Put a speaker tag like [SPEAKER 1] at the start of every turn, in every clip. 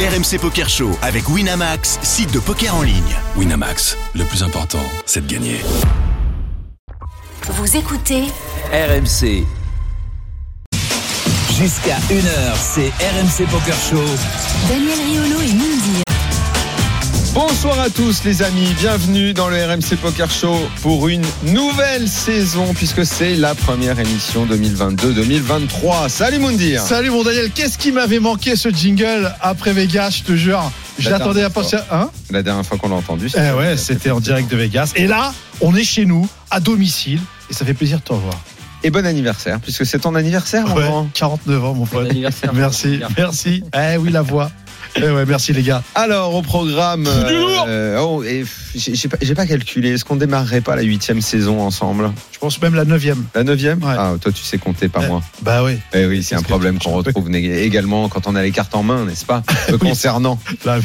[SPEAKER 1] RMC Poker Show avec Winamax, site de poker en ligne.
[SPEAKER 2] Winamax, le plus important, c'est de gagner.
[SPEAKER 3] Vous écoutez
[SPEAKER 4] RMC. Jusqu'à 1h, c'est RMC Poker Show.
[SPEAKER 3] Daniel Riolo et Mindy.
[SPEAKER 5] Bonsoir à tous les amis, bienvenue dans le RMC Poker Show pour une nouvelle saison puisque c'est la première émission 2022-2023. Salut Moundir
[SPEAKER 6] Salut mon Daniel, qu'est-ce qui m'avait manqué ce jingle après Vegas, je te jure. Je
[SPEAKER 5] Attends,
[SPEAKER 6] l'attendais à
[SPEAKER 5] attends.
[SPEAKER 6] partir. Hein
[SPEAKER 5] La dernière fois qu'on l'a entendu,
[SPEAKER 6] Eh ouais, c'était en direct de Vegas. Et là, on est chez nous, à domicile, et ça fait plaisir de te revoir.
[SPEAKER 5] Et bon anniversaire puisque c'est ton anniversaire mon
[SPEAKER 6] Ouais,
[SPEAKER 5] grand.
[SPEAKER 6] 49 ans, mon pote.
[SPEAKER 7] anniversaire.
[SPEAKER 6] Merci, merci. Eh oui, la voix. Eh ouais, merci les gars.
[SPEAKER 5] Alors au programme... euh, oh, et f- j'ai j'ai pas, j'ai pas calculé, est-ce qu'on démarrerait pas la huitième saison ensemble
[SPEAKER 6] Je pense même la 9
[SPEAKER 5] La neuvième
[SPEAKER 6] Ouais.
[SPEAKER 5] Ah, toi tu sais compter, pas
[SPEAKER 6] Eh.
[SPEAKER 5] moi.
[SPEAKER 6] Bah oui,
[SPEAKER 5] Eh oui, c'est
[SPEAKER 6] Qu'est-ce
[SPEAKER 5] un
[SPEAKER 6] que
[SPEAKER 5] problème
[SPEAKER 6] tu-
[SPEAKER 5] qu'on
[SPEAKER 6] tu-
[SPEAKER 5] retrouve nég- également quand on a les cartes en main, n'est-ce pas Le concernant.
[SPEAKER 6] là,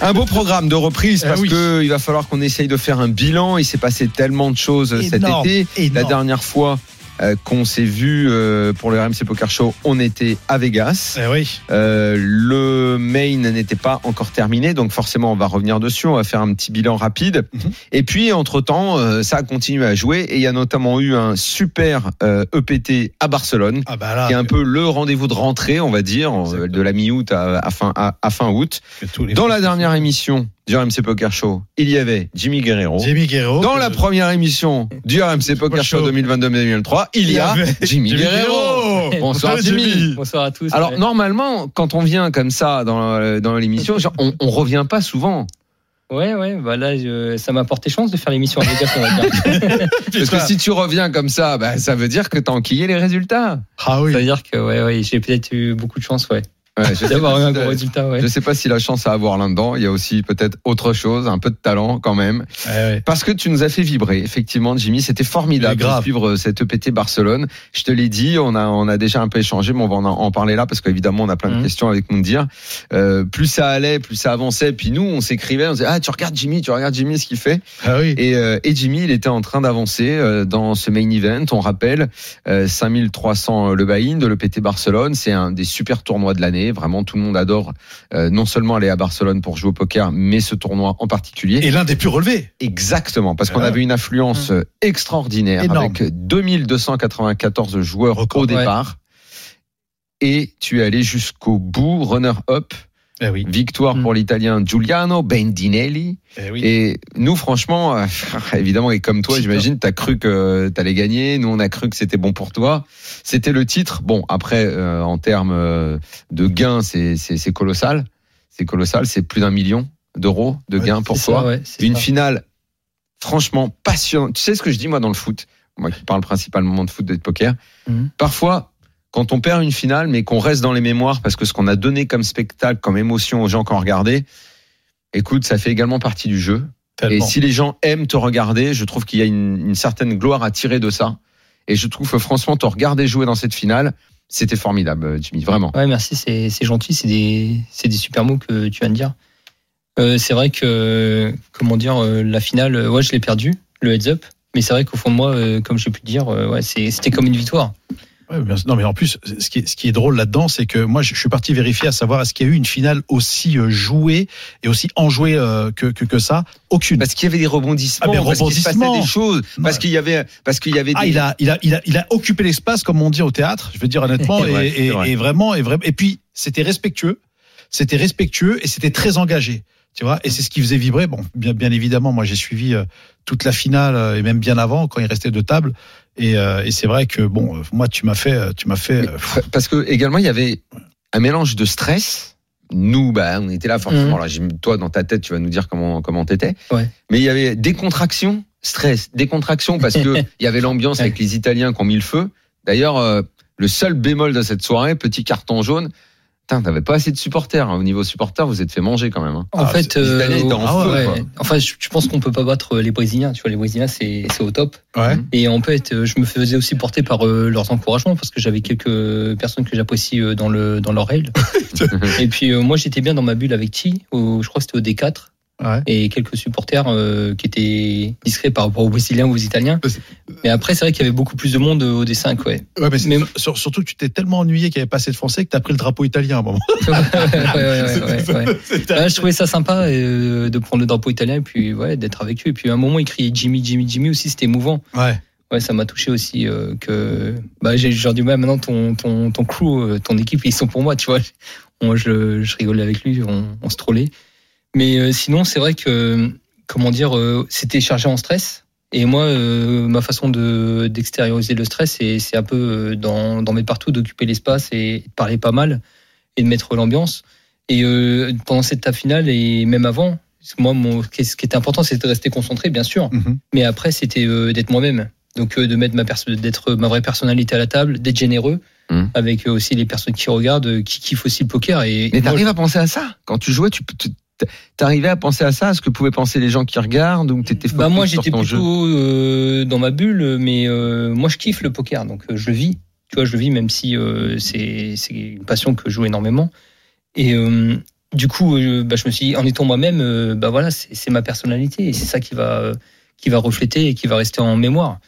[SPEAKER 5] Un beau programme de reprise
[SPEAKER 6] Eh
[SPEAKER 5] parce
[SPEAKER 6] oui.
[SPEAKER 5] que il va falloir qu'on essaye de faire un bilan. Il s'est passé tellement de choses euh,
[SPEAKER 6] Énorme,
[SPEAKER 5] cet été. La
[SPEAKER 6] énorme.
[SPEAKER 5] dernière fois euh, qu'on s'est vu euh, pour le RMC Poker Show, on était à Vegas.
[SPEAKER 6] Eh oui.
[SPEAKER 5] Euh, le main n'était pas encore terminé, donc forcément on va revenir dessus. On va faire un petit bilan rapide.
[SPEAKER 6] Mhm.
[SPEAKER 5] Et puis entre temps, ça a continué à jouer et il y a notamment eu un super euh, EPT à Barcelone
[SPEAKER 6] Ah bah là,
[SPEAKER 5] qui est un peu le rendez-vous de rentrée, on va dire, euh, de la mi-août à, à fin, à, à fin août.
[SPEAKER 6] que tous les-
[SPEAKER 5] Dans la dernière émission du RMC Poker Show, il y avait Jimmy Guerrero.
[SPEAKER 6] Jimmy Guerrero.
[SPEAKER 5] Dans
[SPEAKER 6] que-
[SPEAKER 5] la première émission du RMC Poker Show
[SPEAKER 6] Show.
[SPEAKER 5] 2022-2023, il y a
[SPEAKER 6] avait
[SPEAKER 5] Jimmy Guerrero. Bonsoir,
[SPEAKER 6] Ah,
[SPEAKER 5] Jimmy.
[SPEAKER 7] Bonsoir à tous.
[SPEAKER 5] Alors
[SPEAKER 7] Ouais.
[SPEAKER 5] normalement, quand on vient comme ça dans, euh, dans l'émission, genre, on, on revient pas souvent.
[SPEAKER 7] Ouais, ouais, bah là, je- ça m'a porté chance de faire l'émission à Vegas, on va dire.
[SPEAKER 5] Parce que si tu reviens comme ça, bah, ça veut dire que t'as enquillé les résultats.
[SPEAKER 6] Ah oui.
[SPEAKER 7] Ça veut dire que, ouais, ouais, j'ai peut-être eu beaucoup de chance, ouais.
[SPEAKER 5] Ouais, je sais
[SPEAKER 7] D'avoir eu
[SPEAKER 5] pas
[SPEAKER 7] un
[SPEAKER 5] si t'as-
[SPEAKER 7] gros résultat, ouais.
[SPEAKER 5] je sais pas si la chance à avoir là-dedans, il y a aussi peut-être autre chose, un peu de talent quand même.
[SPEAKER 6] Eh ouais.
[SPEAKER 5] Parce que tu nous as fait vibrer, effectivement, Jimmy. C'était formidable
[SPEAKER 6] Mais grave.
[SPEAKER 5] de suivre euh, cette EPT Barcelone. Je te l'ai dit, on a, on a déjà un peu échangé, mais on va en, en parler là parce qu'évidemment, on a plein de
[SPEAKER 7] Mhm.
[SPEAKER 5] questions avec Moundir. Euh, plus ça allait, plus ça avançait. Puis nous, on s'écrivait, on disait Ah, tu regardes Jimmy, tu regardes Jimmy ce qu'il fait.
[SPEAKER 6] Ah oui.
[SPEAKER 5] Et, euh, et Jimmy, il était en train d'avancer euh, dans ce main event. On rappelle, euh, 5300 euh, le buy-in de l'EPT Barcelone. C'est un des super tournois de l'année. Vraiment, tout le monde adore euh, non seulement aller à Barcelone pour jouer au poker, mais ce tournoi en particulier.
[SPEAKER 6] Et l'un des plus relevés.
[SPEAKER 5] Exactement, parce qu'on
[SPEAKER 6] Ouais.
[SPEAKER 5] avait une affluence euh, extraordinaire
[SPEAKER 6] Énorme.
[SPEAKER 5] avec euh, 2294 joueurs
[SPEAKER 6] Record,
[SPEAKER 5] au
[SPEAKER 6] ouais.
[SPEAKER 5] départ. Et tu es allé jusqu'au bout, runner-up,
[SPEAKER 6] Eh oui.
[SPEAKER 5] victoire
[SPEAKER 7] Mm.
[SPEAKER 5] pour l'Italien Giuliano Bendinelli.
[SPEAKER 6] Eh oui.
[SPEAKER 5] Et nous, franchement, euh, évidemment, et comme toi,
[SPEAKER 6] Titre.
[SPEAKER 5] j'imagine, t'as cru que t'allais gagner. Nous, on a cru que c'était bon pour toi. C'était le titre. Bon, après, euh, en termes euh, de gains, c'est c'est- c'est colossal. C'est colossal. C'est plus d'un million d'euros de
[SPEAKER 6] Ouais,
[SPEAKER 5] gains pour
[SPEAKER 7] C'est
[SPEAKER 5] toi
[SPEAKER 7] ça, ouais, c'est
[SPEAKER 5] une
[SPEAKER 7] ça.
[SPEAKER 5] finale franchement passionnante. Tu sais ce que je dis moi dans le foot, moi qui parle principalement de foot et de poker.
[SPEAKER 6] Mmh.
[SPEAKER 7] Mhm.
[SPEAKER 5] Parfois, quand on perd une finale, mais qu'on reste dans les mémoires parce que ce qu'on a donné comme spectacle, comme émotion aux gens qui ont regardé, écoute, ça fait également partie du jeu. Et
[SPEAKER 6] Tellement.
[SPEAKER 5] si les gens aiment te regarder, je trouve qu'il y a une, une certaine gloire à tirer de ça. Et je trouve que franchement, te regarder jouer dans cette finale, c'était formidable, Jimmy, vraiment.
[SPEAKER 6] Ah,
[SPEAKER 7] Ouais, merci, c'est c'est gentil, c'est des, c'est des super mots que tu viens de dire. Euh, c'est vrai que, euh, comment dire, euh, la finale, euh, ouais, je l'ai perdue, le heads up, mais c'est vrai qu'au fond de moi, euh, comme j'ai pu le dire, euh, ouais, c'est- c'était comme une victoire.
[SPEAKER 6] Ouais, mais bien sûr. non, mais en plus, ce qui est, ce qui est drôle là-dedans, c'est que moi, je, je suis parti vérifier à savoir est-ce qu'il y a eu une finale aussi euh, jouée et aussi enjouée euh, que, que, que ça Aucune.
[SPEAKER 5] Parce qu'il y avait des rebondissements,
[SPEAKER 6] Ah, mais
[SPEAKER 5] parce qu'il se passait
[SPEAKER 6] rebondissements.
[SPEAKER 5] des choses, parce
[SPEAKER 6] Ouais.
[SPEAKER 5] qu'il y avait, parce qu'il y avait
[SPEAKER 6] Ah,
[SPEAKER 5] des-
[SPEAKER 6] il a, il a, il a, il a occupé l'espace, comme on dit au théâtre. Je veux dire honnêtement,
[SPEAKER 5] C'est
[SPEAKER 6] et,
[SPEAKER 5] vrai, c'est
[SPEAKER 6] et-
[SPEAKER 5] vrai.
[SPEAKER 6] et vraiment, et vraiment. Et puis, c'était respectueux, c'était respectueux et c'était très engagé. Tu vois, et c'est ce qui faisait vibrer. Bon, bien, bien évidemment, moi j'ai suivi euh, toute la finale euh, et même bien avant quand il restait deux tables. Et, euh, et c'est vrai que bon, euh, moi tu m'as fait, euh, tu m'as fait.
[SPEAKER 5] Mais-
[SPEAKER 6] euh,
[SPEAKER 5] Parce que également, il y avait un mélange de stress. Nous, bah, on était là forcément.
[SPEAKER 7] Mhm.
[SPEAKER 5] Alors, j'im- toi, dans ta tête, tu vas nous dire comment comment t'étais.
[SPEAKER 7] Ouais.
[SPEAKER 5] Mais il y avait des contractions, stress, des contractions parce que il y avait l'ambiance avec les Italiens qui ont mis le feu. D'ailleurs, euh, le seul bémol de cette soirée, petit carton jaune. Putain, t'avais pas assez de supporters. hein. Au niveau supporters, vous êtes fait manger quand même. hein.
[SPEAKER 7] En
[SPEAKER 6] Ah,
[SPEAKER 7] fait,
[SPEAKER 5] c'est- les Italiens étaient en
[SPEAKER 7] ah
[SPEAKER 5] feu,
[SPEAKER 7] ouais.
[SPEAKER 5] quoi.
[SPEAKER 7] Enfin, je, je pense qu'on peut pas battre euh, les Brésiliens. Tu vois, les Brésiliens, c'est c'est au top.
[SPEAKER 6] Ouais.
[SPEAKER 7] Et en fait, euh, je me faisais aussi porter par euh, leurs encouragements parce que j'avais quelques personnes que j'apprécie euh, dans le dans leur règle. Et puis euh, moi, j'étais bien dans ma bulle avec Chi. au- Je crois que c'était au D4.
[SPEAKER 6] Ouais.
[SPEAKER 7] et quelques supporters euh, qui étaient discrets par rapport aux Brésiliens ou aux Italiens. Mais après, c'est vrai qu'il y avait beaucoup plus de monde euh, au dessin, ouais.
[SPEAKER 6] Ouais, mais c'est-
[SPEAKER 7] Mais-
[SPEAKER 6] sur- surtout que tu t'es tellement ennuyé qu'il n'y avait pas assez de français que t'as pris le drapeau italien à un moment.
[SPEAKER 7] ouais, ouais, ouais, ouais, ouais.
[SPEAKER 6] C'était-
[SPEAKER 7] Ouais, je trouvais ça sympa euh, de prendre le drapeau italien et puis ouais, d'être avec eux. Et puis à un moment, il criait Jimmy, Jimmy, Jimmy aussi, c'était émouvant.
[SPEAKER 6] Ouais.
[SPEAKER 7] Ouais, ça m'a touché aussi euh, que bah, j'ai genre du mal maintenant ton ton ton crew, euh, ton équipe, ils sont pour moi, tu vois. Moi, je, je rigolais avec lui, on, on se trollait. Mais euh, sinon, c'est vrai que comment dire, euh, c'était chargé en stress. Et moi, euh, ma façon de d'extérioriser le stress, c'est c'est un peu euh, dans dans mes partout d'occuper l'espace et de parler pas mal et de mettre l'ambiance. Et euh, pendant cette table finale et même avant, parce que moi, mon, ce qui était important, c'était de rester concentré, bien sûr.
[SPEAKER 6] Mhm.
[SPEAKER 7] Mais après, c'était euh, d'être moi-même. Donc, euh, de mettre ma perso- d'être euh, ma vraie personnalité à la table, d'être généreux
[SPEAKER 5] Mhm.
[SPEAKER 7] avec euh, aussi les personnes qui regardent, euh, qui kiffent aussi le poker. Et,
[SPEAKER 5] Mais
[SPEAKER 7] moi,
[SPEAKER 5] t'arrives à penser à ça quand tu jouais, tu tu- t'arrivais à penser à ça, à ce que pouvaient penser les gens qui regardent ou t'étais
[SPEAKER 7] Bah
[SPEAKER 5] focus
[SPEAKER 7] moi
[SPEAKER 5] sur
[SPEAKER 7] j'étais
[SPEAKER 5] ton jeu
[SPEAKER 7] plutôt euh, dans ma bulle, mais euh, moi je kiffe le poker, donc euh, je le vis. Tu vois, je le vis même si euh, c'est c'est une passion que je joue énormément. Et euh, du coup, euh, bah, je me suis dit, en étant moi-même, euh, bah voilà, c'est c'est ma personnalité et c'est ça qui va euh, qui va refléter et qui va rester en mémoire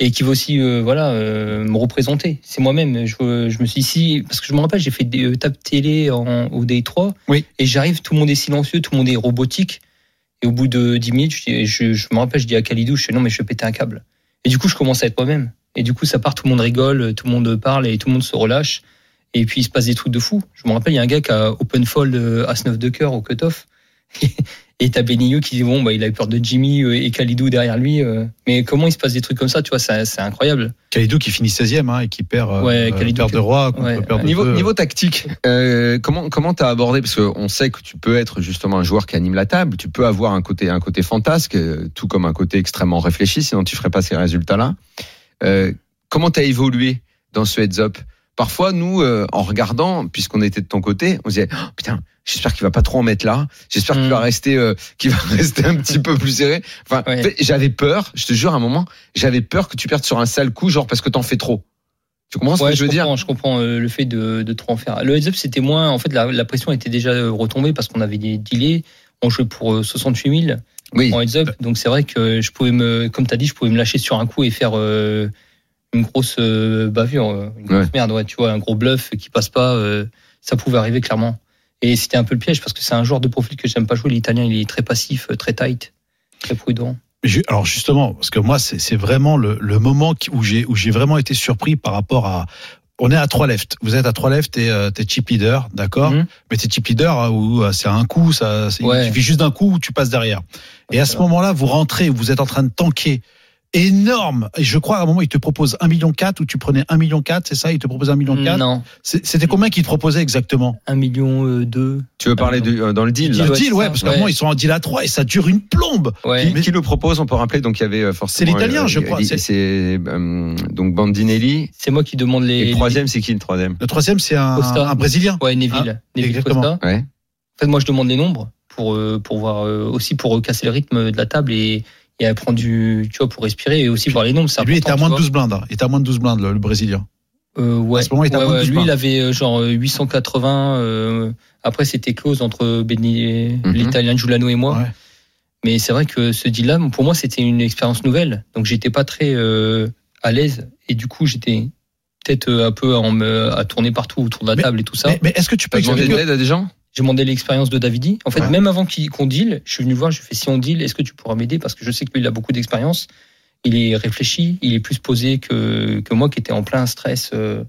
[SPEAKER 7] et qui va aussi euh, voilà euh, me représenter. C'est moi-même. Je, je me suis dit, si parce que je me rappelle, j'ai fait des euh, tapes télé en, au day 3
[SPEAKER 6] Oui.
[SPEAKER 7] et j'arrive, tout le monde est silencieux, tout le monde est robotique. Et au bout de 10 minutes, je, dis- je, je me rappelle, je dis à Khalidou, je fais non, mais je vais péter un câble. Et du coup, je commence à être moi-même. Et du coup, ça part, tout le monde rigole, tout le monde parle et tout le monde se relâche. Et puis, il se passe des trucs de fou. Je me rappelle, il y a un gars qui a open fold euh, as 9 de cœur au cut-off. et t'as Benigno qui dit bon, bah, il a eu peur de Jimmy euh, et Khalidou derrière lui. euh. Mais comment il se passe des trucs comme ça, tu vois, c'est c'est incroyable.
[SPEAKER 6] Kalidou qui finit 16e hein, et qui perd, euh,
[SPEAKER 7] Ouais,
[SPEAKER 6] euh,
[SPEAKER 7] Kalidou
[SPEAKER 6] perd
[SPEAKER 7] qui-
[SPEAKER 6] de roi contre
[SPEAKER 7] ouais,
[SPEAKER 6] perd de
[SPEAKER 5] Niveau,
[SPEAKER 6] deux.
[SPEAKER 5] niveau tactique, euh, comment comment t'as abordé parce qu'on sait que tu peux être justement un joueur qui anime la table, tu peux avoir un côté un côté fantasque, euh, tout comme un côté extrêmement réfléchi, sinon tu ferais pas ces résultats-là. Euh, comment t'as évolué dans ce heads-up Parfois, nous, euh, en regardant, puisqu'on était de ton côté, on se disait Oh, putain, j'espère qu'il va pas trop en mettre là, j'espère qu'il
[SPEAKER 7] Mm.
[SPEAKER 5] va rester euh, qu'il va rester un petit peu plus serré. Enfin,
[SPEAKER 7] Ouais.
[SPEAKER 5] fait, j'avais peur, je te jure, à un moment, j'avais peur que tu perdes sur un sale coup, genre parce que t'en fais trop. Tu comprends ce
[SPEAKER 7] Ouais,
[SPEAKER 5] que je veux dire
[SPEAKER 7] comprends, Je comprends euh, le fait de, de trop en faire. Le heads-up, c'était moins. En fait, la, la pression était déjà euh, retombée parce qu'on avait des délais. On jouait pour euh, 68 000.
[SPEAKER 5] Oui.
[SPEAKER 7] en heads up. Donc c'est vrai que je pouvais me, comme tu as dit, je pouvais me lâcher sur un coup et faire euh, une grosse euh, bavure, euh, une grosse
[SPEAKER 5] Ouais.
[SPEAKER 7] merde, ouais, tu vois, un gros bluff qui passe pas, euh, ça pouvait arriver clairement. Et c'était un peu le piège parce que c'est un joueur de profil que j'aime pas jouer. L'italien, il est très passif, euh, très tight, très prudent.
[SPEAKER 6] Ju- Alors justement, parce que moi, c'est c'est vraiment le, le moment qui- où j'ai où j'ai vraiment été surpris par rapport à. On est à trois left. Vous êtes à trois left et euh, t'es chip leader, d'accord
[SPEAKER 7] Mhm.
[SPEAKER 6] Mais t'es chip leader hein, où euh, c'est un coup, ça, c'est-
[SPEAKER 7] Ouais.
[SPEAKER 6] il suffit juste d'un coup où tu passes derrière. Et à ce moment-là, vous rentrez, vous êtes en train de tanker. Énorme. Et je crois à un moment, il te propose 1,4 million ou tu prenais 1,4 million, c'est ça Il te propose 1,4 million
[SPEAKER 7] non,
[SPEAKER 6] C'est- C'était combien qu'il te proposait exactement
[SPEAKER 7] un million euh, deux.
[SPEAKER 5] Tu veux parler
[SPEAKER 7] Euh,
[SPEAKER 5] du, euh, dans le deal
[SPEAKER 7] Le
[SPEAKER 5] là.
[SPEAKER 6] Le
[SPEAKER 7] ouais,
[SPEAKER 6] deal,
[SPEAKER 7] c'est
[SPEAKER 6] ouais,
[SPEAKER 7] ça.
[SPEAKER 6] parce qu'à un
[SPEAKER 7] Ouais.
[SPEAKER 6] moment, ils sont en deal à 3 et ça dure une plombe.
[SPEAKER 7] Ouais.
[SPEAKER 5] Qui, qui le propose On peut rappeler. Donc il y avait euh, forcément.
[SPEAKER 6] C'est l'Italien,
[SPEAKER 5] euh,
[SPEAKER 6] je crois,
[SPEAKER 5] il-
[SPEAKER 6] c'est-
[SPEAKER 5] C'est euh, donc Bandinelli.
[SPEAKER 7] C'est moi qui demande les.
[SPEAKER 5] Et, le troisième, c'est qui le troisième
[SPEAKER 6] Le troisième, c'est un,
[SPEAKER 7] Costa.
[SPEAKER 6] un Brésilien.
[SPEAKER 7] Ouais, Neville. Neville
[SPEAKER 6] Ah, exactement.
[SPEAKER 7] Costa.
[SPEAKER 5] Ouais.
[SPEAKER 7] En fait, moi, je demande les nombres pour euh, pour voir euh, aussi pour euh, casser le rythme de la table et et à prendre du tu vois pour respirer et aussi voir les nombres. c'est
[SPEAKER 6] Et lui était à
[SPEAKER 7] important,
[SPEAKER 6] moins
[SPEAKER 7] tu
[SPEAKER 6] de
[SPEAKER 7] vois.
[SPEAKER 6] 12 blindes. hein. Il était à moins de 12 blindes, le, le Brésilien.
[SPEAKER 7] Euh, ouais.
[SPEAKER 6] À ce moment, il était à
[SPEAKER 7] Ouais,
[SPEAKER 6] moins de
[SPEAKER 7] ouais.
[SPEAKER 6] 12
[SPEAKER 7] Lui,
[SPEAKER 6] points.
[SPEAKER 7] il avait euh, genre euh, 880. euh, après, c'était close entre Benny,
[SPEAKER 5] Mhm.
[SPEAKER 7] l'Italien Giuliano et moi.
[SPEAKER 6] Ouais.
[SPEAKER 7] Mais c'est vrai que ce deal-là, pour moi, c'était une expérience nouvelle. Donc, j'étais pas très euh, à l'aise. Et du coup, j'étais peut-être euh, un peu à, en me- à tourner partout autour de la
[SPEAKER 6] Mais-
[SPEAKER 7] table et tout ça.
[SPEAKER 6] Mais, mais est-ce que tu peux
[SPEAKER 5] T'as demandé
[SPEAKER 6] expliquer
[SPEAKER 5] de l'aide à des gens
[SPEAKER 7] J'ai demandé l'expérience de Davidi. En fait,
[SPEAKER 6] Ouais.
[SPEAKER 7] même avant qu'il- qu'on deal, je suis venu voir, je fais si on deal, est-ce que tu pourras m'aider Parce que je sais qu'il a beaucoup d'expérience. Il est réfléchi, il est plus posé que, que moi qui était en plein stress, euh,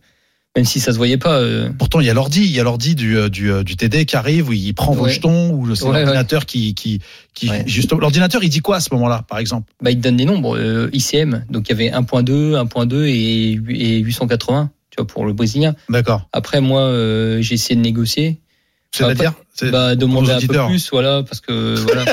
[SPEAKER 7] même si ça se voyait pas. euh,
[SPEAKER 6] Pourtant, il y a l'ordi, il y a l'ordi du, euh, du, euh, du TD qui arrive, où il prend vos
[SPEAKER 7] Ouais.
[SPEAKER 6] jetons, ou c'est
[SPEAKER 7] Ouais,
[SPEAKER 6] l'ordinateur qui, qui, qui
[SPEAKER 7] Ouais.
[SPEAKER 6] justement, l'ordinateur, il dit quoi à ce moment-là, par exemple
[SPEAKER 7] bah, il te donne des nombres euh, ICM. Donc il y avait 1.2, 1.2 et, hu- et 880, tu vois, pour le Brésilien.
[SPEAKER 6] D'accord.
[SPEAKER 7] Après, moi, euh, j'ai essayé de négocier.
[SPEAKER 6] C'est-à-dire C'est-
[SPEAKER 7] Bah, demander un peu
[SPEAKER 6] auditeurs.
[SPEAKER 7] plus, voilà, parce que. Voilà.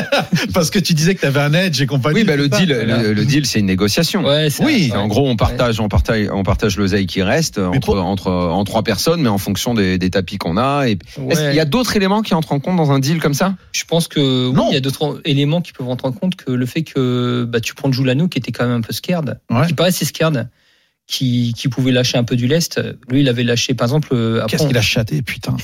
[SPEAKER 6] Parce que tu disais que tu avais un edge et compagnie.
[SPEAKER 5] Oui, bah, le
[SPEAKER 6] c'est ça
[SPEAKER 5] deal,
[SPEAKER 7] voilà.
[SPEAKER 5] le, le deal, c'est une négociation.
[SPEAKER 7] Ouais, c'est-
[SPEAKER 6] Oui,
[SPEAKER 5] Et
[SPEAKER 7] ouais.
[SPEAKER 5] En gros, on partage, on partage, on partage l'oseille qui reste euh,
[SPEAKER 6] Mais
[SPEAKER 5] entre,
[SPEAKER 6] pour-
[SPEAKER 5] entre en trois personnes, mais en fonction des, des tapis qu'on a. Et... Est-ce qu'il
[SPEAKER 7] Ouais.
[SPEAKER 5] y a d'autres éléments qui entrent en compte dans un deal comme ça
[SPEAKER 7] Je pense que oui,
[SPEAKER 6] Non.
[SPEAKER 7] il y a d'autres éléments qui peuvent rentrer en compte que le fait que bah, tu prends Julano qui était quand même un peu scared,
[SPEAKER 6] Ouais.
[SPEAKER 7] qui paraissait scared, qui, qui pouvait lâcher un peu du lest. Lui, il avait lâché, par exemple, euh, après,
[SPEAKER 6] Qu'est-ce
[SPEAKER 7] on,
[SPEAKER 6] qu'il a chaté, putain.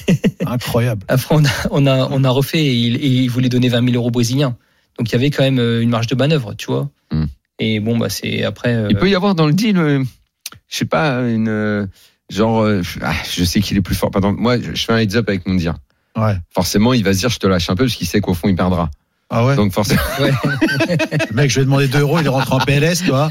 [SPEAKER 6] Incroyable.
[SPEAKER 7] après, on a, on a, on a refait et il, et il voulait donner 20 000 euros brésiliens. Donc, il y avait quand même euh, une marge de manœuvre, tu vois.
[SPEAKER 5] Hmm.
[SPEAKER 7] Et bon, bah, c'est après. euh,
[SPEAKER 5] Il peut y avoir dans le deal, euh, je sais pas, une euh, genre, euh, ah, je sais qu'il est plus fort. Par exemple, moi, je je fais un heads up avec mon dire.
[SPEAKER 6] Ouais.
[SPEAKER 5] Forcément, il va se dire, je te lâche un peu parce qu'il sait qu'au fond, il perdra.
[SPEAKER 6] Ah ouais.
[SPEAKER 5] Donc forcément.
[SPEAKER 7] ouais.
[SPEAKER 6] Le mec, je lui ai demandé 2 euros, il rentre en PLS, toi.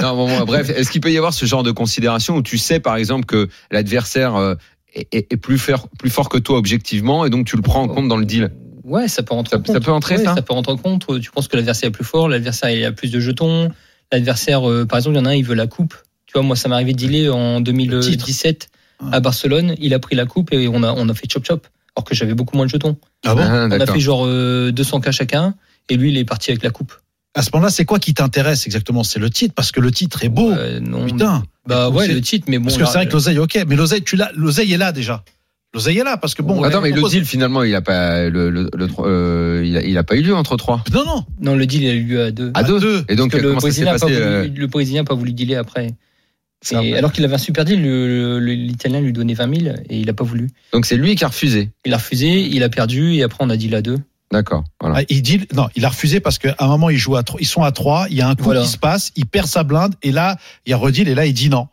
[SPEAKER 5] Non, bon, bon, bref, est-ce qu'il peut y avoir ce genre de considération où tu sais, par exemple, que l'adversaire euh, est, est- est plus, fer- plus fort que toi objectivement et donc tu le prends en compte dans le deal
[SPEAKER 7] Ouais, ça peut rentrer
[SPEAKER 5] Ça-
[SPEAKER 7] en compte.
[SPEAKER 5] ça peut entrer,
[SPEAKER 7] Ouais,
[SPEAKER 5] ça
[SPEAKER 7] peut rentrer en compte. Tu penses que l'adversaire est plus fort, l'adversaire il a plus de jetons. L'adversaire, euh, par exemple, il y en a un, il veut la coupe. Tu vois, moi, ça m'est arrivé de dealer en 2017 à Barcelone. Il a pris la coupe et on a, on a fait chop-chop. Alors que j'avais beaucoup moins de jetons.
[SPEAKER 6] Ah bon
[SPEAKER 5] Ah,
[SPEAKER 7] On a
[SPEAKER 5] d'accord.
[SPEAKER 7] fait genre euh, 200K chacun. Et lui, il est parti avec la coupe.
[SPEAKER 6] À ce moment-là, c'est quoi qui t'intéresse exactement C'est le titre, parce que le titre est beau.
[SPEAKER 7] Euh, non,
[SPEAKER 6] Putain.
[SPEAKER 7] Bah
[SPEAKER 6] Donc,
[SPEAKER 7] ouais,
[SPEAKER 6] c'est-
[SPEAKER 7] le titre, mais bon.
[SPEAKER 6] Parce que
[SPEAKER 7] là,
[SPEAKER 6] c'est vrai que l'oseille, ok, mais l'oseille, tu l'as, l'oseille est là déjà. L'oseille est là, parce que bon. on
[SPEAKER 5] Attends,
[SPEAKER 6] avait
[SPEAKER 5] mais le
[SPEAKER 6] proposé-
[SPEAKER 5] deal finalement, il a pas, le, le- le tro- euh, il, a, il a pas eu lieu entre trois.
[SPEAKER 6] Non, non.
[SPEAKER 7] euh, Non, le deal, il a eu lieu à deux.
[SPEAKER 5] À
[SPEAKER 6] À
[SPEAKER 5] deux.
[SPEAKER 6] deux.
[SPEAKER 5] Et Ah, donc,
[SPEAKER 7] Parce que le
[SPEAKER 5] comment ça s'est
[SPEAKER 7] Brésilien a
[SPEAKER 5] passé
[SPEAKER 7] pas voulu-
[SPEAKER 5] euh,
[SPEAKER 7] le Brésilien n'a pas voulu dealer après.
[SPEAKER 5] c'est
[SPEAKER 7] Et
[SPEAKER 5] un-
[SPEAKER 7] alors qu'il avait un super deal, le- le- l'Italien lui donnait 20 000 et il n'a pas voulu.
[SPEAKER 5] Donc c'est lui qui a refusé.
[SPEAKER 7] Il a refusé, il a perdu, et après on a dit la 2.
[SPEAKER 5] D'accord. Voilà.
[SPEAKER 6] Ah, il dit, non, il a refusé parce qu'à un moment, ils, jouent à trois- ils sont à 3, il y a un coup
[SPEAKER 7] Voilà.
[SPEAKER 6] qui se passe, il perd sa blinde, et là, il y a Redil, et là, il dit non.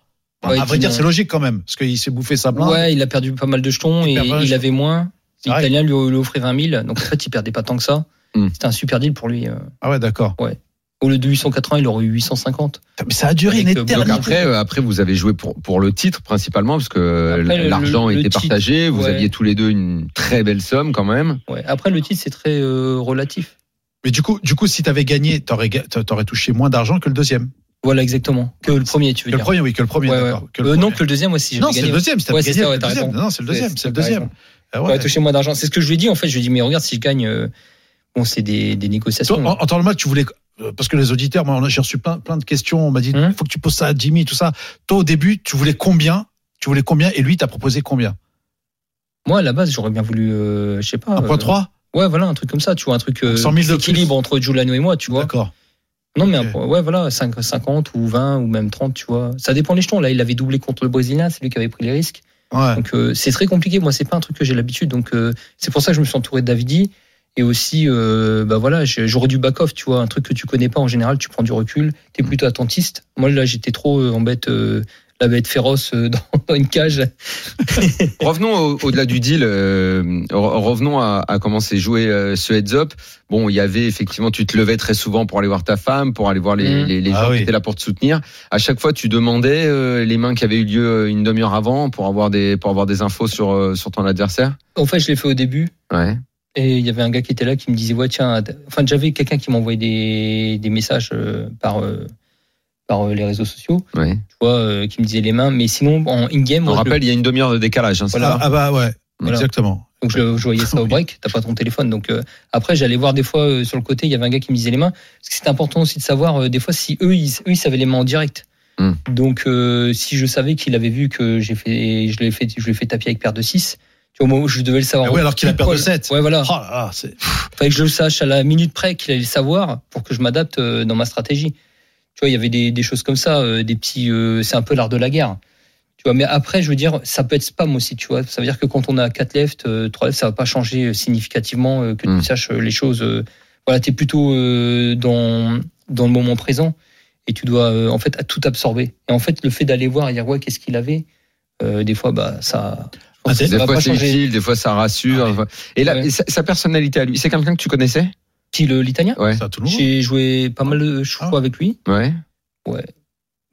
[SPEAKER 7] Ouais, il
[SPEAKER 6] à
[SPEAKER 7] dit
[SPEAKER 6] vrai dire,
[SPEAKER 7] non.
[SPEAKER 6] c'est logique quand même, parce qu'il s'est bouffé sa blinde.
[SPEAKER 7] Ouais, il a perdu pas mal de jetons
[SPEAKER 6] Il
[SPEAKER 7] et
[SPEAKER 6] perd pas mal de
[SPEAKER 7] il
[SPEAKER 6] jetons.
[SPEAKER 7] avait moins.
[SPEAKER 6] C'est vrai.
[SPEAKER 7] L'Italien lui, lui offrait 20 000, donc en fait il perdait pas tant que ça.
[SPEAKER 5] Hmm.
[SPEAKER 7] C'était un super deal pour lui. euh.
[SPEAKER 6] Ah ouais, d'accord.
[SPEAKER 7] Au lieu de 880, il aurait eu 850.
[SPEAKER 6] Mais ça a duré une
[SPEAKER 7] Avec, euh,
[SPEAKER 5] Donc
[SPEAKER 6] éternité.
[SPEAKER 5] après, euh, après, vous avez joué pour, pour le titre principalement parce que
[SPEAKER 7] Après, le-
[SPEAKER 5] l'argent
[SPEAKER 7] le
[SPEAKER 5] était
[SPEAKER 7] titre,
[SPEAKER 5] partagé. Vous
[SPEAKER 7] ouais.
[SPEAKER 5] aviez tous les deux une très belle somme quand même.
[SPEAKER 7] Ouais. Après le titre c'est très euh, relatif.
[SPEAKER 6] Mais du coup, du coup, si t'avais gagné, t'aurais, ga- t'aurais touché moins d'argent que le deuxième.
[SPEAKER 7] Voilà exactement. Que le premier tu veux
[SPEAKER 6] Que le
[SPEAKER 7] dire.
[SPEAKER 6] premier, oui, que le premier,
[SPEAKER 7] Ouais, ouais.
[SPEAKER 6] d'accord. Que le
[SPEAKER 7] Euh, non
[SPEAKER 6] premier.
[SPEAKER 7] que le deuxième moi si j'ai
[SPEAKER 6] non, c'est
[SPEAKER 7] gagné.
[SPEAKER 6] le deuxième. Si t'avais
[SPEAKER 7] Ouais, c'est
[SPEAKER 6] gagné,
[SPEAKER 7] ça, ouais,
[SPEAKER 6] le
[SPEAKER 7] t'as
[SPEAKER 6] deuxième.
[SPEAKER 7] raison.
[SPEAKER 6] Non, non, c'est le deuxième. C'est le
[SPEAKER 7] t'as
[SPEAKER 6] deuxième.
[SPEAKER 7] raison.
[SPEAKER 6] Ah ouais.
[SPEAKER 7] Ouais, toucher moins d'argent. C'est ce que je lui ai dit en fait. Je lui ai dit mais regarde si je gagne, euh, bon c'est des, des négociations.
[SPEAKER 6] Toi, en, en temps normal, tu voulais. euh, Parce que les auditeurs, moi, on a- j'ai reçu plein, plein de questions. On m'a dit, il
[SPEAKER 7] Hum.
[SPEAKER 6] faut que tu poses ça à Jimmy, tout ça. Toi, au début, tu voulais combien Tu voulais combien Et lui, t'as proposé combien
[SPEAKER 7] Moi à la base j'aurais bien voulu, euh, je sais pas. euh,
[SPEAKER 6] 1.3
[SPEAKER 7] Ouais voilà un truc comme ça. Tu vois un truc euh,
[SPEAKER 6] 100 000 de plus.
[SPEAKER 7] équilibre entre Giuliano et moi tu vois.
[SPEAKER 6] D'accord.
[SPEAKER 7] Non, mais un
[SPEAKER 6] Ok.
[SPEAKER 7] point- ouais, voilà, 5 50 ou 20 ou même 30, tu vois. Ça dépend des jetons. Là, il avait doublé contre le Brésilien, c'est lui qui avait pris les risques.
[SPEAKER 6] Ouais.
[SPEAKER 7] Donc, euh, c'est très compliqué. Moi, c'est pas un truc que j'ai l'habitude. Donc, euh, c'est pour ça que je me suis entouré de Davidi. Et aussi, euh, bah voilà, j'ai- j'aurais du back-off, tu vois. Un truc que tu connais pas en général, tu prends du recul. T'es
[SPEAKER 6] Mm.
[SPEAKER 7] plutôt attentiste. Moi, là, j'étais trop euh, en bête, euh, la bête féroce euh, dans, dans une cage.
[SPEAKER 5] Revenons au- au-delà du deal. euh, re- revenons à, à comment s'est joué euh, ce heads up. Bon, il y avait effectivement, tu te levais très souvent pour aller voir ta femme, pour aller voir les,
[SPEAKER 7] Mm.
[SPEAKER 5] les- les gens
[SPEAKER 6] Ah oui.
[SPEAKER 5] qui étaient là pour te soutenir. À chaque fois, tu demandais euh, les mains qui avaient eu lieu euh, une demi-heure avant pour avoir des pour avoir des infos sur euh, sur ton adversaire.
[SPEAKER 7] En fait, je l'ai fait au début.
[SPEAKER 5] Ouais.
[SPEAKER 7] Et il y avait un gars qui était là qui me disait ouais tiens t- enfin j'avais quelqu'un qui m'envoyait des, des messages euh, par euh, par euh, les réseaux sociaux
[SPEAKER 5] Ouais.
[SPEAKER 7] tu vois euh, qui me disait les mains mais sinon en in game
[SPEAKER 5] On rappelle, il y a une demi-heure de décalage. Hein, c'est
[SPEAKER 6] Ah,
[SPEAKER 5] ça
[SPEAKER 6] ah bah ouais,
[SPEAKER 5] Voilà.
[SPEAKER 6] exactement.
[SPEAKER 7] donc je, le- je voyais ça au
[SPEAKER 6] Oui.
[SPEAKER 7] break t'as pas ton téléphone donc euh, après j'allais voir des fois euh, sur le côté il y avait un gars qui me disait les mains parce que c'est important aussi de savoir euh, des fois si eux ils, eux, ils savaient les mains en direct
[SPEAKER 5] Hmm.
[SPEAKER 7] donc euh, si je savais qu'il avait vu que j'ai fait je l'ai fait je l'ai fait taper avec paire de 6 tu vois au moment où je devais le savoir
[SPEAKER 6] Ah ouais, alors qu'il a
[SPEAKER 7] pile
[SPEAKER 6] perdu
[SPEAKER 7] poil.
[SPEAKER 6] sept.
[SPEAKER 7] ouais voilà
[SPEAKER 6] Oh là là, c'est-
[SPEAKER 7] fallait que je le sache à la minute près qu'il allait le savoir pour que je m'adapte euh, dans ma stratégie. Tu vois, il y avait des, des choses comme ça, euh, des petits. euh, c'est un peu l'art de la guerre. Tu vois, mais après, je veux dire, ça peut être spam aussi, tu vois. Ça veut dire que quand on a 4 left, 3 left, ça va pas changer euh, significativement euh, que
[SPEAKER 5] Mm.
[SPEAKER 7] tu saches euh, les choses. euh, voilà, tu es plutôt euh, dans, dans le moment présent et tu dois euh, en fait tout absorber. Et en fait, le fait d'aller voir et dire, ouais, qu'est-ce qu'il avait, euh, des fois, bah, ça. je pense que
[SPEAKER 6] Ah,
[SPEAKER 7] ça
[SPEAKER 5] Des
[SPEAKER 7] va
[SPEAKER 5] fois
[SPEAKER 7] pas
[SPEAKER 5] c'est
[SPEAKER 7] changer.
[SPEAKER 5] utile, des fois ça rassure.
[SPEAKER 6] Ah ouais.
[SPEAKER 5] Et là,
[SPEAKER 7] Ouais.
[SPEAKER 5] et sa, sa personnalité à lui, c'est quelqu'un que tu connaissais
[SPEAKER 7] Qui, le- euh, l'Italien
[SPEAKER 5] Ouais.
[SPEAKER 6] c'est à tout le monde.
[SPEAKER 7] J'ai joué pas mal de
[SPEAKER 5] Ah.
[SPEAKER 7] choix avec lui.
[SPEAKER 5] Ouais.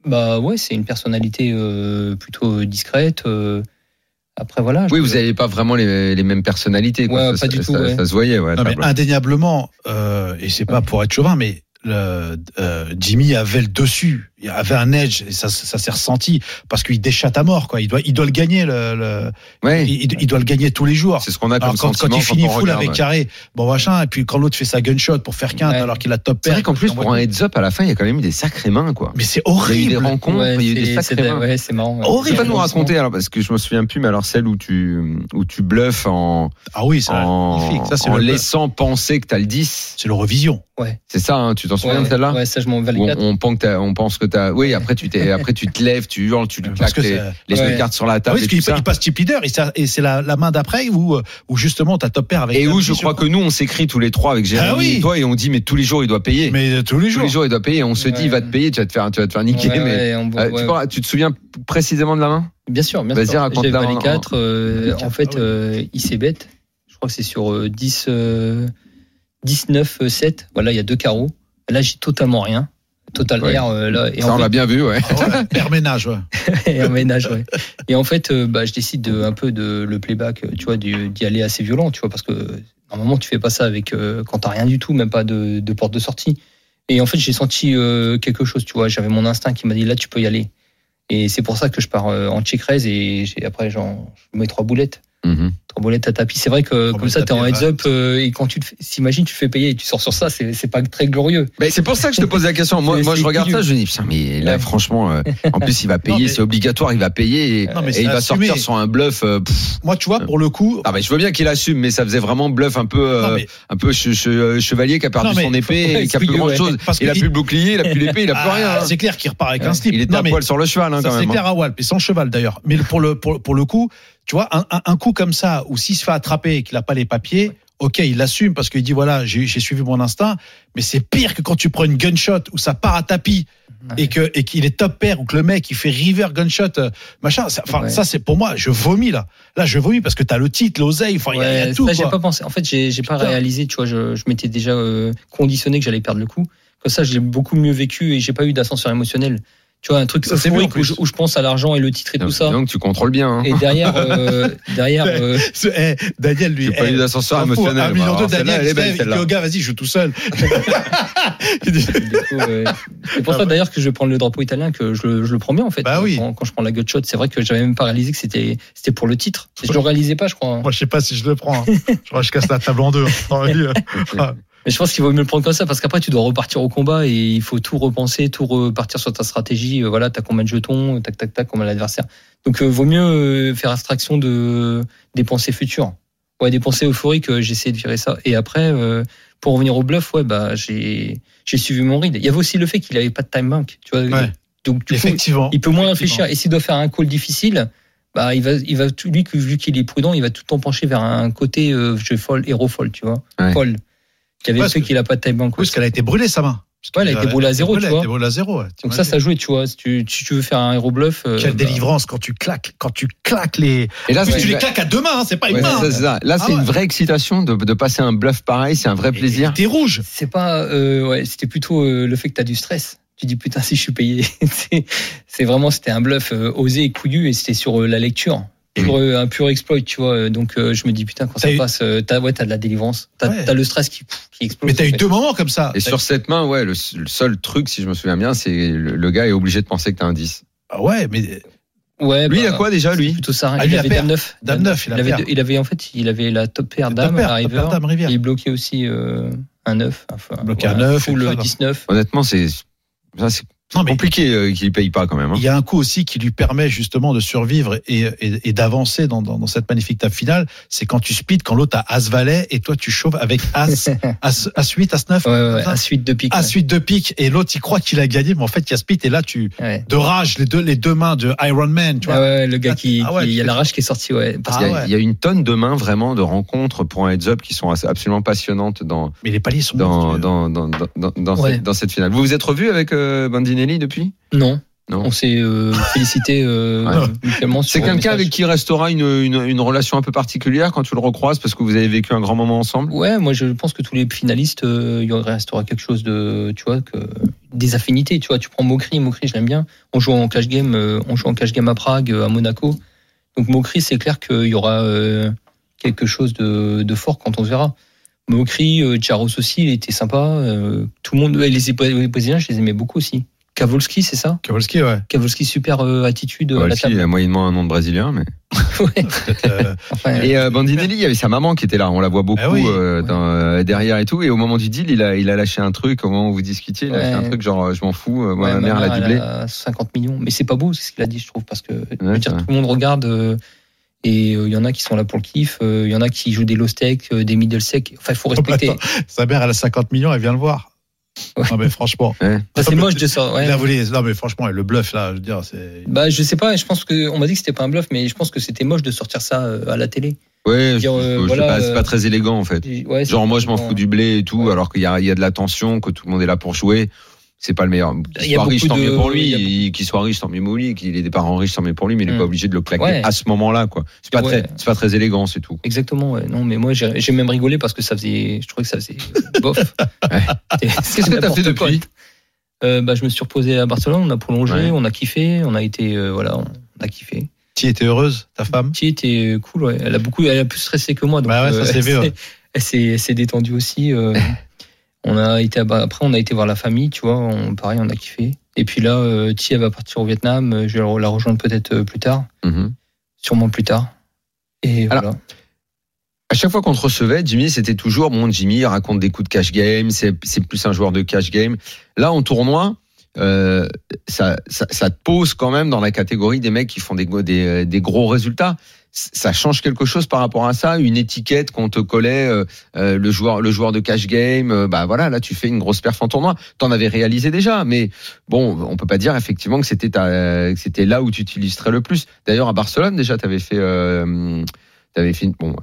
[SPEAKER 7] Bah ouais, c'est une personnalité euh, plutôt discrète. euh. Après voilà. je-
[SPEAKER 5] Oui, vous n'avez pas vraiment les, les mêmes personnalités. quoi.
[SPEAKER 7] Ouais,
[SPEAKER 5] ça,
[SPEAKER 7] pas du
[SPEAKER 5] ça-
[SPEAKER 7] tout,
[SPEAKER 5] ça-
[SPEAKER 7] ouais.
[SPEAKER 5] ça se voyait. Ouais, à
[SPEAKER 6] Non, mais
[SPEAKER 5] table.
[SPEAKER 6] indéniablement, euh, et c'est pas pour être chauvin, mais le, euh, Jimmy avait le dessus, il avait un edge, et ça, ça s'est ressenti parce qu'il déchatte à mort, quoi. Il doit, il doit le gagner, le, le-
[SPEAKER 5] Ouais.
[SPEAKER 6] ah, il, il doit le gagner tous les jours.
[SPEAKER 5] C'est ce qu'on a
[SPEAKER 6] Oh. Alors,
[SPEAKER 5] comme
[SPEAKER 6] quand, quand
[SPEAKER 5] sentiment
[SPEAKER 6] il finit
[SPEAKER 5] on
[SPEAKER 6] full
[SPEAKER 5] regarde,
[SPEAKER 6] avec
[SPEAKER 5] ouais.
[SPEAKER 6] carré, bon machin, et puis quand l'autre fait sa gunshot pour faire quinte
[SPEAKER 7] Ouais.
[SPEAKER 6] alors qu'il a top
[SPEAKER 5] C'est
[SPEAKER 6] pair.
[SPEAKER 5] vrai qu'en plus, pour un heads up, à la fin, il y a quand même eu des sacrés mains, quoi.
[SPEAKER 6] Mais c'est
[SPEAKER 5] Il y a eu des
[SPEAKER 6] horrible.
[SPEAKER 5] rencontres,
[SPEAKER 7] Ouais,
[SPEAKER 5] il y a eu
[SPEAKER 7] c'est-
[SPEAKER 5] des
[SPEAKER 7] c'est
[SPEAKER 5] sacrés mains.
[SPEAKER 7] ouais, c'est marrant. ouais.
[SPEAKER 5] Tu
[SPEAKER 6] Horrible.
[SPEAKER 5] peux pas nous raconter, alors, parce que je me souviens plus, mais alors celle où tu, où tu bluffes en,
[SPEAKER 6] Ah oui, c'est
[SPEAKER 5] en,
[SPEAKER 6] magnifique. Ça, c'est
[SPEAKER 5] en
[SPEAKER 6] le,
[SPEAKER 5] laissant penser que t'as le 10.
[SPEAKER 6] c'est l'Eurovision.
[SPEAKER 5] C'est ça, hein, tu t'en t'en souviens de celle-là
[SPEAKER 7] Ouais, ça, je m'en vais
[SPEAKER 5] Où on, on pense que t'as- on pense que t'as. Oui, après tu t'es, après tu te lèves, tu hurles, tu lui
[SPEAKER 6] Parce
[SPEAKER 5] claques
[SPEAKER 6] que
[SPEAKER 5] les,
[SPEAKER 6] ça-
[SPEAKER 5] les
[SPEAKER 7] ouais.
[SPEAKER 5] deux cartes sur la
[SPEAKER 6] Ah
[SPEAKER 5] table
[SPEAKER 6] oui,
[SPEAKER 5] et
[SPEAKER 6] parce
[SPEAKER 5] tout
[SPEAKER 6] qu'il
[SPEAKER 5] ça.
[SPEAKER 6] il passe type leader et, ça- et c'est la, la main d'après où, où justement t'as top pair avec.
[SPEAKER 5] Et
[SPEAKER 6] la
[SPEAKER 5] où je
[SPEAKER 6] blessure.
[SPEAKER 5] crois que nous on s'écrit tous les trois avec Jérémy
[SPEAKER 6] Ah oui.
[SPEAKER 5] et toi et on dit mais tous les jours il doit payer.
[SPEAKER 6] Mais euh, tous les
[SPEAKER 5] tous
[SPEAKER 6] jours.
[SPEAKER 5] les jours il doit payer. On se dit il va te
[SPEAKER 7] Ouais.
[SPEAKER 5] payer, tu vas te faire, tu vas te faire niquer.
[SPEAKER 7] Ouais,
[SPEAKER 5] mais
[SPEAKER 7] ouais, on-
[SPEAKER 5] Euh,
[SPEAKER 7] ouais,
[SPEAKER 5] tu, parles- tu te souviens précisément de la main
[SPEAKER 7] Bien sûr, bien
[SPEAKER 5] Vas-y,
[SPEAKER 7] sûr.
[SPEAKER 5] raconte-la
[SPEAKER 7] J'avais
[SPEAKER 5] en-
[SPEAKER 7] les
[SPEAKER 5] en-
[SPEAKER 7] 4.
[SPEAKER 6] les
[SPEAKER 7] en
[SPEAKER 6] quatre,
[SPEAKER 7] fait,
[SPEAKER 6] ah ouais.
[SPEAKER 7] euh, il s'est bête. Je crois que c'est sur euh, 10, euh, 19, euh, 7. Voilà, il y a deux carreaux. Là, j'ai totalement rien. Total
[SPEAKER 5] Ouais.
[SPEAKER 7] air. euh, là, et
[SPEAKER 5] Ça on
[SPEAKER 7] en
[SPEAKER 5] l'a bien vu, ouais.
[SPEAKER 6] Ah ouais, pair ménage, ouais.
[SPEAKER 7] fait, et un ménage, ouais. Et en fait, euh, bah, je décide de, un peu de le playback, euh, tu vois, d'y d'y aller assez violent, tu vois, parce que euh, normalement, tu fais pas ça avec euh, quand t'as rien du tout, même pas de, de porte de sortie. Et en fait, j'ai senti euh, quelque chose, tu vois. J'avais mon instinct qui m'a dit là, tu peux y aller. Et c'est pour ça que je pars euh, en check raise et j'ai- après, j'en- je mets trois boulettes.
[SPEAKER 5] Mhm.
[SPEAKER 7] Trombolette à tapis. C'est vrai que
[SPEAKER 6] Trombolette
[SPEAKER 7] comme ça,
[SPEAKER 6] à
[SPEAKER 7] t'es en
[SPEAKER 6] tapis,
[SPEAKER 7] heads up euh, et quand tu te fais- t'imagines, tu te fais payer et tu sors sur ça, c'est c'est pas très glorieux.
[SPEAKER 5] Mais c'est pour ça que je te pose la question. Moi,
[SPEAKER 7] Mais
[SPEAKER 5] moi
[SPEAKER 7] c'est
[SPEAKER 5] je regarde
[SPEAKER 7] idiot.
[SPEAKER 5] ça, je me dis putain, mais là
[SPEAKER 7] Ouais.
[SPEAKER 5] franchement, euh, en plus il va payer,
[SPEAKER 6] mais-
[SPEAKER 5] c'est obligatoire, il va payer et,
[SPEAKER 6] Non, mais
[SPEAKER 5] et
[SPEAKER 6] c'est
[SPEAKER 5] il va
[SPEAKER 6] assumé.
[SPEAKER 5] sortir sur un bluff. euh, pff.
[SPEAKER 6] Moi, tu vois, pour le coup.
[SPEAKER 5] Ah, mais je veux bien qu'il assume, mais ça faisait vraiment bluff un peu, euh,
[SPEAKER 6] non, mais-
[SPEAKER 5] un peu che- che- chevalier qui a perdu
[SPEAKER 6] Non, mais-
[SPEAKER 5] son épée,
[SPEAKER 7] Ouais,
[SPEAKER 5] et qui a plus
[SPEAKER 7] oui,
[SPEAKER 5] grand
[SPEAKER 7] ouais.
[SPEAKER 5] chose.
[SPEAKER 6] Parce
[SPEAKER 5] il a
[SPEAKER 6] que-
[SPEAKER 5] plus le bouclier, il a plus l'épée, il a plus
[SPEAKER 6] ah,
[SPEAKER 5] rien. hein.
[SPEAKER 6] C'est clair qu'il repart avec un slip.
[SPEAKER 5] Il était
[SPEAKER 6] Non,
[SPEAKER 5] à
[SPEAKER 6] mais-
[SPEAKER 5] poil sur le cheval hein,
[SPEAKER 6] Ça,
[SPEAKER 5] quand
[SPEAKER 6] c'est
[SPEAKER 5] même. hein.
[SPEAKER 6] clair à Walp, et sans cheval d'ailleurs. Mais pour le, pour, pour le coup, tu vois, un, un- un coup comme ça, où s'il se fait attraper et qu'il n'a pas les papiers, ok, il l'assume parce qu'il dit voilà, j'ai j'ai suivi mon instinct, mais c'est pire que quand tu prends une gunshot où ça part à tapis et que et qu'il est top pair ou que le mec il fait river gunshot, euh, machin. Ça, enfin,
[SPEAKER 7] Ouais.
[SPEAKER 6] ça c'est pour moi, je vomis là. Là, je vomis parce que t'as le titre, l'oseille, enfin, il y a- il y a
[SPEAKER 7] Ouais,
[SPEAKER 6] tout.
[SPEAKER 7] ça, j'ai
[SPEAKER 6] quoi.
[SPEAKER 7] pas pensé. En fait, j'ai j'ai pas
[SPEAKER 6] Putain.
[SPEAKER 7] réalisé, tu vois, je, je m'étais déjà euh, conditionné que j'allais perdre le coup. Comme ça, j'ai beaucoup mieux vécu et j'ai pas eu d'ascenseur émotionnel. Tu vois, un truc
[SPEAKER 6] Ça, c'est mieux, en
[SPEAKER 7] euphorique où,
[SPEAKER 6] plus.
[SPEAKER 7] je- où je pense à l'argent et le titre et
[SPEAKER 5] Non,
[SPEAKER 7] tout ça.
[SPEAKER 5] hein. Donc tu contrôles bien. hein.
[SPEAKER 7] Et derrière, euh, derrière, euh,
[SPEAKER 6] Ce- eh, Daniel, lui,
[SPEAKER 5] J'ai pas
[SPEAKER 6] eh,
[SPEAKER 5] eu d'ascenseur
[SPEAKER 6] s'en fout,
[SPEAKER 5] émotionnel.
[SPEAKER 6] un
[SPEAKER 5] moi.
[SPEAKER 6] million
[SPEAKER 5] Alors,
[SPEAKER 6] d'euros,
[SPEAKER 5] celle-là,
[SPEAKER 6] Daniel,
[SPEAKER 5] elle est
[SPEAKER 6] il se
[SPEAKER 5] belle,
[SPEAKER 6] lève, il dit
[SPEAKER 5] celle-là.
[SPEAKER 6] au gars, vas-y, je joue tout seul. Il dit-
[SPEAKER 7] Du coup, ouais. C'est pour
[SPEAKER 6] Ah
[SPEAKER 7] ça
[SPEAKER 6] bah.
[SPEAKER 7] d'ailleurs que je vais prendre le drapeau italien, que je, le- je le prends bien en fait.
[SPEAKER 6] Bah oui.
[SPEAKER 7] quand, quand je prends la gutshot, c'est vrai que j'avais même pas réalisé que c'était c'était pour le titre. Et je le réalisais pas, je crois. hein.
[SPEAKER 6] Moi, je sais pas si je le prends. hein. Je crois que je casse la table en deux. hein. Dans la vie, euh.
[SPEAKER 7] Mais je pense qu'il vaut mieux le prendre comme ça parce qu'après tu dois repartir au combat et il faut tout repenser, tout repartir sur ta stratégie. Euh, Voilà, t'as combien de jetons, tac tac tac, combien l'adversaire. Donc euh, vaut mieux euh, faire abstraction de des pensées futures. Ouais, des pensées euphoriques. euh, j'ai essayé de virer ça. Et après, euh, pour revenir au bluff, ouais, bah j'ai j'ai suivi mon read. Il y avait aussi le fait qu'il avait pas de time bank. Tu vois.
[SPEAKER 6] Ouais.
[SPEAKER 7] Donc du coup,
[SPEAKER 6] Effectivement.
[SPEAKER 7] il peut moins réfléchir. Et s'il doit faire un call difficile, bah, il va, il va tout, lui, que- vu qu'il est prudent, il va tout le temps pencher vers un côté euh, je fold, héros fold, tu vois.
[SPEAKER 5] Ouais.
[SPEAKER 7] Fold. Qui avait
[SPEAKER 6] Parce
[SPEAKER 7] fait
[SPEAKER 6] que-
[SPEAKER 7] qu'il a pas de time bank.
[SPEAKER 6] Oui, parce qu'elle a été brûlée, sa main. Parce
[SPEAKER 7] Ouais, elle a
[SPEAKER 6] qu'il
[SPEAKER 7] été brûlée à zéro,
[SPEAKER 6] brûlée, elle
[SPEAKER 7] tu
[SPEAKER 6] a
[SPEAKER 7] vois.
[SPEAKER 6] été brûlée à zéro. ouais,
[SPEAKER 7] Donc
[SPEAKER 6] t'imagines.
[SPEAKER 7] ça, ça jouait, tu vois. Si tu, si tu veux faire un héros bluff. euh,
[SPEAKER 6] Quelle
[SPEAKER 7] bah,
[SPEAKER 6] délivrance quand tu claques, quand tu claques les.
[SPEAKER 5] Et là,
[SPEAKER 6] Parce que
[SPEAKER 5] c'est
[SPEAKER 6] tu les
[SPEAKER 5] une-
[SPEAKER 6] claques à deux mains, hein, c'est pas une
[SPEAKER 5] Ouais,
[SPEAKER 6] main.
[SPEAKER 5] c'est ça, c'est ça. Là,
[SPEAKER 6] Ah
[SPEAKER 5] c'est
[SPEAKER 6] ouais.
[SPEAKER 5] une vraie excitation de, de passer un bluff pareil. C'est un vrai plaisir.
[SPEAKER 6] T'es rouge.
[SPEAKER 7] C'est pas, euh, ouais, c'était plutôt euh, le fait que t'as du stress. Tu dis putain, si je suis payé. C'est- c'est vraiment, c'était un bluff euh, osé et couillu et c'était sur euh, la lecture. Pur, euh, un pur exploit, tu vois. euh, Donc euh, je me dis putain, quand
[SPEAKER 6] Mm. T'as
[SPEAKER 7] ça
[SPEAKER 6] eu-
[SPEAKER 7] passe, euh, t'as ouais, t'as de la délivrance. T'as
[SPEAKER 6] Ouais.
[SPEAKER 7] t'as le stress qui, qui explose.
[SPEAKER 6] Mais t'as
[SPEAKER 7] en
[SPEAKER 6] eu
[SPEAKER 7] fait.
[SPEAKER 6] deux moments comme ça.
[SPEAKER 5] Et sur cette main, ouais, le, le seul truc, si je me souviens bien, c'est le, le gars est obligé de penser que t'as un 10.
[SPEAKER 6] Ah ouais, mais
[SPEAKER 7] Ouais,
[SPEAKER 5] Lui, il
[SPEAKER 7] bah,
[SPEAKER 5] a quoi déjà,
[SPEAKER 7] c'est
[SPEAKER 5] lui
[SPEAKER 7] Plutôt ça.
[SPEAKER 6] Ah, lui,
[SPEAKER 7] il
[SPEAKER 6] la
[SPEAKER 7] avait
[SPEAKER 6] paire.
[SPEAKER 7] dame 9.
[SPEAKER 6] Dame neuf, il
[SPEAKER 7] il,
[SPEAKER 6] a
[SPEAKER 7] avait,
[SPEAKER 6] paire.
[SPEAKER 7] deux- il avait en fait, il avait la top paire
[SPEAKER 6] ta
[SPEAKER 7] dame,
[SPEAKER 6] paire, ta
[SPEAKER 7] la river.
[SPEAKER 6] paire dame rivière.
[SPEAKER 7] Il bloquait aussi euh, un 9. Enfin,
[SPEAKER 6] Bloqué un neuf,
[SPEAKER 7] Full
[SPEAKER 6] et tout ça,
[SPEAKER 7] 19.
[SPEAKER 5] Honnêtement, c'est ça, c'est
[SPEAKER 6] Non, mais-
[SPEAKER 5] compliqué euh, qu'il paye pas quand même. hein.
[SPEAKER 6] Il y a un coup aussi qui lui permet justement de survivre et, et, et d'avancer dans, dans, dans cette magnifique table finale. C'est quand tu splits, quand l'autre a As Valet et toi tu chauves avec As, As, As 8, As 9,
[SPEAKER 7] Ouais, ouais, ouais,
[SPEAKER 6] Attends.
[SPEAKER 7] à suite de pique.
[SPEAKER 6] As 8 de pique et l'autre il croit qu'il a gagné, mais en fait il y a split et là tu,
[SPEAKER 7] Ouais.
[SPEAKER 6] de rage, les deux, les deux mains de Iron Man, tu vois.
[SPEAKER 7] Ah ouais, ouais, le gars qui,
[SPEAKER 6] Ah ouais,
[SPEAKER 7] qui- il y a
[SPEAKER 6] tu-
[SPEAKER 7] la rage qui est sortie, ouais.
[SPEAKER 5] Parce
[SPEAKER 7] Parce
[SPEAKER 6] Ah
[SPEAKER 5] qu'il y a-
[SPEAKER 6] ouais.
[SPEAKER 5] Il y a une tonne de mains vraiment de rencontres pour un heads up qui sont assez- absolument passionnantes dans
[SPEAKER 6] Mais les paliers sont euh,
[SPEAKER 5] dans
[SPEAKER 6] monstrueux.
[SPEAKER 5] dans dans dans, dans- dans
[SPEAKER 7] Ouais.
[SPEAKER 5] cette, dans cette finale. Vous vous êtes revu avec euh, Bandinelli depuis
[SPEAKER 7] que- non.
[SPEAKER 5] Non.
[SPEAKER 7] On s'est euh, félicité euh,
[SPEAKER 5] Ouais.
[SPEAKER 7] mutuellement sur
[SPEAKER 5] C'est
[SPEAKER 7] le
[SPEAKER 5] quelqu'un
[SPEAKER 7] message.
[SPEAKER 5] avec qui restera une, une une relation un peu particulière quand tu le recroises parce que vous avez vécu un grand moment ensemble.
[SPEAKER 7] Ouais, moi je pense que tous les finalistes, euh, il y restera quelque chose de, tu vois, que des affinités, tu vois. Tu prends Mokri, Mokri, je l'aime bien. On joue en cash game, euh, on joue en cash game à Prague, euh, à Monaco. Donc Mokri, c'est clair qu'il y aura euh, quelque chose de, de fort quand on se verra. Mokri, euh, Jaros aussi, il était sympa. euh, tout le monde, ouais, les les Brésiliens, je les aimais beaucoup aussi. Kavolski, c'est ça
[SPEAKER 6] Kowalski, ouais.
[SPEAKER 7] Kavolski, super euh, attitude euh, à la
[SPEAKER 5] Kowalski, il
[SPEAKER 7] table.
[SPEAKER 5] a moyennement un nom de brésilien, mais.
[SPEAKER 7] Ouais,
[SPEAKER 6] Peut-être, euh,
[SPEAKER 7] enfin,
[SPEAKER 5] Et euh, Bandinelli, il y avait sa maman qui était là, on la voit beaucoup
[SPEAKER 6] Ah oui.
[SPEAKER 5] euh, dans, euh, derrière et tout. Et au moment du deal, il a, il a lâché un truc, au moment où vous discutiez, il a
[SPEAKER 7] Ouais.
[SPEAKER 5] lâché un truc genre euh, je m'en fous, euh, moi
[SPEAKER 7] Ouais,
[SPEAKER 5] ma mère l'a doublé.
[SPEAKER 7] elle a 50 millions. Mais c'est pas beau ce qu'il a dit, je trouve, parce que je veux
[SPEAKER 5] c'est
[SPEAKER 7] dire,
[SPEAKER 5] vrai.
[SPEAKER 7] tout le monde regarde. euh, et il y en a qui sont là pour le kiff, il y en euh, a qui jouent des low stakes, euh, des middle stakes. Enfin, il faut respecter.
[SPEAKER 6] Sa mère, elle a 50 millions, elle vient le voir. Non, mais franchement.
[SPEAKER 7] Bah, c'est moche de ça. ouais.
[SPEAKER 6] Il a volé. Non, mais franchement, le bluff, là, je veux dire, c'est.
[SPEAKER 7] Bah, je sais pas, je pense que on m'a dit que c'était pas un bluff, mais je pense que c'était moche de sortir ça euh, à la télé.
[SPEAKER 5] Ouais, je-
[SPEAKER 7] Dire, euh,
[SPEAKER 5] je sais
[SPEAKER 7] voilà,
[SPEAKER 5] pas, c'est
[SPEAKER 7] euh,
[SPEAKER 5] pas très élégant en fait.
[SPEAKER 7] Et- ouais, c'est
[SPEAKER 5] Genre moi je m'en
[SPEAKER 7] complètement-
[SPEAKER 5] fous du blé et tout,
[SPEAKER 7] Ouais.
[SPEAKER 5] alors qu'il y a, il y a de la tension, que tout le monde est là pour jouer. C'est pas le meilleur.
[SPEAKER 7] Il
[SPEAKER 5] Qu'il
[SPEAKER 7] y a
[SPEAKER 5] soit riche,
[SPEAKER 7] beaucoup
[SPEAKER 5] tant
[SPEAKER 7] de-
[SPEAKER 5] mieux pour
[SPEAKER 7] il y a
[SPEAKER 5] lui. Qu'il soit riche, tant mieux pour lui. Qu'il ait des parents riches, tant mieux pour lui. Mais il n'est
[SPEAKER 7] Hmm.
[SPEAKER 5] pas obligé de le claquer
[SPEAKER 7] Ouais.
[SPEAKER 5] à ce moment-là, quoi. C'est pas
[SPEAKER 7] Ouais.
[SPEAKER 5] très, c'est pas très élégant, c'est tout.
[SPEAKER 7] Exactement, ouais. non, mais moi j'ai j'ai même rigolé parce que ça faisait, je trouvais que ça faisait bof.
[SPEAKER 5] Qu'est-ce que t'as fait depuis
[SPEAKER 7] euh, bah, Je me suis reposé à Barcelone, on a prolongé,
[SPEAKER 5] Ouais.
[SPEAKER 7] on a kiffé, on a été, euh, voilà, on a kiffé.
[SPEAKER 6] Tu étais heureuse, ta femme
[SPEAKER 7] Qui était euh, cool, ouais. elle a beaucoup, elle a plus stressé que moi, donc
[SPEAKER 6] Bah ouais, ça s'est
[SPEAKER 7] elle
[SPEAKER 6] vu, ouais.
[SPEAKER 7] s'est- elle s'est elle s'est détendue aussi. euh, on a été, à Ba- après on a été voir la famille, tu vois, on, pareil, on a kiffé. Et puis là, euh, Thi, elle va partir au Vietnam, euh, je vais la rejoindre peut-être euh, plus tard,
[SPEAKER 5] Mhm.
[SPEAKER 7] sûrement plus tard. Et
[SPEAKER 5] Alors,
[SPEAKER 7] voilà.
[SPEAKER 5] À chaque fois qu'on te recevait, Jimmy, c'était toujours bon. Jimmy il raconte des coups de cash game. C'est c'est plus un joueur de cash game. Là, en tournoi, euh, ça, ça, ça te pose quand même dans la catégorie des mecs qui font des, go- des, euh, des gros résultats. C- Ça change quelque chose par rapport à ça. Une étiquette qu'on te collait, euh, euh, le joueur, le joueur de cash game. euh, bah voilà, là, tu fais une grosse perf en tournoi. T'en avais réalisé déjà, mais bon, on peut pas dire effectivement que c'était ta- euh, que c'était là où tu t'illustrais le plus. D'ailleurs, à Barcelone, déjà, t'avais fait. euh, hum, T'avais fait, une- bon,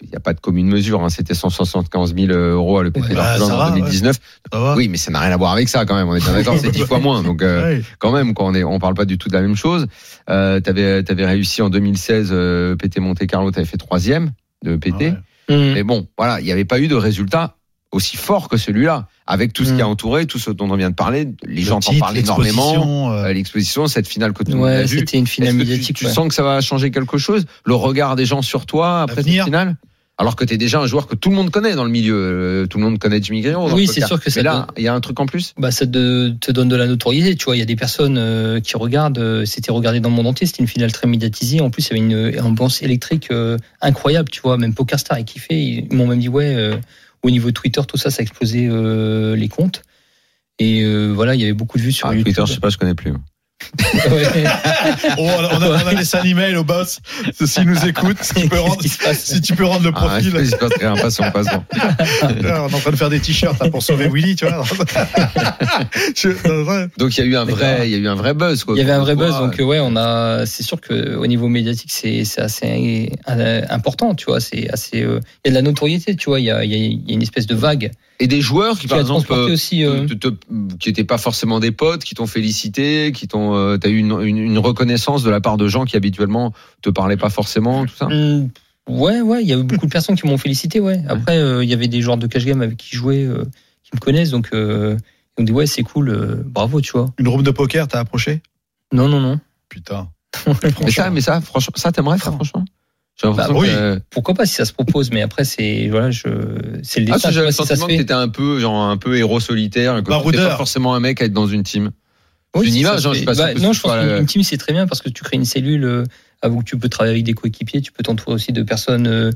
[SPEAKER 5] il n'y a pas de commune mesure, hein, c'était 175 000 euros à l'EPT
[SPEAKER 7] Ouais,
[SPEAKER 5] Barcelone
[SPEAKER 6] bah, ça
[SPEAKER 5] en
[SPEAKER 6] va, ouais.
[SPEAKER 5] 2019.
[SPEAKER 6] Ça va
[SPEAKER 5] Oui, mais ça n'a rien à voir avec ça quand même, on est bien d'accord, c'est 10 fois moins. Donc, euh,
[SPEAKER 6] Ouais.
[SPEAKER 5] quand même, quand on est, on parle pas du tout de la même chose. Euh, t'avais, t'avais réussi en 2016, euh, PT Monte Carlo, t'avais fait troisième de PT.
[SPEAKER 6] Ah ouais.
[SPEAKER 7] Mhm.
[SPEAKER 5] Mais bon, voilà, il n'y avait pas eu de résultat aussi fort que celui-là, avec tout ce
[SPEAKER 7] Mm.
[SPEAKER 5] qui a entouré, tout ce dont on vient de parler. Les
[SPEAKER 6] Hmm. Le
[SPEAKER 5] gens t'en
[SPEAKER 6] titre,
[SPEAKER 5] parlent énormément.
[SPEAKER 6] l'exposition, euh,
[SPEAKER 5] Euh, L'exposition, cette finale que tout le monde a
[SPEAKER 7] Mm. Ouais,
[SPEAKER 5] vue.
[SPEAKER 7] c'était une finale
[SPEAKER 5] Est-ce que tu-
[SPEAKER 7] médiatique.
[SPEAKER 5] tu,
[SPEAKER 7] ouais.
[SPEAKER 5] sens que ça va changer quelque chose Le regard des gens sur toi après cette
[SPEAKER 6] L'avenir.
[SPEAKER 5] finale alors que tu es déjà un joueur que tout le monde connaît dans le milieu, euh, tout le monde connaît Jimmy Guerrero. dans
[SPEAKER 7] Oui,
[SPEAKER 5] le
[SPEAKER 7] c'est
[SPEAKER 5] poker.
[SPEAKER 7] sûr que ça
[SPEAKER 5] Mais là, il y a un truc en plus.
[SPEAKER 7] bah, ça te, te donne de la notoriété. Tu vois, il y a des personnes euh, qui regardent. euh, c'était regardé dans le monde entier. C'était une finale très médiatisée. En plus, il y avait une ambiance électrique euh, incroyable. Tu vois, même Poker Star est kiffé. Ils m'ont même dit ouais. euh, au niveau Twitter, tout ça, ça explosait euh, les comptes. Et euh, voilà, il y avait beaucoup de vues sur
[SPEAKER 5] Ah,
[SPEAKER 7] YouTube.
[SPEAKER 5] Twitter, je sais pas, je connais plus.
[SPEAKER 7] Ouais.
[SPEAKER 6] on, on a, on a laissé un email au boss. S'il nous écoute, si tu peux rendre,
[SPEAKER 7] Qu'est-ce qui se passe
[SPEAKER 6] si tu peux rendre le
[SPEAKER 5] Ah,
[SPEAKER 6] profil.
[SPEAKER 5] j'espère que c'est un passant, passant.
[SPEAKER 6] Là, on est en train de faire des t-shirts là, pour sauver Willy, tu vois. Je- non, ouais.
[SPEAKER 5] Donc il y a eu un vrai, il y a eu un vrai buzz. Quoi,
[SPEAKER 7] Il y avait un vrai
[SPEAKER 5] Toi,
[SPEAKER 7] buzz, donc euh, ouais, on a. C'est sûr que au niveau médiatique, c'est c'est assez euh, important, tu vois. C'est assez. euh, Il y a de la notoriété, tu vois. Il y a, il y a- il y a une espèce de vague
[SPEAKER 5] Et des joueurs qui,
[SPEAKER 7] euh, qui
[SPEAKER 5] par
[SPEAKER 7] a
[SPEAKER 5] exemple,
[SPEAKER 7] transporté aussi. euh,
[SPEAKER 5] te- te- te- qui n'étaient pas forcément des potes, qui t'ont félicité, qui t'ont, euh, t'as eu une, une- une reconnaissance de la part de gens qui habituellement te parlaient pas forcément, tout ça.
[SPEAKER 7] Hmm, Ouais, ouais, il y a eu beaucoup de personnes qui m'ont félicité, ouais.
[SPEAKER 5] Mm.
[SPEAKER 7] Après, euh, il y avait des joueurs de cash game avec qui je jouais, euh, qui me connaissent, donc euh, ils m'ont dit, ouais, c'est cool, euh, bravo, tu vois.
[SPEAKER 6] Une room de poker, t'as approché
[SPEAKER 7] Non, non, non.
[SPEAKER 6] Putain.
[SPEAKER 5] Mais ça, mais ça, franchement, ça t'aimerais ça, franchement. J'ai l'impression
[SPEAKER 6] Bah, oui.
[SPEAKER 5] que, euh,
[SPEAKER 7] Pourquoi pas si ça se propose, mais après, c'est voilà, je c'est le
[SPEAKER 5] Ah,
[SPEAKER 7] destin.
[SPEAKER 5] parce que j'avais
[SPEAKER 7] tu vois,
[SPEAKER 5] le
[SPEAKER 7] si ça se
[SPEAKER 5] sentiment que
[SPEAKER 7] fait.
[SPEAKER 5] t'étais un peu, genre, un peu héros
[SPEAKER 6] Bah,
[SPEAKER 5] solitaire, et que t'étais
[SPEAKER 6] Baroudeur.
[SPEAKER 5] pas forcément un mec à être dans une team.
[SPEAKER 7] Oui,
[SPEAKER 5] une
[SPEAKER 7] si ça
[SPEAKER 5] image,
[SPEAKER 7] se
[SPEAKER 5] hein, je
[SPEAKER 7] fait.
[SPEAKER 5] sais pas si
[SPEAKER 7] Bah,
[SPEAKER 5] on peut
[SPEAKER 7] non,
[SPEAKER 5] se
[SPEAKER 7] je pense
[SPEAKER 5] faire la-
[SPEAKER 7] qu'une team, c'est très bien parce que tu crées une cellule euh, avant que tu peux travailler avec des coéquipiers, tu peux t'entourer aussi de personnes euh,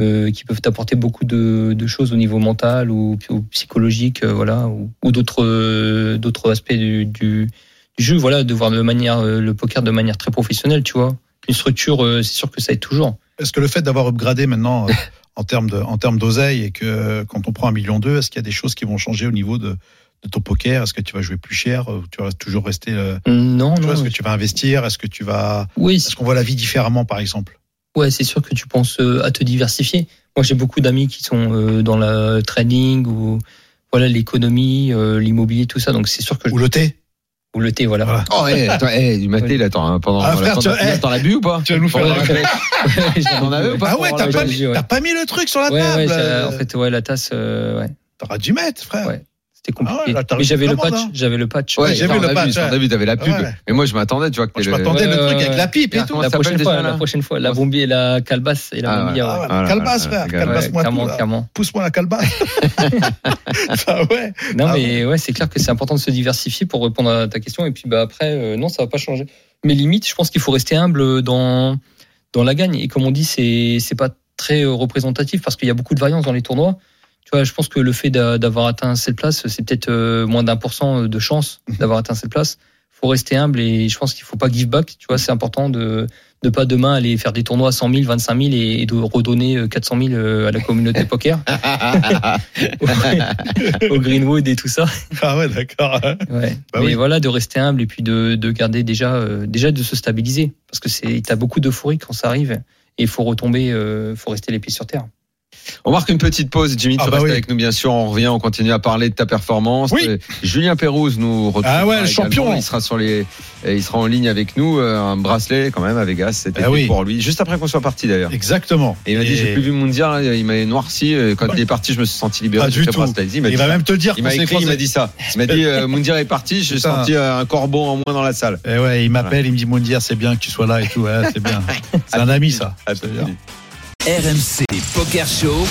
[SPEAKER 7] euh, qui peuvent t'apporter beaucoup de, de choses au niveau mental ou, ou psychologique, euh, voilà, ou, ou d'autres euh, d'autres aspects du, du, du jeu, voilà, de voir de manière euh, le poker de manière très professionnelle, tu vois. Une structure, euh, c'est sûr que ça aide toujours.
[SPEAKER 6] Est-ce que le fait d'avoir upgradé maintenant euh, en termes de- en termes d'oseille et que euh, quand on prend un million d'eux, est-ce qu'il y a des choses qui vont changer au niveau de, de ton poker Est-ce que tu vas jouer plus cher ou Tu vas toujours rester. euh,
[SPEAKER 7] Non,
[SPEAKER 6] tu vois,
[SPEAKER 7] non.
[SPEAKER 6] Est-ce que tu vas investir Est-ce que tu vas
[SPEAKER 7] Oui,
[SPEAKER 6] Est-ce qu'on voit la vie différemment, par exemple
[SPEAKER 7] Ouais, c'est sûr que tu penses euh, à te diversifier. Moi, j'ai beaucoup d'amis qui sont euh, dans la trading ou voilà l'économie, euh, l'immobilier, tout ça. Donc, c'est sûr que je...
[SPEAKER 6] Ou le thé
[SPEAKER 7] ou le thé, voilà.
[SPEAKER 6] Voilà.
[SPEAKER 5] Oh, hé, attends, hé, du maté,
[SPEAKER 7] Oui.
[SPEAKER 5] là, attends, hein, pendant,
[SPEAKER 6] Ah,
[SPEAKER 5] pendant
[SPEAKER 6] frère,
[SPEAKER 5] la-
[SPEAKER 6] tu-
[SPEAKER 5] pendant la-
[SPEAKER 6] hé.
[SPEAKER 5] t'en as bu ou pas?
[SPEAKER 6] Tu vas nous faire.
[SPEAKER 5] Pendant
[SPEAKER 7] la-
[SPEAKER 5] la- T'en avais ou pas?
[SPEAKER 6] Ah ouais,
[SPEAKER 5] pendant
[SPEAKER 6] t'as
[SPEAKER 5] la-
[SPEAKER 6] pas,
[SPEAKER 7] j'ai
[SPEAKER 6] mis-
[SPEAKER 7] dit, ouais.
[SPEAKER 6] t'as pas mis le truc sur la
[SPEAKER 7] Ouais, ouais,
[SPEAKER 6] table
[SPEAKER 7] j'ai-
[SPEAKER 6] euh,
[SPEAKER 7] en fait, ouais, la tasse, euh, ouais,
[SPEAKER 6] T'auras dû mettre, frère.
[SPEAKER 7] Ouais. c'était compliqué.
[SPEAKER 6] Ah ouais, là, t'as
[SPEAKER 7] Mais j'avais le
[SPEAKER 6] commande,
[SPEAKER 7] patch,
[SPEAKER 6] hein.
[SPEAKER 7] j'avais le patch.
[SPEAKER 5] Ouais,
[SPEAKER 6] j'ai
[SPEAKER 5] t'en
[SPEAKER 6] vu le
[SPEAKER 5] as
[SPEAKER 6] patch,
[SPEAKER 5] t'en
[SPEAKER 6] ouais.
[SPEAKER 5] as vu, t'avais la pub.
[SPEAKER 6] Ouais.
[SPEAKER 5] Mais moi, je m'attendais, tu vois, que
[SPEAKER 6] Moi, je
[SPEAKER 5] t'es le-
[SPEAKER 6] m'attendais le
[SPEAKER 7] Ouais,
[SPEAKER 6] truc
[SPEAKER 7] ouais,
[SPEAKER 6] avec la pipe et
[SPEAKER 5] ouais.
[SPEAKER 6] tout.
[SPEAKER 5] on
[SPEAKER 7] la
[SPEAKER 5] s'appelle
[SPEAKER 7] prochaine
[SPEAKER 5] déjà,
[SPEAKER 7] fois,
[SPEAKER 5] là
[SPEAKER 7] la prochaine fois, la bombie, la calebasse et la
[SPEAKER 5] Ah,
[SPEAKER 7] bombie.
[SPEAKER 5] ouais.
[SPEAKER 7] ouais.
[SPEAKER 6] Ah,
[SPEAKER 5] Ah là
[SPEAKER 6] voilà, calbasse,
[SPEAKER 5] là,
[SPEAKER 6] frère.
[SPEAKER 5] regarde.
[SPEAKER 6] Calbasse-moi
[SPEAKER 7] Ouais,
[SPEAKER 6] tout.
[SPEAKER 7] clairement,
[SPEAKER 6] là.
[SPEAKER 7] clairement.
[SPEAKER 6] Pousse-moi la calbasse. ah ouais.
[SPEAKER 7] Non,
[SPEAKER 6] Ah
[SPEAKER 7] mais ouais, c'est clair que c'est important de se diversifier pour répondre à ta question. Et puis, bah, après, euh, non, ça va pas changer. Mais limite, je pense qu'il faut rester humble dans, dans la gagne. Et comme on dit, c'est, c'est pas très euh, représentatif parce qu'il y a beaucoup de variance dans les tournois. Tu vois, je pense euh, que le fait d'a- d'avoir atteint cette place, c'est peut-être euh, moins d'un pour cent de chance d'avoir atteint cette place. faut rester humble et je pense qu'il faut pas give back. Tu vois, c'est important de ne pas demain aller faire des tournois à 100 000, 25 000 et, et de redonner euh, 400 000 euh, à la communauté poker, au Greenwood et tout ça.
[SPEAKER 6] Ah ouais, d'accord.
[SPEAKER 7] Ouais.
[SPEAKER 6] Bah
[SPEAKER 7] mais
[SPEAKER 6] oui.
[SPEAKER 7] voilà, de rester humble et puis de, de garder déjà, euh, déjà de se stabiliser. Parce que c'est, t'as beaucoup d'euphorie quand ça arrive. Et il faut retomber, euh, faut rester les pieds sur terre.
[SPEAKER 5] On marque une petite pause, Jimmy, tu
[SPEAKER 6] Ah bah
[SPEAKER 5] restes
[SPEAKER 6] oui.
[SPEAKER 5] avec nous bien sûr, on revient, on continue à parler de ta performance.
[SPEAKER 6] Oui.
[SPEAKER 5] Euh, Julien Pérouse nous retrouve.
[SPEAKER 6] Ah ouais, le champion.
[SPEAKER 5] Il sera sur les euh, il sera en ligne avec nous euh, un bracelet quand même à Vegas, c'était
[SPEAKER 6] Ah
[SPEAKER 5] fait
[SPEAKER 6] oui.
[SPEAKER 5] pour lui juste après qu'on soit parti d'ailleurs.
[SPEAKER 6] Exactement.
[SPEAKER 5] Et il m'a dit
[SPEAKER 6] Et
[SPEAKER 5] j'ai plus vu Mundia, il m'a noirci euh, quand
[SPEAKER 6] Pas-
[SPEAKER 5] il est parti, je me suis senti libéré
[SPEAKER 6] Pas
[SPEAKER 5] de
[SPEAKER 6] du
[SPEAKER 5] ce
[SPEAKER 6] tout.
[SPEAKER 5] bracelet. Il m'a dit
[SPEAKER 6] Il va
[SPEAKER 5] ça.
[SPEAKER 6] même te dire
[SPEAKER 5] Il
[SPEAKER 6] qu'on
[SPEAKER 5] m'a
[SPEAKER 6] s'est
[SPEAKER 5] écrit, il
[SPEAKER 6] croisés.
[SPEAKER 5] m'a dit ça. Il m'a dit euh, Mundir est parti, j'ai
[SPEAKER 6] Putain.
[SPEAKER 5] senti euh, un corbeau en moins dans la salle.
[SPEAKER 6] Eh ouais, il m'appelle, il me dit Moundir, c'est bien que tu sois là et tout. ouais, c'est bien. C'est un ami, ça. bien.
[SPEAKER 4] RMC Poker Show.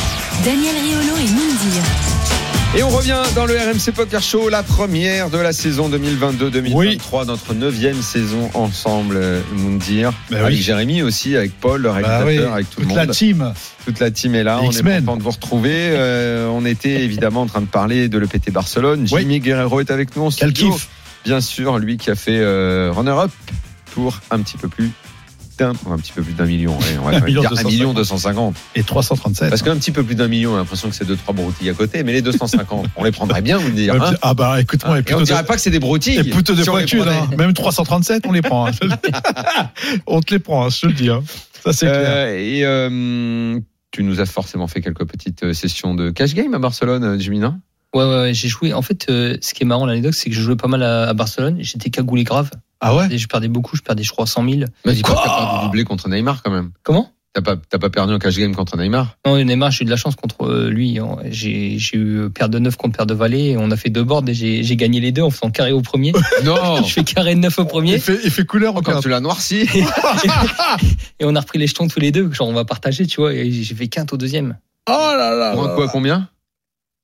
[SPEAKER 3] Daniel Riolo et Mindir.
[SPEAKER 5] Et on revient dans le RMC Poker Show, la première de la saison 2022-2023, notre neuvième saison ensemble, euh, Moundir.
[SPEAKER 6] Bah
[SPEAKER 5] avec
[SPEAKER 6] oui.
[SPEAKER 5] Jérémy aussi, avec Paul, le
[SPEAKER 6] Bah
[SPEAKER 5] réalisateur,
[SPEAKER 6] oui,
[SPEAKER 5] avec tout le
[SPEAKER 6] toute
[SPEAKER 5] monde.
[SPEAKER 6] la team.
[SPEAKER 5] Toute la team est là,
[SPEAKER 6] Les
[SPEAKER 5] on est
[SPEAKER 6] X-Men.
[SPEAKER 5] content de vous retrouver. Euh, on était évidemment en train de parler de l'EPT Barcelone.
[SPEAKER 6] Oui.
[SPEAKER 5] Jimmy Guerrero est avec nous en
[SPEAKER 6] Quel
[SPEAKER 5] studio.
[SPEAKER 6] kiff.
[SPEAKER 5] Bien sûr, lui qui a fait euh, runner-up pour un petit peu plus d'un un petit peu plus d'un million, ouais, on va
[SPEAKER 6] Un
[SPEAKER 5] dire
[SPEAKER 6] million
[SPEAKER 5] un million deux cent cinquante.
[SPEAKER 6] Et 337.
[SPEAKER 5] Parce qu'un petit peu plus d'un million, on a l'impression que c'est deux, trois broutilles à côté, mais les 250, on les prendrait bien, vous dire. hein.
[SPEAKER 6] ah bah écoute-moi, et
[SPEAKER 5] Et on
[SPEAKER 6] plutôt
[SPEAKER 5] dirait
[SPEAKER 6] de,
[SPEAKER 5] pas que c'est des broutilles.
[SPEAKER 6] et plutôt de
[SPEAKER 5] si on les
[SPEAKER 6] pointudes,
[SPEAKER 5] prenait.
[SPEAKER 6] hein. Même 337, on les prend. hein. on te les prend, hein, je te le dis. hein. Ça, c'est clair.
[SPEAKER 5] Euh, et euh, tu nous as forcément fait quelques petites euh, sessions de cash game à Barcelone, euh, Jimmy, non
[SPEAKER 7] Ouais, ouais, ouais, j'ai joué. En fait, euh, ce qui est marrant, l'anecdote, c'est que je jouais pas mal à, à Barcelone. J'étais cagoulé grave.
[SPEAKER 6] Ah ouais
[SPEAKER 7] Et je perdais beaucoup. Je perdais, je crois, 100 000.
[SPEAKER 5] Bah, dis pas que t'as perdu doublé contre Neymar quand même.
[SPEAKER 7] Comment
[SPEAKER 5] T'as pas, t'as pas perdu en cash game contre Neymar
[SPEAKER 7] Non, Neymar, j'ai eu de la chance contre euh, lui. hein. J'ai j'ai eu euh, paire de 9 contre paire de valet. On a fait deux boards et j'ai j'ai gagné les deux en faisant carré au premier.
[SPEAKER 5] Non
[SPEAKER 7] je fais carré 9 au premier.
[SPEAKER 6] il fait, il fait couleur
[SPEAKER 5] Quand
[SPEAKER 6] encore.
[SPEAKER 5] tu l'as noirci
[SPEAKER 7] Et on a repris les jetons tous les deux. Genre, on va partager, tu vois. Et j'ai fait quinte au deuxième.
[SPEAKER 6] Oh là
[SPEAKER 7] Ah
[SPEAKER 6] là
[SPEAKER 7] bah.
[SPEAKER 5] Pour un coup à combien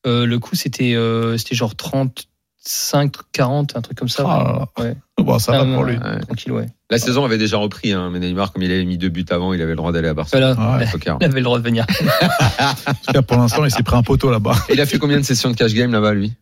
[SPEAKER 7] Euh, le coup, c'était euh, c'était genre 35, 40, un truc comme ça.
[SPEAKER 6] Oh là
[SPEAKER 5] Ah.
[SPEAKER 6] là.
[SPEAKER 7] Ouais.
[SPEAKER 6] Bon, ça va
[SPEAKER 7] Ah,
[SPEAKER 6] pour
[SPEAKER 7] ouais.
[SPEAKER 6] lui.
[SPEAKER 5] Ouais.
[SPEAKER 7] Tranquille, ouais.
[SPEAKER 5] La saison avait déjà repris, hein, mais Neymar, comme il avait mis deux buts avant, il avait le droit d'aller à Barcelone.
[SPEAKER 7] Voilà.
[SPEAKER 6] Ah ouais.
[SPEAKER 5] au poker.
[SPEAKER 7] Bah Il avait le droit de venir.
[SPEAKER 6] Parce que Pour l'instant, il s'est pris un poteau là-bas.
[SPEAKER 5] Et il a fait combien de sessions de cash game là-bas, lui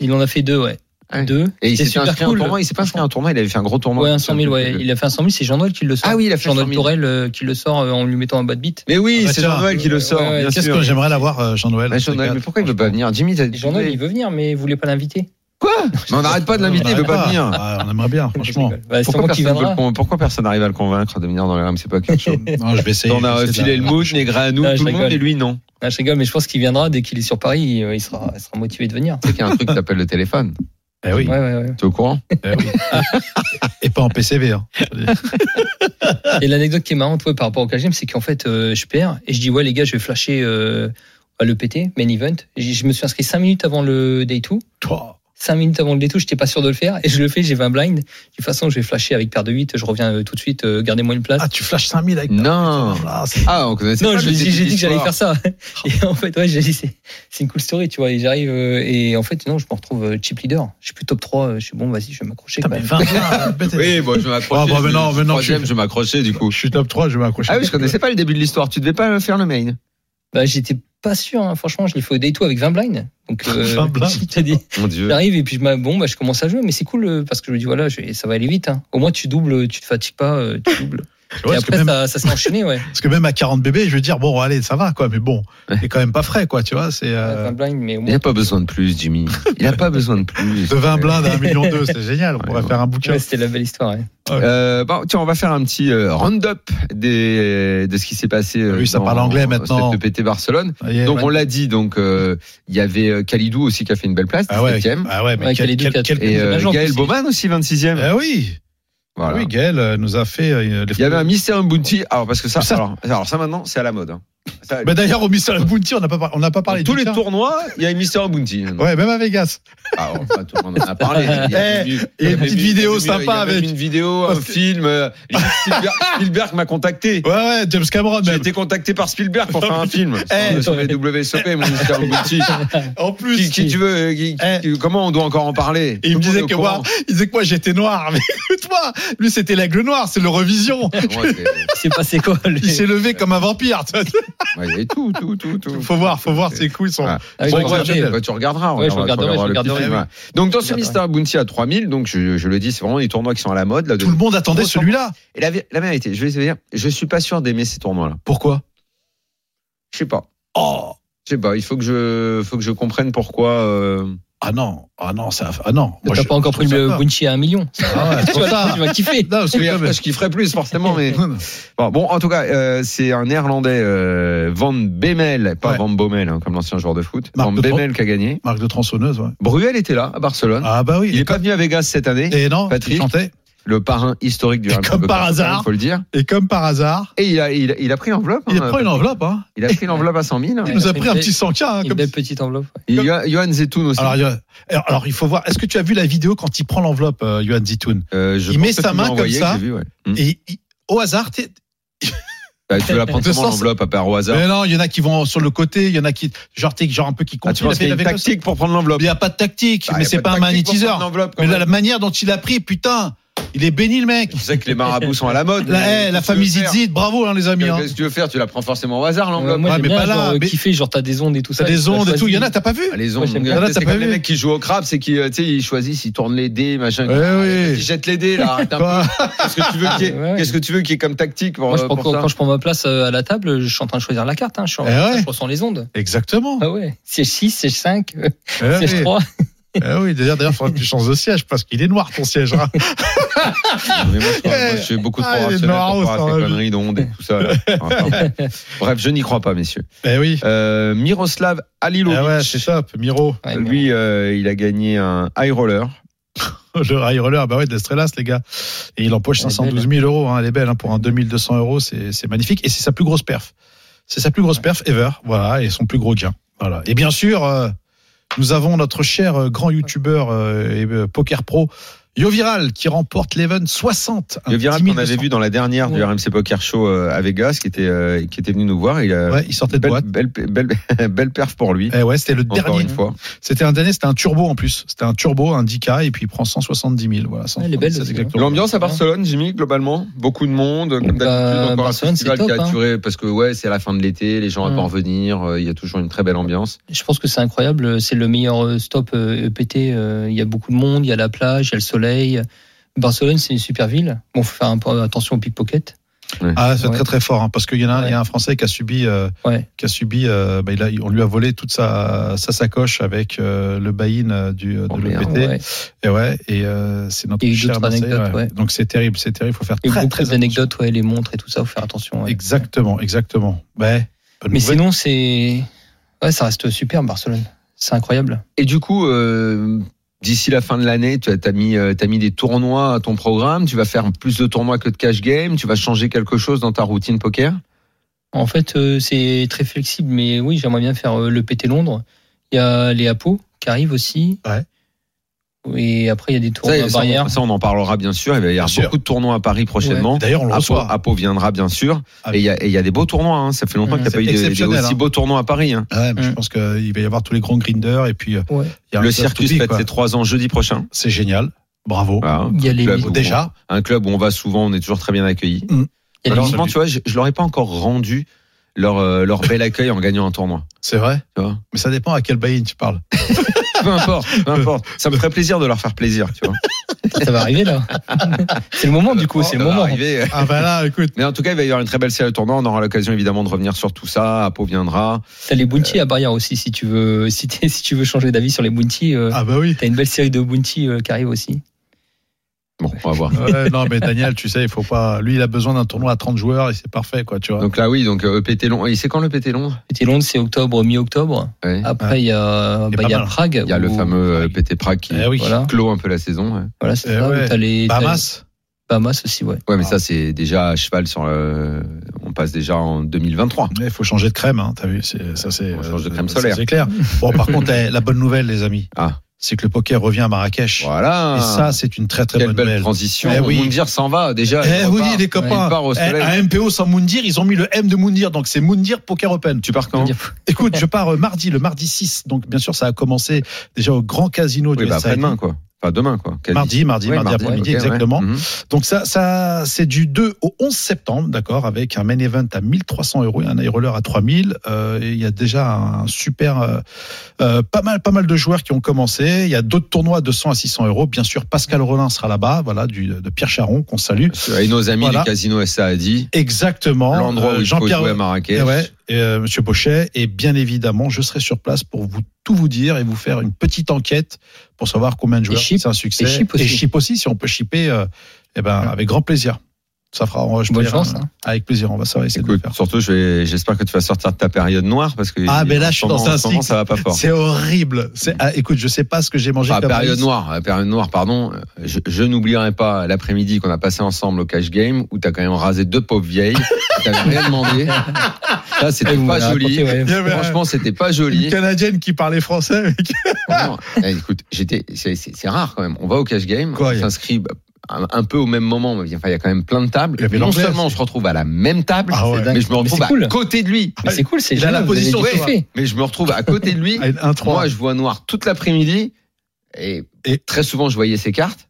[SPEAKER 7] Il en a fait deux, ouais.
[SPEAKER 5] Ouais.
[SPEAKER 7] Deux.
[SPEAKER 5] Ah Et il
[SPEAKER 7] C'était
[SPEAKER 5] s'est fait inscrire à un
[SPEAKER 7] cool.
[SPEAKER 5] tournoi, il s'est pas inscrit à un tournoi, il avait fait un gros tournoi.
[SPEAKER 7] Ouais, un 100 000, ouais. Il a fait un 100 000, c'est Jean-Noël qui le sort.
[SPEAKER 5] Ah oui, il a fait un 100
[SPEAKER 7] Jean-Noël
[SPEAKER 5] 000.
[SPEAKER 7] Tourelle euh, qui le sort euh, en lui mettant un bas de bite.
[SPEAKER 5] Mais oui,
[SPEAKER 6] Ah bah
[SPEAKER 5] c'est
[SPEAKER 6] tiens.
[SPEAKER 5] Jean-Noël qui le sort,
[SPEAKER 7] Ouais, ouais,
[SPEAKER 5] bien
[SPEAKER 6] Qu'est-ce
[SPEAKER 5] sûr.
[SPEAKER 6] que j'aimerais l'avoir, euh, Jean-Noël
[SPEAKER 5] Ouais, Jean-Noël,
[SPEAKER 6] ce
[SPEAKER 5] mais
[SPEAKER 6] gars.
[SPEAKER 5] pourquoi il veut pas venir Jimmy, t'as
[SPEAKER 7] Jean-Noël, il veut venir, mais vous voulez pas l'inviter
[SPEAKER 5] Quoi Mais on n'arrête pas de l'inviter, il veut pas venir.
[SPEAKER 6] Ah, on aimerait bien, franchement.
[SPEAKER 7] Bah, c'est
[SPEAKER 5] Pourquoi
[SPEAKER 7] moi qui
[SPEAKER 5] personne, veut le
[SPEAKER 7] viendra.
[SPEAKER 5] con- pourquoi personne n'arrive à le convaincre de venir dans le RMC Poker Show
[SPEAKER 6] Non, je vais essayer.
[SPEAKER 5] On
[SPEAKER 6] je vais
[SPEAKER 5] a
[SPEAKER 6] essayer
[SPEAKER 5] filé
[SPEAKER 6] de-
[SPEAKER 5] le mouche, Négra à nous,
[SPEAKER 7] Ah, je
[SPEAKER 5] tout le monde,
[SPEAKER 7] rigole.
[SPEAKER 5] et lui non.
[SPEAKER 7] Ah, je rigole, mais je pense qu'il viendra dès qu'il est sur Paris, euh, il sera, il sera motivé de venir.
[SPEAKER 5] Tu sais qu'il y a un truc qui s'appelle le téléphone.
[SPEAKER 6] Eh oui,
[SPEAKER 7] Ouais, ouais, ouais.
[SPEAKER 5] Tu es au courant
[SPEAKER 6] eh oui. Et pas en PCV. hein.
[SPEAKER 7] Et l'anecdote qui est marrante ouais, par rapport au KGM, c'est qu'en fait, euh, je perds et je dis, ouais, les gars, je vais flasher euh, à l'EPT, main event. J- Je me suis inscrit 5 minutes avant le day 2.
[SPEAKER 6] Toi.
[SPEAKER 7] 5 minutes avant le day 2, j'étais pas sûr de le faire et je le fais, j'ai 20 blind. De toute façon, je vais flasher avec paire de 8, je reviens euh, tout de suite, euh, gardez-moi une place.
[SPEAKER 6] Ah, tu flashes 5000 avec ta-
[SPEAKER 5] Non.
[SPEAKER 6] Ah, c'est-
[SPEAKER 5] Ah, on connaissait
[SPEAKER 7] non,
[SPEAKER 5] pas
[SPEAKER 7] je-
[SPEAKER 5] le
[SPEAKER 7] j'ai
[SPEAKER 5] début
[SPEAKER 7] j'ai
[SPEAKER 5] de
[SPEAKER 7] dit que j'allais
[SPEAKER 5] l'histoire.
[SPEAKER 7] faire ça. Et en fait, ouais, j'ai dit, c'est c'est une cool story, tu vois. Et j'arrive, euh, et en fait, non, je me retrouve euh, chip leader. Je suis plus top 3, euh, je suis bon, vas-y, je vais m'accrocher.
[SPEAKER 6] Putain,
[SPEAKER 7] quand
[SPEAKER 6] mais
[SPEAKER 7] même.
[SPEAKER 6] 20 hein, bête.
[SPEAKER 5] Oui, bon, je m'accrochais.
[SPEAKER 6] Ah, bah, maintenant,
[SPEAKER 5] je-
[SPEAKER 6] maintenant,
[SPEAKER 5] troisième,
[SPEAKER 6] je-
[SPEAKER 5] je m'accrochais du coup.
[SPEAKER 6] Je suis top 3, je vais m'accrocher.
[SPEAKER 5] Ah oui, je connaissais pas le début de l'histoire. Tu devais pas faire le main.
[SPEAKER 7] Bah, j'étais pas sûr, hein. franchement, je l'ai fait au day 2 avec 20 blind. Donc, euh,
[SPEAKER 6] 20 blind.
[SPEAKER 7] je t'ai dit,
[SPEAKER 5] Mon Dieu.
[SPEAKER 7] J'arrive et puis je m'a- bon bah je commence à jouer mais c'est cool euh, parce que je me dis voilà je vais- ça va aller vite hein. au moins tu doubles tu te fatigues pas euh, tu doubles
[SPEAKER 6] Tu vois,
[SPEAKER 7] et
[SPEAKER 6] parce, que
[SPEAKER 7] après
[SPEAKER 6] même,
[SPEAKER 7] ça, ça s'est enchaîné ouais
[SPEAKER 6] parce que même à 40 bébés, je veux dire, bon, allez, ça va, quoi. Mais bon, c'est quand même pas frais, quoi, tu vois. C'est euh,
[SPEAKER 7] Enfin, blind mais au
[SPEAKER 5] Il n'y
[SPEAKER 7] moins
[SPEAKER 5] a pas besoin de plus, Jimmy. Il n'y a pas besoin de plus.
[SPEAKER 6] de 20 blindes à 1 million 2, c'est génial. On pourrait
[SPEAKER 5] ouais.
[SPEAKER 6] faire un bouquin.
[SPEAKER 7] ouais, c'était la belle histoire ouais.
[SPEAKER 5] Euh, bon, tiens, on va faire un petit euh, round-up des- de ce qui s'est passé. euh,
[SPEAKER 6] Ah Oui, ça
[SPEAKER 5] dans
[SPEAKER 6] parle anglais maintenant.
[SPEAKER 5] Cette EPT Barcelone.
[SPEAKER 6] Ça y est,
[SPEAKER 5] donc,
[SPEAKER 6] ouais.
[SPEAKER 5] on l'a dit, donc euh, il y avait euh, Kalidou aussi qui a fait une belle place, 17
[SPEAKER 6] ah ouais,
[SPEAKER 5] e
[SPEAKER 6] ah ouais, mais
[SPEAKER 7] Ouais,
[SPEAKER 6] quel,
[SPEAKER 7] Khalidou
[SPEAKER 6] quel,
[SPEAKER 7] qui a-
[SPEAKER 6] quel-
[SPEAKER 5] Et
[SPEAKER 7] C'est
[SPEAKER 5] euh,
[SPEAKER 7] la jambe
[SPEAKER 5] Gaël
[SPEAKER 7] aussi.
[SPEAKER 5] Bauman aussi, 26 e
[SPEAKER 6] Eh oui,
[SPEAKER 5] Voilà.
[SPEAKER 6] oui, Gaël euh, nous a fait euh, les
[SPEAKER 5] Il y avait un Mister Bounty. Alors, parce que ça,
[SPEAKER 6] Ça-
[SPEAKER 5] Alors, alors ça maintenant, c'est à la mode. hein. Ça-
[SPEAKER 6] Mais d'ailleurs, au Mr. Bounty, on n'a pas, par- on n'a pas parlé
[SPEAKER 5] tous
[SPEAKER 6] du
[SPEAKER 5] les
[SPEAKER 6] tien.
[SPEAKER 5] tournois, il y a Mister Bounty.
[SPEAKER 6] Ouais, même à Vegas.
[SPEAKER 5] Ah, enfin, tout le monde en a parlé. Il y a
[SPEAKER 6] Eh,
[SPEAKER 5] eu-
[SPEAKER 6] il y a une
[SPEAKER 5] avait
[SPEAKER 6] petite
[SPEAKER 5] eu-
[SPEAKER 6] vidéo
[SPEAKER 5] il y avait eu-
[SPEAKER 6] sympa
[SPEAKER 5] il y avait
[SPEAKER 6] avec- Oh,
[SPEAKER 5] Une vidéo, un film. euh, Spielberg, Spielberg m'a contacté.
[SPEAKER 6] Ouais, ouais, James Cameron
[SPEAKER 5] J'ai
[SPEAKER 6] même.
[SPEAKER 5] été contacté par Spielberg pour faire un film.
[SPEAKER 6] Eh,
[SPEAKER 5] sur les WSOP, mon Mister Bounty.
[SPEAKER 6] En plus,
[SPEAKER 5] Qui, qui tu veux euh, qui-
[SPEAKER 6] Eh.
[SPEAKER 5] qui- Comment on doit encore en parler
[SPEAKER 6] Et il me
[SPEAKER 5] Tout le monde
[SPEAKER 6] disait
[SPEAKER 5] est au
[SPEAKER 6] que
[SPEAKER 5] courant.
[SPEAKER 6] moi, il disait que moi j'étais noir. Mais écoute-moi, lui c'était l'aigle noir, c'est l'Eurovision.
[SPEAKER 5] Ouais, c'est-
[SPEAKER 7] il s'est passé quoi lui
[SPEAKER 6] Il s'est levé comme un vampire. tu vois.
[SPEAKER 5] Ouais, il y avait tout, tout, tout, tout.
[SPEAKER 6] Faut voir, faut voir, ces coups, ils sont.
[SPEAKER 5] Ah.
[SPEAKER 6] Bon,
[SPEAKER 7] Ah, je vais
[SPEAKER 5] Bon,
[SPEAKER 6] ouais,
[SPEAKER 7] regarder.
[SPEAKER 5] tu- bah, tu regarderas. on
[SPEAKER 7] Ouais, je
[SPEAKER 5] verra-
[SPEAKER 7] regarderai,
[SPEAKER 5] on verra
[SPEAKER 7] je
[SPEAKER 5] le petit
[SPEAKER 7] regarderai,
[SPEAKER 5] film,
[SPEAKER 7] oui.
[SPEAKER 5] ouais. Donc, dans ce
[SPEAKER 7] regarderai.
[SPEAKER 5] Mister Bounty à 3000, donc je, je le dis, c'est vraiment des tournois qui sont à la mode. Là, de-
[SPEAKER 6] Tout le monde attendait celui-là.
[SPEAKER 5] Et la, vé- la vérité, je vais te dire, je suis pas sûr d'aimer ces tournois-là.
[SPEAKER 6] Pourquoi
[SPEAKER 5] Je sais pas.
[SPEAKER 6] Oh
[SPEAKER 5] Je sais pas. Il faut que je, faut que je comprenne pourquoi. euh,
[SPEAKER 6] Ah non, ah non, ça, ah non. Moi,
[SPEAKER 7] T'as
[SPEAKER 6] je-
[SPEAKER 7] pas encore
[SPEAKER 6] je
[SPEAKER 7] pris
[SPEAKER 6] trouve
[SPEAKER 7] le
[SPEAKER 6] ça pas.
[SPEAKER 7] Bunchi à 1 million.
[SPEAKER 6] Ah ouais, c'est
[SPEAKER 7] Tu
[SPEAKER 6] pour
[SPEAKER 7] vas
[SPEAKER 6] ça.
[SPEAKER 7] tu vas kiffer.
[SPEAKER 6] Non, parce que quand même-
[SPEAKER 5] Je kifferais plus forcément, mais
[SPEAKER 6] Non, non.
[SPEAKER 5] bon, bon, en tout cas, euh, c'est un Néerlandais euh, Van Bemmel, pas
[SPEAKER 6] Ouais.
[SPEAKER 5] Van Bommel, hein, comme l'ancien joueur de foot.
[SPEAKER 6] Marc
[SPEAKER 5] Van
[SPEAKER 6] de Bro-
[SPEAKER 5] Bemmel qui a gagné.
[SPEAKER 6] Marque de tronçonneuse, ouais.
[SPEAKER 5] Bruel était là à Barcelone.
[SPEAKER 6] Ah bah oui.
[SPEAKER 5] il est pas venu à Vegas cette année.
[SPEAKER 6] Et non,
[SPEAKER 5] Hein Patrick.
[SPEAKER 6] il chantait.
[SPEAKER 5] le parrain historique du
[SPEAKER 6] Et
[SPEAKER 5] Real
[SPEAKER 6] comme
[SPEAKER 5] Madrid,
[SPEAKER 6] par hasard.
[SPEAKER 5] il faut le dire.
[SPEAKER 6] Et comme par hasard,
[SPEAKER 5] Et il a, il a, il a pris l'enveloppe.
[SPEAKER 6] il
[SPEAKER 5] hein,
[SPEAKER 6] prend une enveloppe, hein.
[SPEAKER 5] il a pris l'enveloppe à 100 000.
[SPEAKER 6] Il nous a
[SPEAKER 7] Ouais,
[SPEAKER 6] pris un
[SPEAKER 7] mais-
[SPEAKER 6] petit 100K, hein,
[SPEAKER 7] Une
[SPEAKER 6] comme
[SPEAKER 7] belle petite enveloppe.
[SPEAKER 5] Et Johan Johan Zetoun aussi.
[SPEAKER 6] Alors, il y a- alors, il faut voir. Est-ce que tu as vu la vidéo quand il prend l'enveloppe, euh, Johan Zitoun
[SPEAKER 5] Euh, je
[SPEAKER 6] il
[SPEAKER 5] pense
[SPEAKER 6] met
[SPEAKER 5] que
[SPEAKER 6] sa
[SPEAKER 5] tu m'as
[SPEAKER 6] main comme
[SPEAKER 5] envoyé,
[SPEAKER 6] ça.
[SPEAKER 5] j'ai vu, ouais. Mm.
[SPEAKER 6] Et il- au hasard, t'es-
[SPEAKER 5] Bah, tu veux la prendre
[SPEAKER 6] De
[SPEAKER 5] comment
[SPEAKER 6] sens-
[SPEAKER 5] l'enveloppe à part au hasard
[SPEAKER 6] mais non, il y en a qui vont sur le côté, il y en a qui genre t'es genre un peu qui
[SPEAKER 5] Ah,
[SPEAKER 6] compte.
[SPEAKER 5] Tu penses qu'il y a une tactique pour prendre l'enveloppe
[SPEAKER 6] Il n'y a pas de tactique,
[SPEAKER 5] Bah, il y
[SPEAKER 6] mais
[SPEAKER 5] a
[SPEAKER 6] c'est
[SPEAKER 5] de
[SPEAKER 6] pas un
[SPEAKER 5] tactique pour prendre
[SPEAKER 6] magnétiseur.
[SPEAKER 5] l'enveloppe, quand
[SPEAKER 6] Mais là,
[SPEAKER 5] même.
[SPEAKER 6] la manière dont il a pris, putain, il est béni le mec.
[SPEAKER 5] Tu sais que les marabouts sont à la mode.
[SPEAKER 6] La, eh, la
[SPEAKER 5] Qu'est-ce que
[SPEAKER 6] famille
[SPEAKER 5] tu veux faire
[SPEAKER 6] Zizit, bravo hein, les amis. hein.
[SPEAKER 5] Qu'est-ce que tu veux faire Tu la prends forcément au hasard
[SPEAKER 7] Ouais,
[SPEAKER 5] l'enveloppe.
[SPEAKER 7] moi,
[SPEAKER 6] Ouais,
[SPEAKER 7] j'aime
[SPEAKER 6] mais
[SPEAKER 7] bien
[SPEAKER 6] pas là,
[SPEAKER 7] genre, euh,
[SPEAKER 6] mais-
[SPEAKER 7] kiffer, genre, t'as des ondes et tout
[SPEAKER 6] T'as
[SPEAKER 7] ça.
[SPEAKER 6] des
[SPEAKER 7] t'as
[SPEAKER 6] ondes et
[SPEAKER 7] choisi.
[SPEAKER 6] tout. Il y en a, t'as pas vu
[SPEAKER 5] Les
[SPEAKER 7] Moi,
[SPEAKER 5] ondes,
[SPEAKER 7] j'aime
[SPEAKER 5] mon
[SPEAKER 7] bien.
[SPEAKER 5] gars,
[SPEAKER 6] Là,
[SPEAKER 5] tu
[SPEAKER 6] t'as
[SPEAKER 5] sais,
[SPEAKER 6] pas
[SPEAKER 5] comme les
[SPEAKER 6] vu
[SPEAKER 5] mecs qui jouent au craps et qui, euh, tu sais, ils choisissent, ils tournent les dés, machin.
[SPEAKER 6] Eh
[SPEAKER 5] Ils
[SPEAKER 6] oui. Bah,
[SPEAKER 5] jettent les dés, là. arrête un peu.
[SPEAKER 6] Quoi
[SPEAKER 5] Qu'est-ce que tu veux qu'il y ait-
[SPEAKER 7] Ouais.
[SPEAKER 5] qu'est-ce que tu veux qu'il y ait comme tactique pour,
[SPEAKER 7] Moi, je
[SPEAKER 5] euh,
[SPEAKER 7] prends-
[SPEAKER 5] pour
[SPEAKER 7] quand,
[SPEAKER 5] ça
[SPEAKER 7] quand je prends ma place euh, à la table, je suis en train de choisir la carte. Hein, je, suis en-
[SPEAKER 6] Eh ouais.
[SPEAKER 7] je ressens les ondes.
[SPEAKER 6] Exactement.
[SPEAKER 5] Oh,
[SPEAKER 7] Ah ouais. C'est 6, c'est 5,
[SPEAKER 6] Eh
[SPEAKER 7] c'est
[SPEAKER 6] oui.
[SPEAKER 7] 3.
[SPEAKER 6] Eh oui, d'ailleurs, d'ailleurs, faudrait que tu changes de siège parce qu'il est noir ton siège. hein.
[SPEAKER 5] Mais moi, je, crois- moi, je suis beaucoup trop
[SPEAKER 6] Ah, les
[SPEAKER 5] rationnel
[SPEAKER 6] Noirs,
[SPEAKER 5] par rapport à
[SPEAKER 6] ça
[SPEAKER 5] ces
[SPEAKER 6] va.
[SPEAKER 5] conneries d'ondes et tout ça. là. Enfin, Bref, je n'y crois pas, messieurs.
[SPEAKER 6] Eh oui.
[SPEAKER 5] Euh, Miroslav Alilovic,
[SPEAKER 6] Ah ouais, c'est top, Miro,
[SPEAKER 7] Ouais, mais-
[SPEAKER 5] lui, euh, il a gagné un high roller.
[SPEAKER 6] le high roller, bah ouais, d'Estrelas, les gars. Et il empoche
[SPEAKER 7] Elle est
[SPEAKER 6] 512 000 euros, hein, elle est belle, hein, pour un 2200 euros, c'est c'est magnifique. Et c'est sa plus grosse perf. C'est sa plus grosse perf ever, voilà, et son plus gros gain. Voilà. Et bien sûr, euh, nous avons notre cher euh, grand youtubeur euh, et euh, poker pro, Yo Viral, qui remporte l'Even 60. un
[SPEAKER 5] Le Viral
[SPEAKER 6] petit
[SPEAKER 5] qu'on avait
[SPEAKER 6] 1200.
[SPEAKER 5] vu dans la dernière du
[SPEAKER 7] Ouais.
[SPEAKER 5] RMC Poker Show euh, à Vegas, qui était, euh, qui était venu nous voir. Il a
[SPEAKER 6] Ouais, il sortait de
[SPEAKER 5] belle,
[SPEAKER 6] boîte.
[SPEAKER 5] belle, belle, belle perf pour lui.
[SPEAKER 6] Eh ouais, c'était le
[SPEAKER 5] Encore
[SPEAKER 6] dernier.
[SPEAKER 5] une fois.
[SPEAKER 6] C'était un dernier, c'était un turbo en plus. C'était un turbo, un 10K, et puis il prend 170 000. Voilà,
[SPEAKER 7] Ouais, elle est belle,
[SPEAKER 6] 177,
[SPEAKER 7] aussi, hein.
[SPEAKER 6] exactement.
[SPEAKER 5] L'ambiance à Barcelone, Jimmy, globalement, beaucoup de monde, comme d'habitude,
[SPEAKER 7] Bah,
[SPEAKER 5] encore un
[SPEAKER 7] Barcelone,
[SPEAKER 5] festival
[SPEAKER 7] c'est
[SPEAKER 5] qui
[SPEAKER 7] top,
[SPEAKER 5] a
[SPEAKER 7] hein.
[SPEAKER 5] duré parce que ouais, c'est la fin de l'été, les gens
[SPEAKER 7] Mm.
[SPEAKER 5] adorent venir, euh, il y a toujours une très belle ambiance.
[SPEAKER 7] Je pense que c'est incroyable. C'est le meilleur euh, stop euh, EPT. euh, Il y a beaucoup de monde, il y a la plage, il y a le soleil. Barcelone, c'est une super ville. Bon, faut faire un peu attention au pickpocket.
[SPEAKER 6] Ah, c'est
[SPEAKER 7] Ouais.
[SPEAKER 6] très très fort, hein, parce qu'il y en a, un- il y a un Français qui a subi, euh,
[SPEAKER 7] Ouais.
[SPEAKER 6] qui a subi, euh, bah, il a- on lui a volé toute sa, sa sacoche avec euh, le buy-in euh, du euh, de
[SPEAKER 5] Oh, merde.
[SPEAKER 6] l'EPT.
[SPEAKER 7] Ouais.
[SPEAKER 6] Et ouais, et euh, c'est notre
[SPEAKER 7] Il y a eu
[SPEAKER 6] cher
[SPEAKER 7] d'autres
[SPEAKER 6] Marseille,
[SPEAKER 7] anecdotes, ouais.
[SPEAKER 6] Donc c'est terrible, c'est terrible, faut faire
[SPEAKER 7] Et
[SPEAKER 6] très
[SPEAKER 7] beaucoup
[SPEAKER 6] très attention.
[SPEAKER 7] d'anecdotes, ouais, les montres et tout ça, faut faire attention. ouais.
[SPEAKER 6] Exactement, exactement. Ouais. bonne
[SPEAKER 7] Mais
[SPEAKER 6] nouvelle.
[SPEAKER 7] sinon, c'est. Ouais, ça reste super, Barcelone. C'est incroyable.
[SPEAKER 5] Et du coup, euh, d'ici la fin de l'année, tu as, t'as mis, euh, t'as mis des tournois à ton programme, tu vas faire plus de tournois que de cash game, tu vas changer quelque chose dans ta routine poker.
[SPEAKER 7] En fait, euh, c'est très flexible, mais oui, j'aimerais bien faire euh, le PT Londres. Il y a les APO qui arrivent aussi.
[SPEAKER 6] Ouais.
[SPEAKER 7] Et après, il y a des tours
[SPEAKER 5] ça,
[SPEAKER 7] à
[SPEAKER 5] ça,
[SPEAKER 7] barrière.
[SPEAKER 5] on, ça, on en parlera bien sûr, il va y avoir
[SPEAKER 6] Bien sûr.
[SPEAKER 5] beaucoup de tournois à Paris prochainement.
[SPEAKER 6] D'ailleurs, on le
[SPEAKER 5] Apo,
[SPEAKER 6] reçoit.
[SPEAKER 5] Apo viendra bien sûr.
[SPEAKER 6] Ah, Mmh.
[SPEAKER 5] Et il y, a- et il y a des beaux tournois. hein. Ça fait longtemps
[SPEAKER 7] Mm.
[SPEAKER 5] qu'il n'y a
[SPEAKER 6] C'est
[SPEAKER 5] pas eu des- des,
[SPEAKER 6] exceptionnel,
[SPEAKER 5] aussi
[SPEAKER 6] hein.
[SPEAKER 5] beaux tournois à Paris. hein.
[SPEAKER 6] Ouais, mais Je
[SPEAKER 7] Mm.
[SPEAKER 6] pense qu'il va y avoir tous les grands grinders et puis euh,
[SPEAKER 7] Ouais.
[SPEAKER 6] il y a un
[SPEAKER 5] Le
[SPEAKER 6] club
[SPEAKER 5] circuit
[SPEAKER 6] to be,
[SPEAKER 5] fête
[SPEAKER 6] quoi.
[SPEAKER 5] ses Ah, trois ans jeudi prochain.
[SPEAKER 6] C'est génial, bravo.
[SPEAKER 5] Voilà.
[SPEAKER 7] Il y a les,
[SPEAKER 5] Club
[SPEAKER 7] il
[SPEAKER 5] où-
[SPEAKER 6] Déjà,
[SPEAKER 5] un club où on va souvent, on est toujours très bien accueilli.
[SPEAKER 7] y a les-
[SPEAKER 5] Malheureusement, tu vois, je, je leur ai pas encore rendu leur, euh, leur bel accueil en gagnant un tournoi.
[SPEAKER 6] c'est vrai.
[SPEAKER 5] Tu vois.
[SPEAKER 6] Mais ça dépend à quel buy-in tu parles.
[SPEAKER 5] Peu importe, peu importe. Ça me ferait plaisir de leur faire plaisir, tu vois.
[SPEAKER 7] Ça va arriver là. c'est le moment du coup, c'est le
[SPEAKER 5] Ça va
[SPEAKER 7] moment.
[SPEAKER 5] arriver.
[SPEAKER 6] Ah bah là, écoute.
[SPEAKER 5] Oh, Mais en tout cas, il va y avoir une très belle série de tournois. On aura l'occasion évidemment de revenir sur tout ça. Apo viendra.
[SPEAKER 7] T'as les bounty à barrière aussi si tu veux si, t'es- si tu veux changer d'avis sur les bounty. euh,
[SPEAKER 6] Ah bah oui.
[SPEAKER 7] T'as une belle série de bounty euh, qui arrive aussi.
[SPEAKER 5] Bon, on va voir.
[SPEAKER 6] Ouais, non mais Daniel, tu sais, il faut pas. Lui, il a besoin d'un tournoi à 30 joueurs et c'est parfait, quoi, tu vois.
[SPEAKER 5] Donc là, oui, donc euh, EPT long. Et c'est quand le PT long
[SPEAKER 7] C'était Londres, c'est octobre, mi-octobre.
[SPEAKER 6] Ah,
[SPEAKER 7] Après il y a
[SPEAKER 6] C'est
[SPEAKER 7] bah,
[SPEAKER 6] pas
[SPEAKER 7] il y a
[SPEAKER 6] mal.
[SPEAKER 7] Prague.
[SPEAKER 5] Il y a le
[SPEAKER 7] où-
[SPEAKER 5] fameux euh, PT Prague qui
[SPEAKER 6] oh. Eh oui.
[SPEAKER 7] Voilà,
[SPEAKER 5] clôt un peu la saison. Ouais,
[SPEAKER 7] voilà c'est
[SPEAKER 6] Eh
[SPEAKER 7] ça.
[SPEAKER 6] ouais.
[SPEAKER 7] T'as les t'as
[SPEAKER 6] Bahamas.
[SPEAKER 7] les- Bahamas aussi, ouais.
[SPEAKER 5] Ouais, mais
[SPEAKER 6] Ah.
[SPEAKER 5] ça, c'est déjà à cheval sur le. On passe déjà en 2023.
[SPEAKER 6] Il faut changer de crème, hein, t'as vu. c'est- Ça c'est. euh,
[SPEAKER 5] On change de crème
[SPEAKER 6] ça,
[SPEAKER 5] solaire.
[SPEAKER 6] C'est clair. Bon, par contre, eh, la bonne nouvelle, les amis,
[SPEAKER 5] Ah.
[SPEAKER 6] c'est que le poker revient à Marrakech.
[SPEAKER 5] Voilà.
[SPEAKER 6] Et ça, c'est une très très
[SPEAKER 5] Quelle
[SPEAKER 6] bonne
[SPEAKER 5] belle
[SPEAKER 6] nouvelle.
[SPEAKER 5] transition.
[SPEAKER 6] Eh oui.
[SPEAKER 5] Mundir s'en va déjà.
[SPEAKER 6] Eh
[SPEAKER 5] il
[SPEAKER 6] oui,
[SPEAKER 5] repart.
[SPEAKER 6] les copains.
[SPEAKER 5] Il part au
[SPEAKER 6] Eh,
[SPEAKER 5] soleil.
[SPEAKER 6] à MPO sans Moundir, ils ont mis le M de Moundir, donc c'est Moundir Poker Open.
[SPEAKER 5] Tu pars quand
[SPEAKER 7] Dire-
[SPEAKER 6] Écoute, je pars euh, mardi, le mardi 6. Donc, bien sûr, ça a commencé déjà au grand casino
[SPEAKER 5] Oui,
[SPEAKER 6] du
[SPEAKER 5] bah
[SPEAKER 6] SAD.
[SPEAKER 5] après-demain, quoi. Enfin, demain, quoi. Quasi.
[SPEAKER 6] Mardi, mardi,
[SPEAKER 5] Ouais,
[SPEAKER 6] mardi après-midi,
[SPEAKER 5] ok, ouais.
[SPEAKER 6] exactement.
[SPEAKER 5] Mhm.
[SPEAKER 6] Donc ça, ça c'est du 2 au 11 septembre, d'accord, avec un main event à 1300 euros et un aéroller à 3000. Euh, et il y a déjà un super, euh, euh, pas mal, pas mal de joueurs qui ont commencé. Il y a d'autres tournois de 200 à 600 euros. Bien sûr, Pascal Rollin sera là-bas, voilà, du, de Pierre Charon qu'on salue.
[SPEAKER 5] Et nos amis
[SPEAKER 6] Voilà.
[SPEAKER 5] du casino SAADI,
[SPEAKER 6] Exactement.
[SPEAKER 5] l'endroit où
[SPEAKER 6] Euh,
[SPEAKER 5] il faut
[SPEAKER 6] Jean-Pierre-
[SPEAKER 5] jouer à Marrakech.
[SPEAKER 6] Eh ouais, et, euh, Monsieur Pochet, et bien évidemment, je serai sur place pour vous tout vous dire et vous faire une petite enquête pour savoir combien de joueurs
[SPEAKER 7] chip.
[SPEAKER 6] c'est un succès.
[SPEAKER 7] Et chip aussi.
[SPEAKER 6] chip aussi, si on peut shipper, euh, eh ben
[SPEAKER 5] Ah.
[SPEAKER 7] Ouais.
[SPEAKER 6] avec grand plaisir. Ça fera. on- je peux
[SPEAKER 7] Bonne
[SPEAKER 6] dire,
[SPEAKER 7] chance,
[SPEAKER 6] euh,
[SPEAKER 7] hein.
[SPEAKER 6] Avec plaisir, on va ça va essayer de le
[SPEAKER 5] Écoute,
[SPEAKER 6] faire.
[SPEAKER 5] surtout, je vais- j'espère que tu vas sortir de ta période noire parce que
[SPEAKER 6] Ah, mais là,
[SPEAKER 5] en
[SPEAKER 6] je suis
[SPEAKER 5] ce
[SPEAKER 6] dans
[SPEAKER 5] moment-
[SPEAKER 6] un
[SPEAKER 5] en ce moment,
[SPEAKER 6] cycle.
[SPEAKER 5] ça va pas fort.
[SPEAKER 6] C'est horrible. C'est, ah, écoute, je sais pas ce que j'ai mangé.
[SPEAKER 5] Enfin,
[SPEAKER 6] comme
[SPEAKER 5] période
[SPEAKER 6] indice.
[SPEAKER 5] noire, euh, période noire, pardon. Je, je n'oublierai pas l'après-midi qu'on a passé ensemble au cash game où t'as quand même rasé deux pauvres vieilles. T'avais rien demandé. Ça, c'était
[SPEAKER 7] vous
[SPEAKER 5] pas
[SPEAKER 7] m'avez
[SPEAKER 5] joli.
[SPEAKER 7] raconté, ouais.
[SPEAKER 6] Il y avait un-
[SPEAKER 5] Franchement, c'était pas joli.
[SPEAKER 6] une Canadienne qui parlait français. mais qui-
[SPEAKER 5] Non, eh, écoute, j'étais, c'est, c'est- c'est rare quand même. On va au cash game,
[SPEAKER 6] Quoi, il
[SPEAKER 5] on
[SPEAKER 6] y a-
[SPEAKER 5] s'inscrit bah, un, un peu au même moment. mais Enfin, il y a quand même plein de tables.
[SPEAKER 6] Il y avait
[SPEAKER 5] non
[SPEAKER 6] l'anglais
[SPEAKER 5] seulement
[SPEAKER 6] aussi.
[SPEAKER 5] on se retrouve à la même table,
[SPEAKER 6] Ah ouais.
[SPEAKER 7] C'est dingue.
[SPEAKER 5] mais je me
[SPEAKER 7] Mais
[SPEAKER 5] retrouve
[SPEAKER 7] c'est
[SPEAKER 5] à
[SPEAKER 7] cool.
[SPEAKER 5] côté de lui.
[SPEAKER 7] Mais c'est cool, c'est
[SPEAKER 6] Il a la
[SPEAKER 7] génial, vous
[SPEAKER 6] position,
[SPEAKER 7] avez
[SPEAKER 5] ouais.
[SPEAKER 7] du café.
[SPEAKER 5] Mais je me retrouve à côté de lui.
[SPEAKER 6] Ah, Un 3
[SPEAKER 5] Moi, je vois noir toute l'après-midi et,
[SPEAKER 6] Et-
[SPEAKER 5] très souvent, je voyais ses cartes.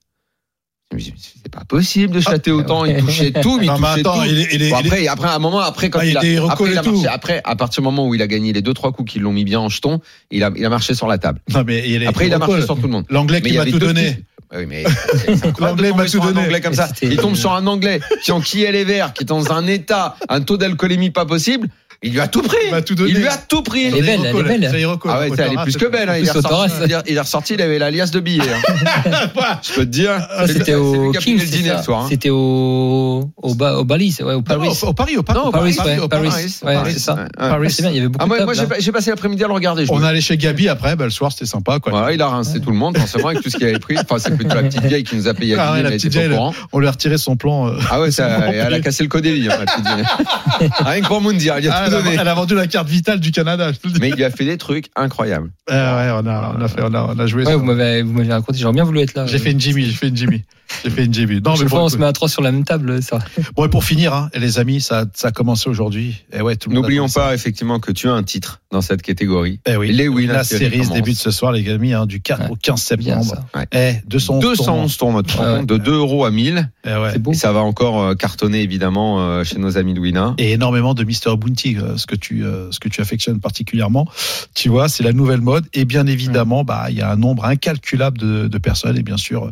[SPEAKER 5] Je me dis, C'est pas possible de châter autant. Il touchait tout, mais il
[SPEAKER 6] Ah, Non, mais
[SPEAKER 5] touchait
[SPEAKER 6] attends,
[SPEAKER 5] tout.
[SPEAKER 6] il est- il est-
[SPEAKER 5] Bon,
[SPEAKER 6] il est-
[SPEAKER 5] après, après, à un moment, après, quand
[SPEAKER 6] Ah, il
[SPEAKER 5] il, a,
[SPEAKER 6] était
[SPEAKER 5] après, il a
[SPEAKER 6] recollé tout.
[SPEAKER 5] marché, après, à partir du moment où il a gagné les deux, trois coups qui l'ont mis bien en jeton, il a, il a marché sur la table.
[SPEAKER 6] Non, mais il est-
[SPEAKER 5] Après, il a marché sur tout le monde.
[SPEAKER 6] L'anglais
[SPEAKER 5] Mais il
[SPEAKER 6] qui
[SPEAKER 5] y
[SPEAKER 6] m'a
[SPEAKER 5] avait
[SPEAKER 6] tout
[SPEAKER 5] deux
[SPEAKER 6] donné.
[SPEAKER 5] petits- Ah Oui, mais c'est- c'est incroyable
[SPEAKER 6] L'anglais
[SPEAKER 5] de tomber
[SPEAKER 6] m'a
[SPEAKER 5] sur
[SPEAKER 6] tout
[SPEAKER 5] un
[SPEAKER 6] donné.
[SPEAKER 5] anglais comme ça.
[SPEAKER 7] C'était-
[SPEAKER 5] Il tombe sur un anglais qui en qui est les verts, qui est dans un état, un taux d'alcoolémie pas possible. Il lui a tout pris.
[SPEAKER 6] Il m'a tout donné.
[SPEAKER 5] Il lui a tout pris.
[SPEAKER 7] Elle est belle, elle est belle.
[SPEAKER 6] Ça y recolle.
[SPEAKER 5] Ah ouais, ça, elle est plus que belle. hein.
[SPEAKER 7] plus
[SPEAKER 5] Il, est
[SPEAKER 7] au Torres.
[SPEAKER 5] ressorti, il est- il est ressorti, il avait la liasse de billets. hein. Je peux te dire.
[SPEAKER 6] Ah,
[SPEAKER 7] Ça, C'était au
[SPEAKER 5] Ah, C'est lui qui a payé
[SPEAKER 7] King,
[SPEAKER 5] le dîner le soir. hein.
[SPEAKER 7] c'était au au Ba- au Bali, c'est- ouais, au Paris.
[SPEAKER 6] Au, au Paris, au Paris.
[SPEAKER 5] Non, au
[SPEAKER 7] Paris,
[SPEAKER 5] Paris,
[SPEAKER 7] ouais,
[SPEAKER 5] au
[SPEAKER 7] Paris,
[SPEAKER 5] Paris,
[SPEAKER 7] ouais,
[SPEAKER 5] Paris,
[SPEAKER 7] c'est ça.
[SPEAKER 5] ouais.
[SPEAKER 7] Ah, c'est bien, il y avait beaucoup
[SPEAKER 5] Ah, moi,
[SPEAKER 7] de
[SPEAKER 5] moi,
[SPEAKER 7] tables,
[SPEAKER 5] j'ai
[SPEAKER 7] hein.
[SPEAKER 5] pas- j'ai passé l'après-midi à le regarder. je
[SPEAKER 6] On
[SPEAKER 5] me-
[SPEAKER 6] allait chez Gabi après, bah, le soir c'était sympa quoi.
[SPEAKER 5] Voilà, il a rincé tout le monde, forcément, avec tout ce qu'il avait pris. Enfin, c'est plutôt la petite vieille qui nous a payé à
[SPEAKER 6] Ah ouais,
[SPEAKER 5] dîner,
[SPEAKER 6] la
[SPEAKER 5] mais elle
[SPEAKER 6] petite
[SPEAKER 5] était pas au
[SPEAKER 6] vieille,
[SPEAKER 5] courant.
[SPEAKER 6] On lui a retiré son plan. euh.
[SPEAKER 5] Ah ouais, ça,
[SPEAKER 6] bon,
[SPEAKER 5] elle a
[SPEAKER 6] oui.
[SPEAKER 5] cassé le codélie, hein, la petite vieille. Rien que pour Moundir, il a
[SPEAKER 6] Ah,
[SPEAKER 5] tout
[SPEAKER 6] elle, a,
[SPEAKER 5] donné.
[SPEAKER 6] elle a vendu la carte vitale du Canada. Je te le dis.
[SPEAKER 5] Mais il lui a fait des trucs incroyables.
[SPEAKER 6] Ah ouais, on a, on a fait, on a, on a joué.
[SPEAKER 7] Ouais,
[SPEAKER 6] ça.
[SPEAKER 7] vous m'avez vous m'avez raconté, j'aurais bien voulu être là.
[SPEAKER 6] J'ai fait
[SPEAKER 5] euh,
[SPEAKER 6] une Jimmy, j'ai fait une Jimmy, j'ai fait une Jimmy. Non, mais
[SPEAKER 7] Chaque fois,
[SPEAKER 6] bon,
[SPEAKER 7] on se met à trois sur la même table, ça.
[SPEAKER 6] écoute. Bon, et pour finir, hein, les amis, ça, ça a commencé aujourd'hui. Et ouais, tout le monde.
[SPEAKER 5] N'oublions
[SPEAKER 6] attend ça.
[SPEAKER 5] pas, effectivement, que tu as un titre dans cette catégorie.
[SPEAKER 6] Eh oui.
[SPEAKER 5] Les Winners
[SPEAKER 6] La série
[SPEAKER 5] commence.
[SPEAKER 6] débute ce soir, les amis, hein, du 4
[SPEAKER 7] Ouais.
[SPEAKER 6] au 15
[SPEAKER 7] C'est bien,
[SPEAKER 6] septembre.
[SPEAKER 7] ça.
[SPEAKER 6] Eh, 211.
[SPEAKER 5] 211 tournois de
[SPEAKER 7] Ouais,
[SPEAKER 6] Ah
[SPEAKER 5] champion,
[SPEAKER 7] ouais.
[SPEAKER 5] de 2 euros à 1000.
[SPEAKER 6] Eh ouais.
[SPEAKER 7] C'est beau.
[SPEAKER 5] Et ça va encore euh, cartonner, évidemment, euh, chez nos amis de Wina.
[SPEAKER 6] et énormément de Mr Bounty, euh, ce que tu euh, ce que tu affectionnes particulièrement. Tu vois, c'est la nouvelle mode. Et bien évidemment, bah il y a un nombre incalculable de, de personnes. Et bien sûr,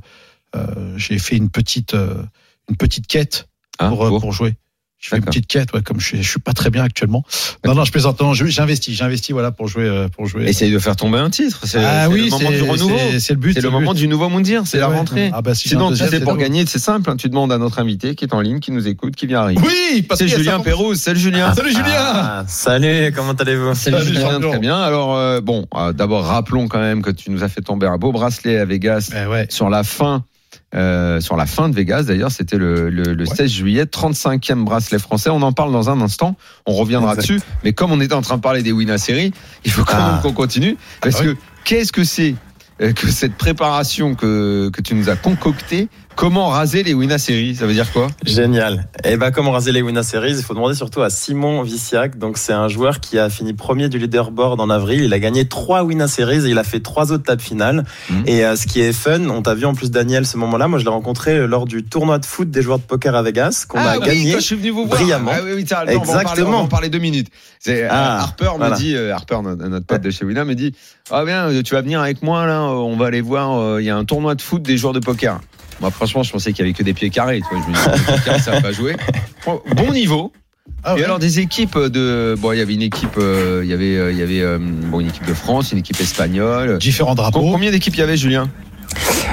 [SPEAKER 6] euh, j'ai fait une petite euh, une petite quête
[SPEAKER 5] Hein,
[SPEAKER 6] pour, euh,
[SPEAKER 5] pour-
[SPEAKER 6] pour jouer. Je fais une
[SPEAKER 5] D'accord.
[SPEAKER 6] petite quête, ouais, comme je, suis- je suis pas très bien actuellement. Non, non, je plaisante. Non, je- j'investis, j'investis, voilà, pour jouer, euh, pour jouer.
[SPEAKER 5] Essaye de faire tomber un titre. C'est
[SPEAKER 6] ah
[SPEAKER 5] c'est
[SPEAKER 6] oui,
[SPEAKER 5] le moment
[SPEAKER 6] c'est-
[SPEAKER 5] du renouveau.
[SPEAKER 6] c'est- C'est le but.
[SPEAKER 5] C'est le
[SPEAKER 6] but.
[SPEAKER 5] moment du nouveau Moundir, c'est la
[SPEAKER 6] Ouais.
[SPEAKER 5] rentrée.
[SPEAKER 6] Ah bah, si
[SPEAKER 5] Sinon,
[SPEAKER 6] j'ai un
[SPEAKER 5] tu
[SPEAKER 6] deuxième,
[SPEAKER 5] sais,
[SPEAKER 6] c'est
[SPEAKER 5] pour
[SPEAKER 6] nouveau.
[SPEAKER 5] gagner, c'est simple. hein, Tu demandes à notre invité qui est en ligne, qui nous écoute, qui vient arriver.
[SPEAKER 6] Oui, parce
[SPEAKER 5] C'est
[SPEAKER 6] qu'il y a
[SPEAKER 5] Julien
[SPEAKER 6] ça-
[SPEAKER 5] Perrault. Salut Julien.
[SPEAKER 6] Salut Julien.
[SPEAKER 8] Ah, salut, comment allez-vous
[SPEAKER 7] Salut,
[SPEAKER 6] Salut,
[SPEAKER 7] Julien.
[SPEAKER 5] Très bien,
[SPEAKER 6] Jean-Jean.
[SPEAKER 5] très bien. Alors, euh, bon, euh, d'abord, rappelons quand même que tu nous as fait tomber un beau bracelet à Vegas
[SPEAKER 6] Eh ouais.
[SPEAKER 5] sur la fin. euh, sur la fin de Vegas d'ailleurs, c'était le, le- le
[SPEAKER 6] Ouais.
[SPEAKER 5] 16 juillet, 35e bracelet français. On en parle dans un instant, on reviendra
[SPEAKER 8] Exact.
[SPEAKER 5] dessus. Mais comme on était en train de parler des Wina Série, il faut quand
[SPEAKER 8] Ah.
[SPEAKER 5] même qu'on continue. Parce
[SPEAKER 6] Ah
[SPEAKER 5] que qu'est-ce que c'est euh, que cette préparation que, que tu nous as concoctée Comment raser les Wina Série Ça veut dire quoi
[SPEAKER 8] Génial. Et ben comment raser les Winna Series Il faut demander surtout à Simon Viciac. Donc c'est un joueur qui a fini premier du leaderboard en avril. Il a gagné trois Winna Series et il a fait trois autres tables finales.
[SPEAKER 5] Mhm.
[SPEAKER 8] Et euh, ce qui est fun, on t'a vu en plus Daniel ce moment-là. Moi je l'ai rencontré euh, lors du tournoi de foot des joueurs de poker à Vegas qu'on a
[SPEAKER 5] Ah oui,
[SPEAKER 8] gagné.
[SPEAKER 5] quand je suis venu vous voir.
[SPEAKER 8] brillamment.
[SPEAKER 5] Ah oui, oui, t'as- non, on va en parler-
[SPEAKER 8] Exactement.
[SPEAKER 5] On va en parler deux minutes. C'est, euh,
[SPEAKER 8] Ah,
[SPEAKER 5] Harper
[SPEAKER 8] voilà.
[SPEAKER 5] me dit, euh, Harper, notre, notre pote de chez Wina, me dit, ah bien, euh, tu vas venir avec moi là, euh, on va aller voir, euh, il y a un tournoi de foot des joueurs de poker. Moi, franchement, je pensais qu'il y avait que des pieds carrés. Tu vois, je me dis, le poker, ça va pas jouer. Bon, Bon niveau.
[SPEAKER 6] Ah
[SPEAKER 5] Et
[SPEAKER 6] ouais.
[SPEAKER 5] alors des équipes de, bon, il y avait une équipe, euh, il y avait, euh, il y avait euh, bon, une équipe de France, une équipe espagnole.
[SPEAKER 6] Différents drapeaux.
[SPEAKER 5] Combien d'équipes il y avait, Julien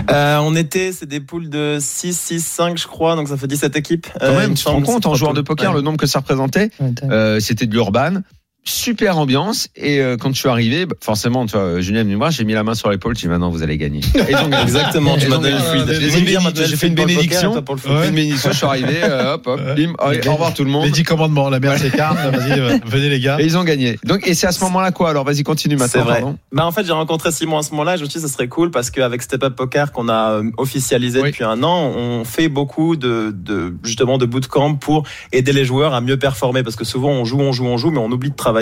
[SPEAKER 8] Euh, on était, c'est des poules de 6, 6, 5 je crois. Donc ça fait 17 équipes. Euh,
[SPEAKER 5] Quand même, tu te rends compte en joueur de poker
[SPEAKER 8] le
[SPEAKER 5] le nombre que ça représentait Euh, c'était de l'urban. Super ambiance et euh, quand je suis arrivé, bah, forcément, tu vois, Julien est venu me voir, j'ai mis la main sur l'épaule, j'ai dit maintenant vous allez gagner. Et donc,
[SPEAKER 8] Exactement,
[SPEAKER 5] Et
[SPEAKER 8] tu m'as
[SPEAKER 5] donc,
[SPEAKER 8] donné le
[SPEAKER 5] euh,
[SPEAKER 8] fluide.
[SPEAKER 5] j'ai
[SPEAKER 8] Je
[SPEAKER 5] fait
[SPEAKER 8] vais
[SPEAKER 5] une
[SPEAKER 8] te dire,
[SPEAKER 5] bénédiction,
[SPEAKER 8] Mathieu,
[SPEAKER 5] j'ai fait une
[SPEAKER 8] pour le poker et
[SPEAKER 5] bénédiction.
[SPEAKER 8] toi pour le foot.
[SPEAKER 5] j'ai fait une bénédiction, je suis arrivé, euh, hop, hop,
[SPEAKER 6] Ouais.
[SPEAKER 5] bim, allez, au revoir tout le monde.
[SPEAKER 6] Les 10 commandements, la mer s'écarte. Vas-y, euh, venez les gars.
[SPEAKER 5] Et ils ont gagné. Donc et c'est à ce moment-là quoi Alors vas-y continue
[SPEAKER 8] C'est
[SPEAKER 5] maintenant.
[SPEAKER 8] vrai.
[SPEAKER 5] pardon.
[SPEAKER 8] Bah en fait, j'ai rencontré Simon à ce moment-là. et Je me suis dit, ça serait cool parce qu'avec Step Up Poker qu'on a euh, officialisé
[SPEAKER 6] Oui.
[SPEAKER 8] depuis un an, on fait beaucoup de, de justement de bootcamp pour aider les joueurs à mieux performer parce que souvent on joue, on joue, on joue, mais on oublie de travailler.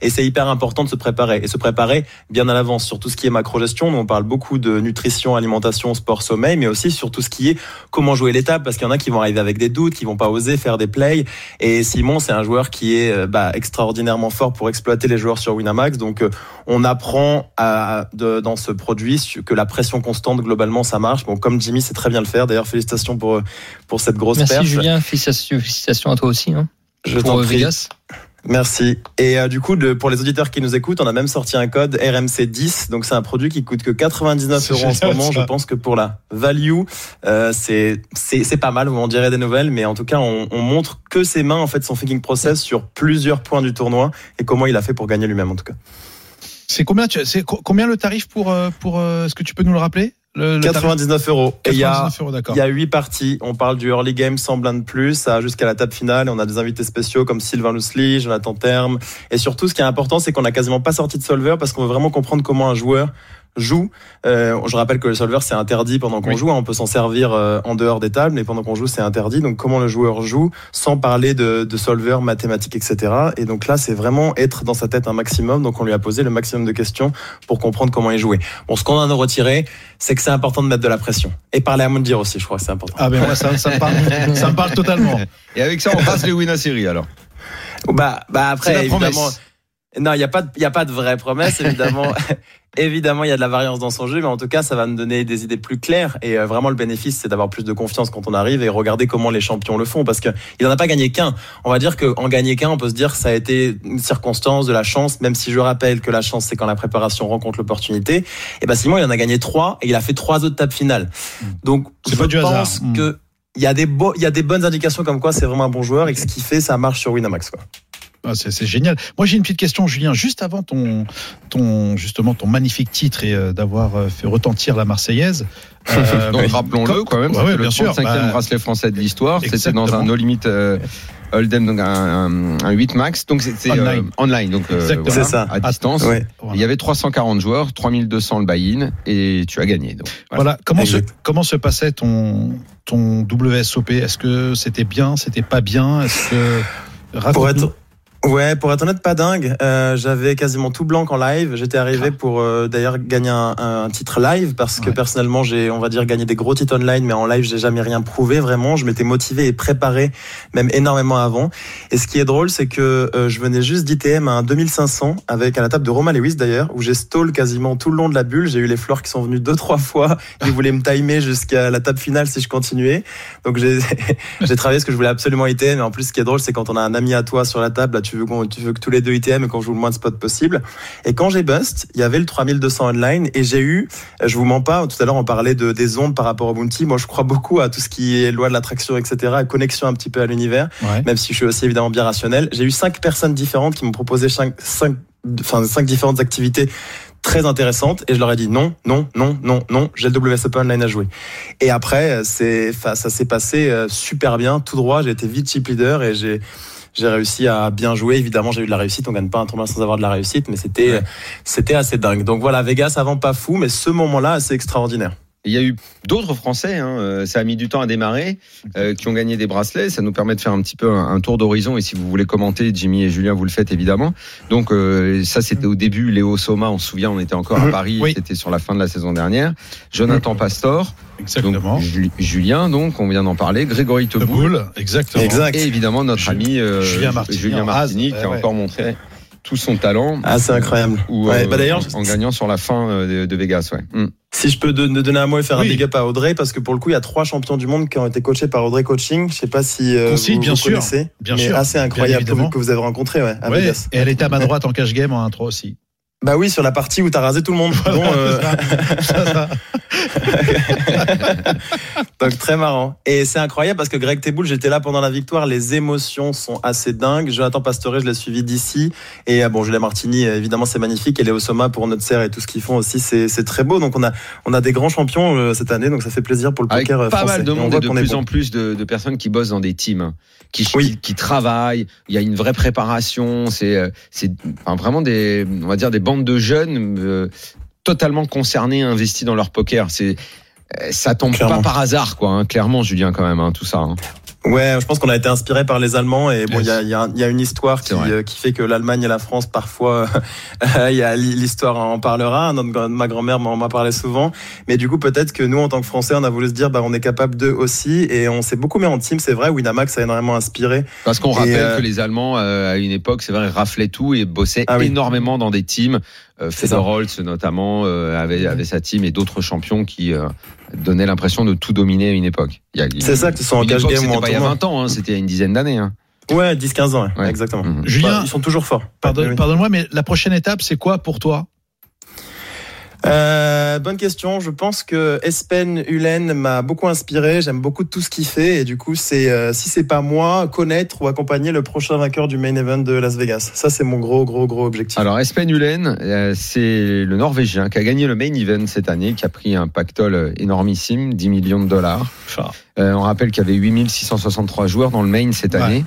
[SPEAKER 8] Et c'est hyper important de se préparer et se préparer bien à l'avance sur tout ce qui est macro-gestion. Nous, on parle beaucoup de nutrition, alimentation, sport, sommeil, mais aussi sur tout ce qui est comment jouer l'étape parce qu'il y en a qui vont arriver avec des doutes, qui vont pas oser faire des plays. Et Simon, c'est un joueur qui est euh, bah, extraordinairement fort pour exploiter les joueurs sur Winamax. Donc, euh, on apprend à, de- dans ce produit su- que la pression constante, globalement, ça marche. Bon, comme Jimmy sait très bien le faire. D'ailleurs, félicitations pour, pour cette grosse
[SPEAKER 7] Merci
[SPEAKER 8] perf.
[SPEAKER 7] Julien, félicitations, félicitations à toi aussi hein,
[SPEAKER 8] Je
[SPEAKER 7] pour
[SPEAKER 8] t'en
[SPEAKER 7] euh,
[SPEAKER 8] prie.
[SPEAKER 7] Vegas.
[SPEAKER 8] Merci. Et euh, du coup, le- pour les auditeurs qui nous écoutent, on a même sorti un code RMC10. Donc c'est un produit qui coûte que 99
[SPEAKER 6] C'est
[SPEAKER 8] euros en ce
[SPEAKER 6] génial,
[SPEAKER 8] moment.
[SPEAKER 6] ça.
[SPEAKER 8] Je pense que pour la value, euh, c'est c'est c'est pas mal. Vous en direz des nouvelles, mais en tout cas, on, on montre que ses mains en fait son thinking process sur plusieurs points du tournoi et comment il a fait pour gagner lui-même en tout cas.
[SPEAKER 6] C'est combien, tu- c'est co- combien le tarif pour, euh, pour euh, est-ce que tu peux nous le rappeler le, le tarif
[SPEAKER 8] 99 euros. Et il y a
[SPEAKER 6] 99 euros, d'accord.
[SPEAKER 8] il y a huit parties. On parle du early game semblant de plus à- jusqu'à la table finale. On a des invités spéciaux comme Sylvain Lousli, Jonathan Terme. Et surtout, ce qui est important, c'est qu'on n'a quasiment pas sorti de solver parce qu'on veut vraiment comprendre comment un joueur joue. Euh, je rappelle que le solver, c'est interdit pendant qu'on
[SPEAKER 6] Oui.
[SPEAKER 8] joue. hein. On peut s'en servir euh, en dehors des tables, mais pendant qu'on joue, c'est interdit. Donc, comment le joueur joue sans parler de, de solver, mathématiques, etc. Et donc là, c'est vraiment être dans sa tête un maximum. Donc, on lui a posé le maximum de questions pour comprendre comment il jouait. Bon, ce qu'on en a retiré, c'est que c'est important de mettre de la pression. Et parler à Moundir aussi, je crois que c'est important.
[SPEAKER 6] Ah ben moi ça, ça me parle, ça me parle totalement.
[SPEAKER 5] Et avec ça, on passe les Wina Série alors.
[SPEAKER 8] Bah, bah
[SPEAKER 6] C'est la
[SPEAKER 8] après, évidemment.
[SPEAKER 6] promesse.
[SPEAKER 8] Non, il n'y a, pas de- il y a pas de vraie promesse, évidemment. évidemment, il y a de la variance dans son jeu, mais en tout cas, ça va nous donner des idées plus claires. Et euh, vraiment, le bénéfice, c'est d'avoir plus de confiance quand on arrive et regarder comment les champions le font. Parce qu'il n'en a pas gagné qu'un. On va dire qu'en gagner qu'un, on peut se dire que ça a été une circonstance, de la chance, même si je rappelle que la chance, c'est quand la préparation rencontre l'opportunité. Et ben Simon, il en a gagné trois et il a fait trois autres tables finales. Donc,
[SPEAKER 6] Hmm. C'est
[SPEAKER 8] je
[SPEAKER 6] pas du hasard. Hmm.
[SPEAKER 8] pense que. Il y, a des beaux- il y a des bonnes indications comme quoi c'est vraiment un bon joueur et que ce qu'il fait, ça marche sur Winamax. Quoi.
[SPEAKER 6] Ah, c'est, c'est génial. Moi, j'ai une petite question, Julien. Juste avant ton, ton justement ton magnifique titre et euh, d'avoir euh, fait retentir la Marseillaise. euh,
[SPEAKER 5] Donc
[SPEAKER 6] oui.
[SPEAKER 5] rappelons-le quand même,
[SPEAKER 6] Ouais,
[SPEAKER 5] c'était
[SPEAKER 6] ouais,
[SPEAKER 5] le
[SPEAKER 6] bien sûr.
[SPEAKER 5] 35e
[SPEAKER 6] Bah,
[SPEAKER 5] bracelet français de l'histoire. C'était
[SPEAKER 6] exactement.
[SPEAKER 5] dans un no limit euh, Hold'em, donc un, un- un 8 max. Donc c'était euh,
[SPEAKER 6] Online.
[SPEAKER 5] online, donc euh,
[SPEAKER 6] Exactement.
[SPEAKER 5] voilà,
[SPEAKER 8] C'est ça.
[SPEAKER 5] à distance.
[SPEAKER 8] Ouais.
[SPEAKER 6] voilà.
[SPEAKER 5] Il y avait 340 joueurs, 3200 le buy-in et tu as gagné. Donc, voilà.
[SPEAKER 6] Voilà. Comment se,
[SPEAKER 8] Exact.
[SPEAKER 6] comment se passait ton, ton WSOP Est-ce que c'était bien C'était pas bien Est-ce que
[SPEAKER 8] Pour
[SPEAKER 6] raconte-nous.
[SPEAKER 8] être... Ouais, pour être honnête, pas dingue. Euh, j'avais quasiment tout blanc en live. J'étais arrivé pour euh, d'ailleurs gagner un, un titre live parce que
[SPEAKER 6] Ouais.
[SPEAKER 8] personnellement, j'ai, on va dire, gagné des gros titres online, mais en live, j'ai jamais rien prouvé vraiment. Je m'étais motivé et préparé même énormément avant. Et ce qui est drôle, c'est que euh, je venais juste d'ITM à un 2500 avec à la table de Romain Lewis d'ailleurs, où j'ai stall quasiment tout le long de la bulle. J'ai eu les fleurs qui sont venues deux trois fois. Ils voulaient me timer jusqu'à la table finale si je continuais. Donc j'ai j'ai travaillé ce que je voulais absolument ITM. Et en plus, ce qui est drôle, c'est quand on a un ami à toi sur la table, là, tu veux, qu'on- tu veux que tous les deux ITM et qu'on joue le moins de spots possible. Et quand j'ai bust, il y avait le 3200 online et j'ai eu, euh, je vous mens pas, tout à l'heure on parlait de, des ondes par rapport au bounty. Moi, je crois beaucoup à tout ce qui est loi de l'attraction, etc., et connexion un petit peu à l'univers
[SPEAKER 6] Ouais.
[SPEAKER 8] même si je suis aussi évidemment bien rationnel. J'ai eu cinq personnes différentes qui m'ont proposé cinq, cinq, enfin, cinq différentes activités très intéressantes et je leur ai dit non, non, non, non, non, j'ai le WSOP Online à jouer. Et après, euh, c'est, enfin, ça s'est passé euh, super bien, tout droit, j'ai été vite chip leader et j'ai, j'ai réussi à bien jouer. Évidemment, j'ai eu de la réussite. On gagne pas un tournoi sans avoir de la réussite, mais c'était, euh, c'était assez dingue. Donc voilà, Vegas avant pas fou, mais ce moment-là assez extraordinaire.
[SPEAKER 5] Il y a eu d'autres Français, hein, euh, ça a mis du temps à démarrer, euh, qui ont gagné des bracelets. Ça nous permet de faire un petit peu un, un tour d'horizon. Et si vous voulez commenter, Jimmy et Julien, vous le faites évidemment. Donc euh, ça, c'était au début. Léo Soma, on se souvient, on était encore à Paris.
[SPEAKER 6] Euh, Oui. Euh,
[SPEAKER 5] C'était sur la fin de la saison dernière. Jonathan Pastor,
[SPEAKER 6] Exactement.
[SPEAKER 5] donc, Ju- Julien, donc on vient d'en parler. Grégory
[SPEAKER 6] Le
[SPEAKER 5] Teboul.
[SPEAKER 6] boule. Exactement.
[SPEAKER 5] Et évidemment notre
[SPEAKER 6] Ju-
[SPEAKER 5] ami euh,
[SPEAKER 6] Julien Martini,
[SPEAKER 5] Julien
[SPEAKER 6] en
[SPEAKER 5] Martini,
[SPEAKER 6] rase.
[SPEAKER 5] qui a
[SPEAKER 6] Ouais,
[SPEAKER 5] encore montré tout son talent.
[SPEAKER 8] Ah, c'est incroyable.
[SPEAKER 5] Ou,
[SPEAKER 8] Ouais,
[SPEAKER 5] euh,
[SPEAKER 8] bah d'ailleurs, Hmm.
[SPEAKER 5] en, en gagnant sur la fin euh, de, de Vegas, ouais. Mm.
[SPEAKER 8] Si je peux de- ne donner un mot et faire
[SPEAKER 6] Oui.
[SPEAKER 8] un big up à Audrey, parce que pour le coup, il y a trois champions du monde qui ont été coachés par Audrey Coaching. Je sais pas si euh,
[SPEAKER 6] Qu'on cite,
[SPEAKER 8] vous,
[SPEAKER 6] bien
[SPEAKER 8] vous
[SPEAKER 6] sûr.
[SPEAKER 8] connaissez,
[SPEAKER 6] Bien
[SPEAKER 8] mais
[SPEAKER 6] sûr.
[SPEAKER 8] assez
[SPEAKER 6] Bien
[SPEAKER 8] incroyable que
[SPEAKER 6] évidemment.
[SPEAKER 8] vous, que vous avez rencontré ouais, à
[SPEAKER 6] Ouais,
[SPEAKER 8] Vegas.
[SPEAKER 6] Et elle était à ma droite en cash game en intro aussi.
[SPEAKER 8] Bah oui, sur la partie où t'as rasé tout le monde. Dont, euh, Bah,
[SPEAKER 6] Ça, ça.
[SPEAKER 8] Donc très marrant. Et c'est incroyable parce que Greg Teboul, j'étais là pendant la victoire, les émotions sont assez dingues. Jonathan Pastore, je l'ai suivi d'ici. Et euh, bon, Julien Martini, euh, évidemment, c'est magnifique. Et Léo Soma pour notre serre et tout ce qu'ils font aussi, c'est c'est très beau. Donc on a, on a des grands champions euh, cette année, donc ça fait plaisir pour le
[SPEAKER 5] Avec
[SPEAKER 8] poker euh,
[SPEAKER 5] pas
[SPEAKER 8] français.
[SPEAKER 5] mal de
[SPEAKER 8] Et on
[SPEAKER 5] monde
[SPEAKER 8] voit
[SPEAKER 5] et de
[SPEAKER 8] qu'on est
[SPEAKER 5] plus
[SPEAKER 8] bon.
[SPEAKER 5] en plus de, de personnes qui bossent dans des teams, hein, qui,
[SPEAKER 8] Oui.
[SPEAKER 5] qui, qui travaillent. Il y a une vraie préparation. C'est euh, c'est enfin, vraiment des on va dire des bandes de jeunes euh, totalement concernés, investis dans leur poker. C'est euh, ça tombe
[SPEAKER 8] Clairement.
[SPEAKER 5] pas par hasard, quoi. hein. clairement, Julien, quand même, hein, tout ça. hein.
[SPEAKER 8] Ouais, je pense qu'on a été inspiré par les Allemands et bon, il y a, il y a un- il y a une histoire qui,
[SPEAKER 5] C'est vrai.
[SPEAKER 8] euh, qui fait que l'Allemagne et la France parfois, il y a li- l'histoire en parlera. Notre grand- ma grand-mère m'en m'a parlé souvent, mais du coup peut-être que nous en tant que Français, on a voulu se dire, bah on est capable d'eux aussi et on s'est beaucoup mis en team. C'est vrai, Winamax a énormément inspiré.
[SPEAKER 5] Parce qu'on
[SPEAKER 8] Et,
[SPEAKER 5] rappelle
[SPEAKER 8] euh,
[SPEAKER 5] que les Allemands, euh, à une époque, c'est vrai, raflaient tout et bossaient
[SPEAKER 8] Ah oui.
[SPEAKER 5] énormément dans des teams. Euh,
[SPEAKER 8] C'est ça.
[SPEAKER 5] Federholz, notamment, euh, avait, avait sa team et d'autres champions qui euh, donnaient l'impression de tout dominer à une époque. Il y a-
[SPEAKER 8] C'est ça que ce soit en
[SPEAKER 5] une
[SPEAKER 8] cash
[SPEAKER 5] époque,
[SPEAKER 8] game
[SPEAKER 5] c'était
[SPEAKER 8] ou en
[SPEAKER 5] pas il y a
[SPEAKER 8] tournoi.
[SPEAKER 5] 20 ans, hein, c'était il y a une dizaine d'années. hein.
[SPEAKER 8] Ouais, 10-15 ans, ouais,
[SPEAKER 5] Ouais.
[SPEAKER 8] exactement.
[SPEAKER 5] Mhm.
[SPEAKER 8] Bah,
[SPEAKER 6] Julien,
[SPEAKER 8] ils sont toujours forts.
[SPEAKER 6] pardonne-
[SPEAKER 8] Oui.
[SPEAKER 6] pardonne-moi, mais la prochaine étape, c'est quoi pour toi
[SPEAKER 8] Euh, bonne question. Je pense que Espen Hulen m'a beaucoup inspiré. J'aime beaucoup tout ce qu'il fait. Et du coup, c'est euh, si c'est pas moi, connaître ou accompagner le prochain vainqueur du main event de Las Vegas. Ça, c'est mon gros, gros, gros objectif.
[SPEAKER 5] Alors, Espen Hulen, euh, c'est le Norvégien qui a gagné le main event cette année, qui a pris un pactole énormissime, 10 millions de dollars. Euh, on rappelle qu'il y avait 8663 joueurs dans le main cette
[SPEAKER 6] Ouais.
[SPEAKER 5] année.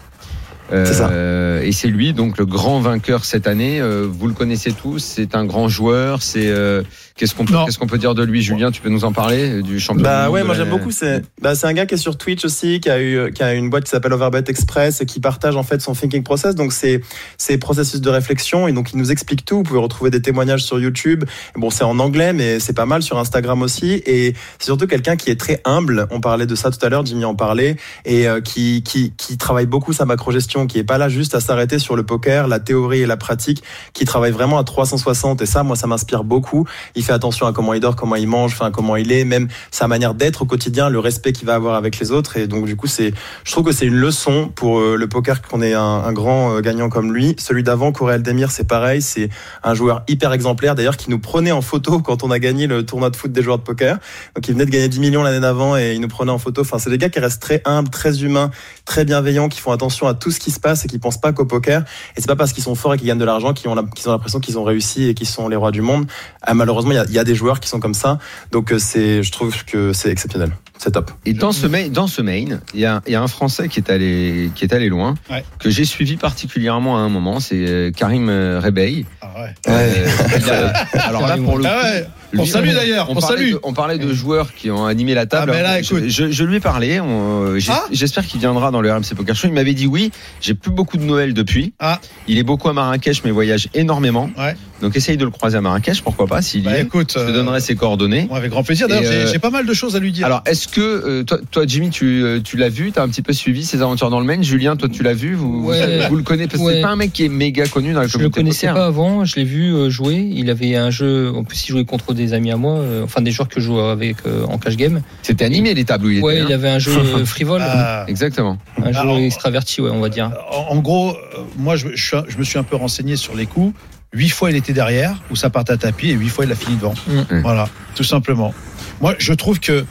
[SPEAKER 8] C'est ça.
[SPEAKER 5] Euh, et c'est lui, donc le grand vainqueur cette année. Euh, vous le connaissez tous, c'est un grand joueur. C'est euh, qu'est-ce qu'on peut,
[SPEAKER 6] Non.
[SPEAKER 5] qu'est-ce qu'on peut dire de lui, Julien Tu peux nous en parler euh, du champion du
[SPEAKER 8] Bah
[SPEAKER 5] monde
[SPEAKER 8] ouais,
[SPEAKER 5] de
[SPEAKER 8] moi
[SPEAKER 5] la-
[SPEAKER 8] j'aime beaucoup. C'est bah, c'est un gars qui est sur Twitch aussi, qui a eu qui a une boîte qui s'appelle Overbet Express et qui partage en fait son thinking process. Donc c'est ses processus de réflexion et donc il nous explique tout. Vous pouvez retrouver des témoignages sur YouTube. Bon, c'est en anglais, mais c'est pas mal sur Instagram aussi. Et c'est surtout quelqu'un qui est très humble. On parlait de ça tout à l'heure, Jimmy en parlait et euh, qui qui qui travaille beaucoup sa macro-gestion, qui est pas là juste à s'arrêter sur le poker, la théorie et la pratique, qui travaille vraiment à 360. Et ça, moi, ça m'inspire beaucoup. Il fait attention à comment il dort, comment il mange, enfin comment il est, même sa manière d'être au quotidien, le respect qu'il va avoir avec les autres. Et donc, du coup, c'est, je trouve que c'est une leçon pour euh, le poker qu'on ait un, un grand euh, gagnant comme lui. Celui d'avant, Corel Demir, c'est pareil. C'est un joueur hyper exemplaire, d'ailleurs, qui nous prenait en photo quand on a gagné le tournoi de foot des joueurs de poker. Donc, il venait de gagner 10 millions l'année d'avant et il nous prenait en photo. Enfin, c'est des gars qui restent très humbles, très humains, très bienveillants, qui font attention à tout ce qui se passe et qui pensent pas qu'au poker. Et c'est pas parce qu'ils sont forts et qu'ils gagnent de l'argent qu'ils ont la- qu'ils ont l'impression qu'ils ont réussi et qu'ils sont les rois du monde. Ah, malheureusement, il y a- il y a des joueurs qui sont comme ça. Donc euh, c'est, je trouve que c'est exceptionnel. C'est top.
[SPEAKER 5] Et dans ce main, dans ce main, il y a, il y a un Français qui est allé, qui est allé loin,
[SPEAKER 6] Ouais.
[SPEAKER 5] que j'ai suivi particulièrement à un moment. C'est euh, Karim euh, Rebeil.
[SPEAKER 6] ah ouais.
[SPEAKER 5] Euh, il a- alors là, pour le
[SPEAKER 6] Ah
[SPEAKER 5] coup,
[SPEAKER 6] ouais, on salue d'ailleurs, on
[SPEAKER 5] parlait
[SPEAKER 6] salue.
[SPEAKER 5] de- on parlait de joueurs qui ont animé la table.
[SPEAKER 6] Ah, mais là,
[SPEAKER 5] Je-
[SPEAKER 6] écoute.
[SPEAKER 5] je, je lui ai parlé. on- euh, j'es-
[SPEAKER 6] Ah.
[SPEAKER 5] J'espère qu'il viendra dans le RMC Poker Show. Il m'avait dit oui. J'ai plus beaucoup de Noël depuis.
[SPEAKER 6] Ah.
[SPEAKER 5] Il est beaucoup à Marrakech, mais voyage énormément.
[SPEAKER 6] Ouais.
[SPEAKER 5] Donc essaye de le croiser à Marrakech, pourquoi pas, s'il y
[SPEAKER 6] Bah,
[SPEAKER 5] est.
[SPEAKER 6] écoute,
[SPEAKER 5] Je te
[SPEAKER 6] euh,
[SPEAKER 5] donnerai ses coordonnées.
[SPEAKER 6] moi, avec grand plaisir.
[SPEAKER 5] Et,
[SPEAKER 6] D'ailleurs, j'ai-
[SPEAKER 5] euh,
[SPEAKER 6] j'ai pas mal de choses à lui dire.
[SPEAKER 5] Alors, est-ce que euh, toi, toi, Jimmy, tu, euh, tu l'as vu, t'as un petit peu suivi ses aventures dans le Maine. Julien, toi, tu l'as vu, vous, vous
[SPEAKER 7] Ouais.
[SPEAKER 5] savez- vous le connaissez parce que c'est
[SPEAKER 7] Ouais.
[SPEAKER 5] pas un mec qui est méga connu dans la
[SPEAKER 7] Je le
[SPEAKER 5] communauté
[SPEAKER 7] connaissais
[SPEAKER 5] poker.
[SPEAKER 7] pas avant, je l'ai vu euh, jouer. Il avait un jeu, en plus il jouait contre des amis à moi, euh, enfin des joueurs que je joue avec euh, en cash game.
[SPEAKER 5] C'était animé les tables où il
[SPEAKER 7] Ouais,
[SPEAKER 5] était. hein.
[SPEAKER 7] il avait un jeu euh, frivole,
[SPEAKER 6] Ah.
[SPEAKER 5] Exactement.
[SPEAKER 7] un jeu
[SPEAKER 6] Alors-
[SPEAKER 7] extraverti, ouais, on va dire.
[SPEAKER 6] En, en gros, euh, moi, je, je suis un- je me suis un peu renseigné sur les coups. Huit fois, il était derrière, ou ça partait à tapis, et huit fois, il a fini devant.
[SPEAKER 5] Mm.
[SPEAKER 6] Voilà, tout simplement. Moi, je trouve que,